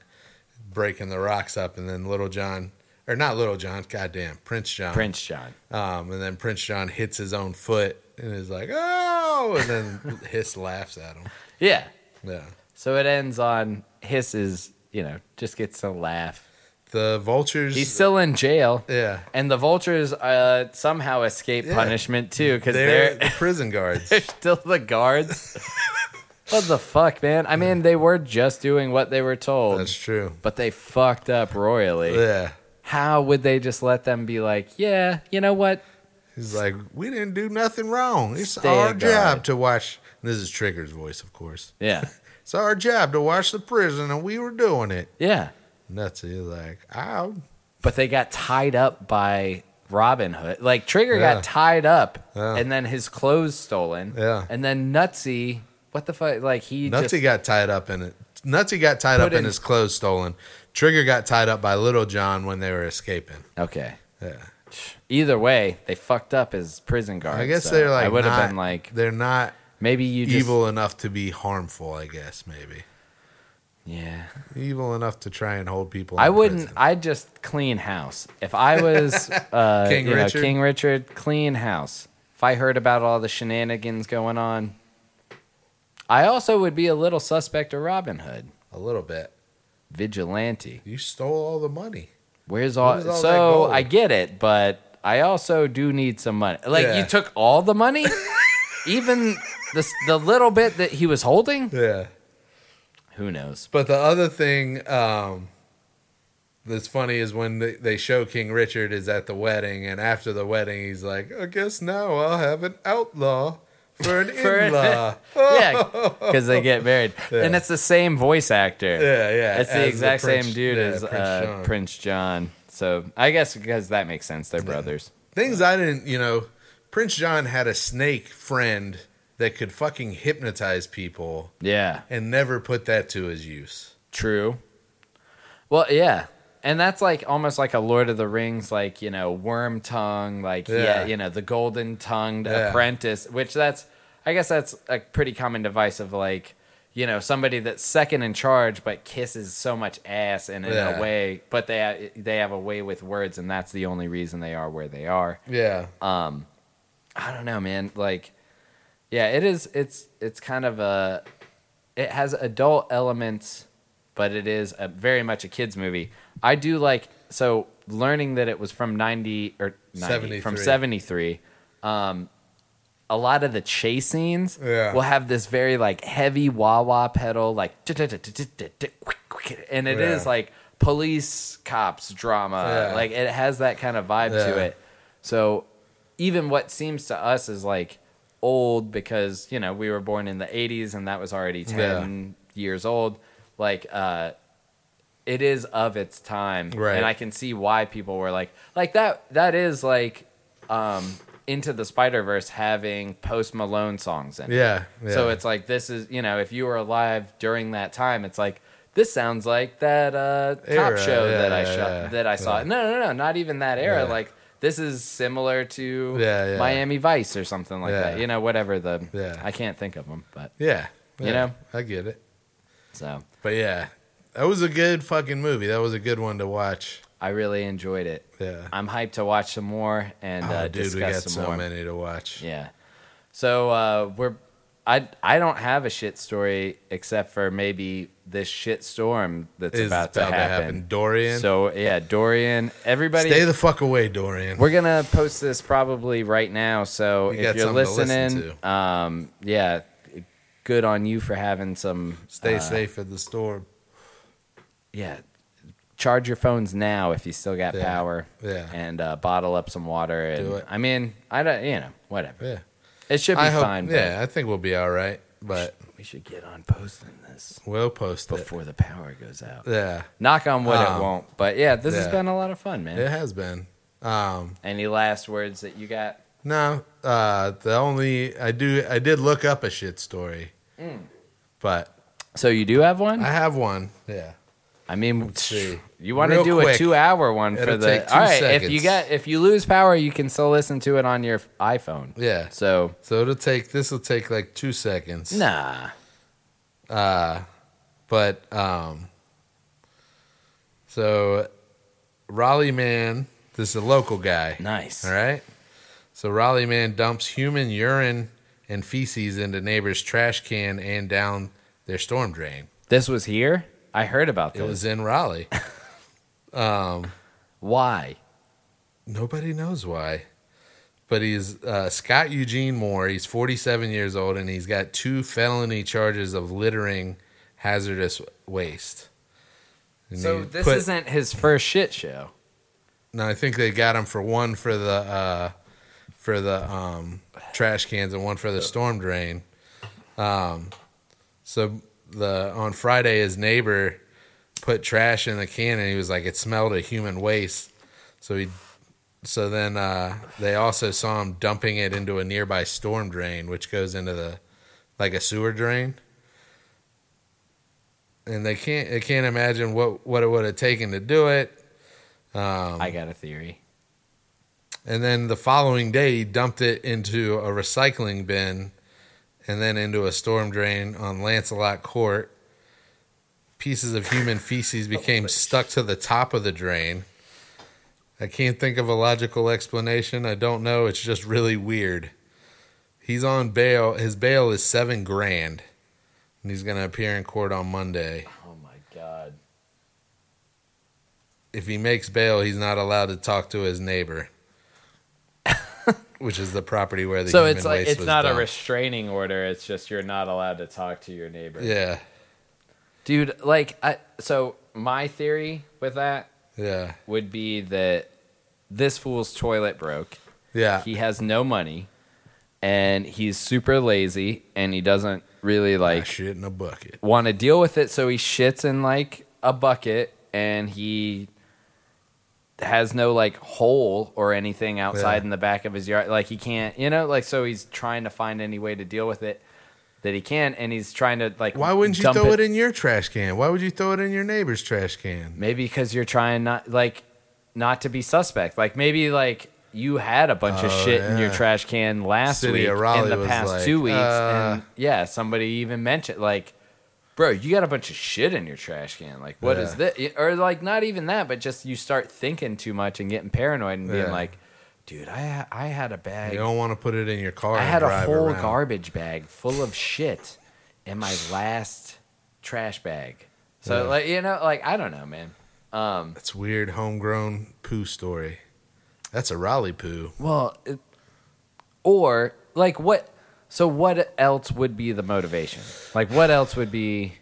breaking the rocks up, and then Little John or not Little John, goddamn Prince John
Prince John.
Um, and then Prince John hits his own foot and is like, oh, and then Hiss laughs at him.
Yeah.
Yeah.
So it ends on hisses, you know, just gets to laugh.
The vultures.
He's still in jail.
yeah.
And the vultures uh, somehow escape
Yeah.
punishment too, because
They're
they're
the prison guards.
they're still the guards. what the fuck, man? I mean, they were just doing what they were told,
That's true.
but they fucked up royally.
Yeah.
How would they just let them be like, yeah, you know what?
He's like, we didn't do nothing wrong. It's
Stay
our
a guard."
job to watch. This is Trigger's voice, of course.
Yeah,
It's our job to watch the prison, and we were doing it.
yeah.
Nuts. He's like, I.
but they got tied up by Robin Hood. Like Trigger
Yeah.
got tied up,
Yeah.
and then his clothes stolen.
Yeah.
and then Nutsy, what the fuck? Like he
Nutsy
just
got tied up in it. Nutsy got tied
Put
up in,
in-
his clothes stolen. Trigger got tied up by Little John when they were escaping.
okay.
Yeah.
Either way, they fucked up as prison guards.
I guess
so
they're like.
I would have
not-
been like,
They're not
maybe you just
evil enough to be harmful. I guess maybe
Yeah,
evil enough to try and hold people.
I
in
wouldn't.
prison.
I'd just clean house if I was uh,
King
you know,
Richard?
King Richard. Clean house. If I heard about all the shenanigans going on, I also would be a little suspect of Robin Hood.
A little bit.
vigilante.
You stole all the money.
Where's all,
Where's all that
so
gold?
I get it, but I also do need some money. Like
Yeah.
you took all the money, even the s- the little bit that he was holding.
Yeah.
Who knows?
But the other thing um, that's funny is when they, they show King Richard is at the wedding, and after the wedding, he's like, I guess now I'll have an outlaw for an
For-
in law.
Yeah, because they get married, and it's the same voice actor.
Yeah, yeah.
it's
as
the exact
Prince-
same dude
yeah,
as
Prince
uh,
John.
Prince John. So I guess because that makes sense, they're brothers.
Things I didn't, you know, Prince John had a snake friend that could fucking hypnotize people
Yeah,
and never put that to his use.
True. Well, yeah. And that's like almost like a Lord of the Rings, like, you know, worm tongue, like, yeah,
Yeah.
you know, the golden tongued
Yeah.
apprentice, which that's, I guess that's a pretty common device of like, you know, somebody that's second in charge but kisses so much ass and in
Yeah.
a way, but they, they have a way with words and that's the only reason they are where they are.
Yeah.
I don't know, man. Like, yeah, it is. It's it's kind of a. It has adult elements, but it is a, very much a kids movie. I do like so learning that it was from ninety or 90,
73.
from seventy three. Um, a lot of the chase scenes
Yeah.
will have this very like heavy wah wah pedal, like quick, quick, and it is
Yeah.
like police cops drama.
Yeah.
Like it has that kind of vibe to
Yeah.
it. So even what seems to us is like old because you know we were born in the 80s and that was already 10 years old like uh it is of its time
Right.
and i can see why people were like like that that is like um into the spider verse having post malone songs in it
Yeah, yeah.
so it's like this is you know if you were alive during that time it's like this sounds like that uh cop
Era,
show
yeah,
that i
yeah,
shot
yeah,
that i saw
yeah.
no no no not even that era
Yeah.
like this is similar to
Yeah, yeah.
miami vice or something like that
Yeah.
you know whatever the
Yeah.
i can't think of them but
yeah,
You
yeah,
know?
I get it.
so
But yeah, that was a good fucking movie. That was a good one to watch.
i really enjoyed it
Yeah.
i'm hyped to watch some more and
oh,
uh,
dude, we
discuss
got
some
so
more
many to watch.
Yeah. So uh, we're I I don't have a shit story except for maybe this shit storm that's
It's
about, to happen.
Dorian.
So yeah, Dorian, everybody
Stay the fuck away, Dorian.
we're gonna post this probably right now. So
You
if
got
you're
something to listen
listening, um yeah, good on you for having some
Stay
uh,
safe at the storm.
Yeah. Charge your phones now if you still got
Yeah.
power.
Yeah.
And uh, bottle up some water and
Do it.
I mean, I don't you know, whatever.
Yeah,
It should be
I hope.
fine, but-
yeah, I think we'll be all right, but
We should get on posting this
we'll post it.
before the power goes out.
Yeah,
Knock on wood, it
Um,
won't. But yeah, this has
yeah.
been a lot of fun, man.
it has been. Um,
Any last words that you got?
No, uh, the only I do I did look up a shit story,
Mm.
but
So you do have one?
I
I,
have one. Yeah,
mean,
see.
you want to
Real
do a
quick.
two-hour one for
It'll
the.
take two
all right, if you
seconds.
get if you lose power, you can still listen to it on your iPhone.
yeah.
So
So it'll take this will take like two seconds. Uh,
nah,
but um, so Raleigh man, this is a local guy.
nice.
All right. So Raleigh man dumps human urine and feces into neighbor's trash can and down their storm drain.
This was here. I heard about
It
this.
was in Raleigh. Um,
Why?
Nobody knows why. But he's uh, Scott Eugene Moore. He's 47 years old and he's got two felony charges of littering hazardous waste. And
So
he
this
put-
isn't his first shit show.
No, I think they got him for one for the uh, for the um, trash cans and one for the storm drain. Um, so the on Friday, his neighbor put trash in the can, and he was like, "It smelled of human waste." So he, so then uh, they also saw him dumping it into a nearby storm drain, which goes into the like a sewer drain. And they can't they can't imagine what what it would have taken to do it. Um,
I got a theory.
And then the following day, he dumped it into a recycling bin and then into a storm drain on Lancelot Court. Pieces of human feces became stuck to the top of the drain. I can't think of a logical explanation. I don't know. It's just really weird. He's on bail. His bail is seven grand. And he's going to appear in court on Monday.
Oh my god.
If he makes bail, he's not allowed to talk to his neighbor, which is the property where the
so
human
it's like
waste
it's
was
not a
dumped.
restraining order it's just you're not allowed to talk to your neighbor
Yeah,
dude like I, so my theory with that
yeah,
would be that this fool's toilet broke
yeah,
he has no money and he's super lazy and he doesn't really
I
like
shit in a bucket.
want to deal with it so he shits in like a bucket and he has no like hole or anything outside
Yeah.
in the back of his yard like he can't you know like so he's trying to find any way to deal with it that he can and he's trying to like
Why wouldn't you
dump
throw it. in your trash can? Why would you throw it in your neighbor's trash can?
maybe because you're trying not like not to be suspect like maybe like you had a bunch of
Oh,
shit in your
yeah.
trash can last
City
week
of Raleigh
in the
was
past
like,
two weeks
uh,
and yeah somebody even mentioned like bro you got a bunch of shit in your trash can like what is
Yeah.
this or like not even that but just you start thinking too much and getting paranoid and being
Yeah.
like dude i ha- i had a bag
You don't want to put it in your car.
I
and
had a
drive
whole
around.
garbage bag full of shit in my last trash bag. So
Yeah.
like you know, like I don't know, man. Um,
That's weird homegrown poo story. That's a Raleigh poo.
well, it, or like what? So what else would be the motivation? Like what else would be?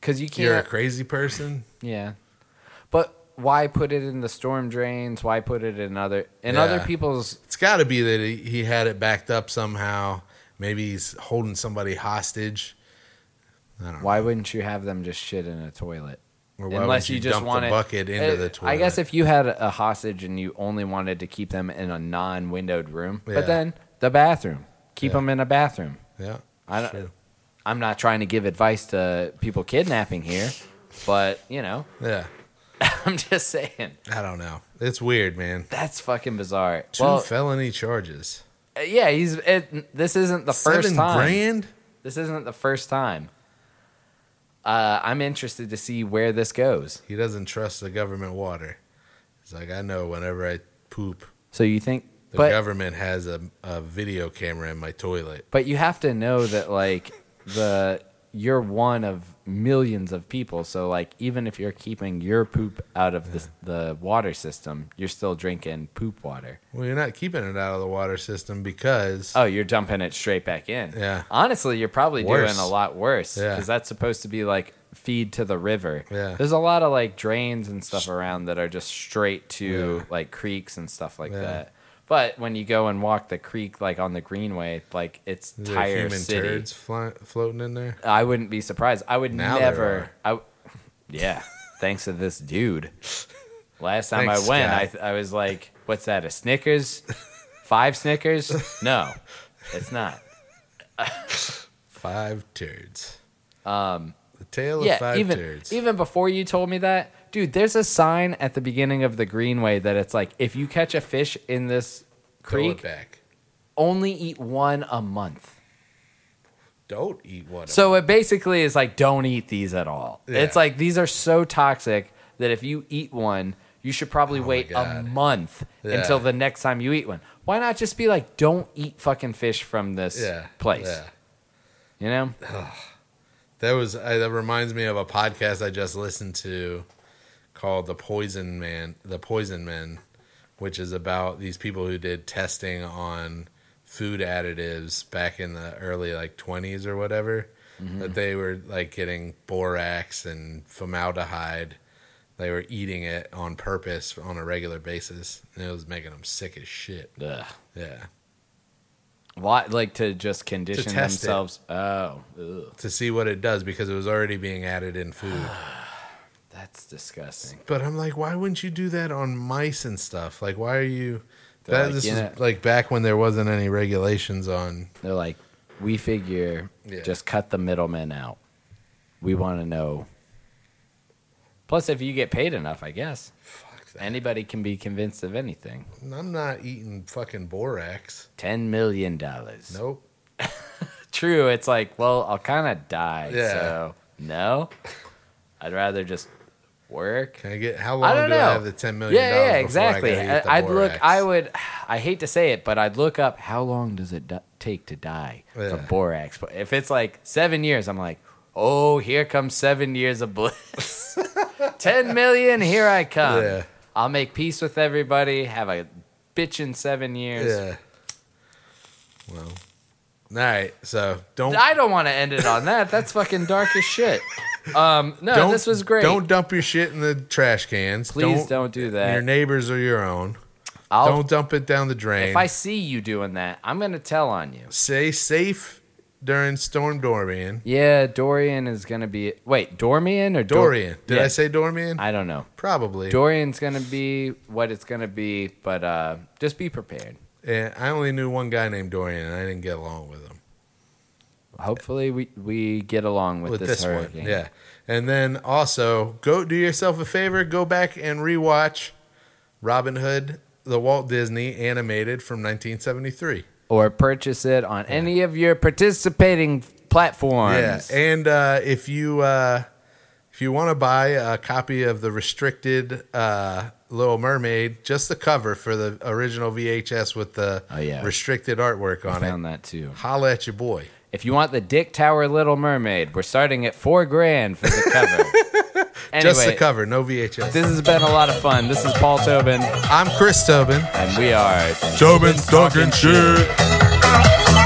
Because you
You're a
can't.
crazy person.
Yeah, but why put it in the storm drains? Why put it in other in other
Yeah.
people's?
It's got to be that he, he had it backed up somehow. Maybe he's holding somebody hostage. I don't know.
Why wouldn't you have them just shit in a toilet?
Or why
Unless
would
you, just
dump
want
the
it-
bucket into
uh,
the toilet.
I guess if you had a hostage and you only wanted to keep them in a non-windowed room,
Yeah.
but then the bathroom, keep
Yeah.
them in a bathroom.
yeah,
I don't.
Sure.
I'm not trying to give advice to people kidnapping here, but you know,
yeah.
I'm just saying
I don't know. It's weird, man.
that's fucking bizarre.
Two
Well, uh,
felony charges.
yeah, he's. It, this isn't the first
Seven
time.
grand.
This isn't the first time. Uh, I'm interested to see where this goes.
He doesn't trust the government water. He's like, I know. Whenever I poop,
So you think,
the
but
government has a, a video camera in my toilet.
but you have to know that like the you're one of millions of people. So like even if you're keeping your poop out of the the water system, you're still drinking poop water.
Well, you're not keeping it out of the water system because
Oh, you're dumping it straight back in.
Yeah.
Honestly, you're probably
Worse.
doing a lot worse because
Yeah.
that's supposed to be like feed to the river.
Yeah.
There's a lot of like drains and stuff around that are just straight to like creeks and stuff like
Yeah.
that. But when you go and walk the creek like on the greenway, like it's
is there
tire
human
city.
turds fly, floating in there.
I wouldn't be surprised. I would
Now there
never.
are.
I w yeah, thanks to this dude. Last time
Thanks,
I went,
Scott.
I, th- I was like, "What's that? A Snickers? Five Snickers? No, it's not."
Five turds. Um, the tail of
yeah,
five
even
turds.
even before you told me that, dude. There's a sign at the beginning of the greenway that it's like, if you catch a fish in this
Throw it
creek,
back.
only eat one a month.
Don't eat one.
So it basically is like don't eat these at all.
Yeah.
It's like these are so toxic that if you eat one, you should probably
Oh my
wait a
God.
month
Yeah.
until the next time you eat one. Why not just be like don't eat fucking fish from this
yeah,
place?
Yeah.
You know?
That was I, that reminds me of a podcast I just listened to called "The Poison Man," "The Poison Men," which is about these people who did testing on food additives back in the early like twenties or whatever. That they were like getting borax and formaldehyde. They were eating it on purpose on a regular basis, and it was making them sick as shit.
Ugh.
Yeah,
Why like to just condition
test it.
themselves? Oh, ugh,
to see what it does because it was already being added in food.
that's disgusting.
But I'm like, why wouldn't you do that on mice and stuff? Like, why are you?
They're
That
like,
this
you
is
know-
like back when there wasn't any regulations on.
They're like, we figure
Yeah.
just cut the middlemen out. We want to know. Plus, if you get paid enough, I guess.
Fuck that.
Anybody can be convinced of anything.
I'm not eating fucking borax.
Ten million dollars.
Nope.
True. It's like, well, I'll kind of die.
Yeah.
So no, I'd rather just work.
Can I get how
I
long
don't
do
know.
I have the ten million?
yeah, yeah,
before I
exactly.
gotta eat the
I, would look.
borax?
I would. I hate to say it, but I'd look up how long does it do- take to die
Yeah.
from borax. But if it's like seven years, I'm like, oh, here comes seven years of bliss. Ten million, here I come.
Yeah.
I'll make peace with everybody. Have a bitch in seven years.
Yeah. Well. All right. So don't.
I don't want to end it on that. That's fucking dark as shit. Um, no,
don't,
this was great.
Don't dump your shit in the trash cans.
Please don't, do
Your
that.
neighbors are your own.
I'll,
don't dump it down the drain.
if I see you doing that, I'm gonna tell on you.
Stay safe during Storm Dorian.
Yeah, Dorian is gonna be. Wait, Dormian or Dor-
Dorian. Did
Yeah,
I say Dorian?
I don't know.
Probably.
Dorian's gonna be what it's gonna be, but uh, just be prepared.
and I only knew one guy named Dorian, and I didn't get along with him.
Hopefully, we we get along with,
With
this,
this
hurricane.
one, yeah. And then also, go do yourself a favor. Go back and rewatch Robin Hood, the Walt Disney animated from 1973.
Or purchase it on any of your participating platforms.
Yeah. And uh, if you uh, if you want to buy a copy of the restricted uh, Little Mermaid, just the cover for the original VHS with the
Oh, yeah.
restricted artwork
I
on it,
found that too.
holla at your boy.
If you want the Dick Tower Little Mermaid, we're starting at four grand for the cover. anyway,
Just the cover, no VHS.
this has been a lot of fun. This is Paul Tobin,
I'm Chris Tobin.
and we are
Tobin's talking shit.
Bye.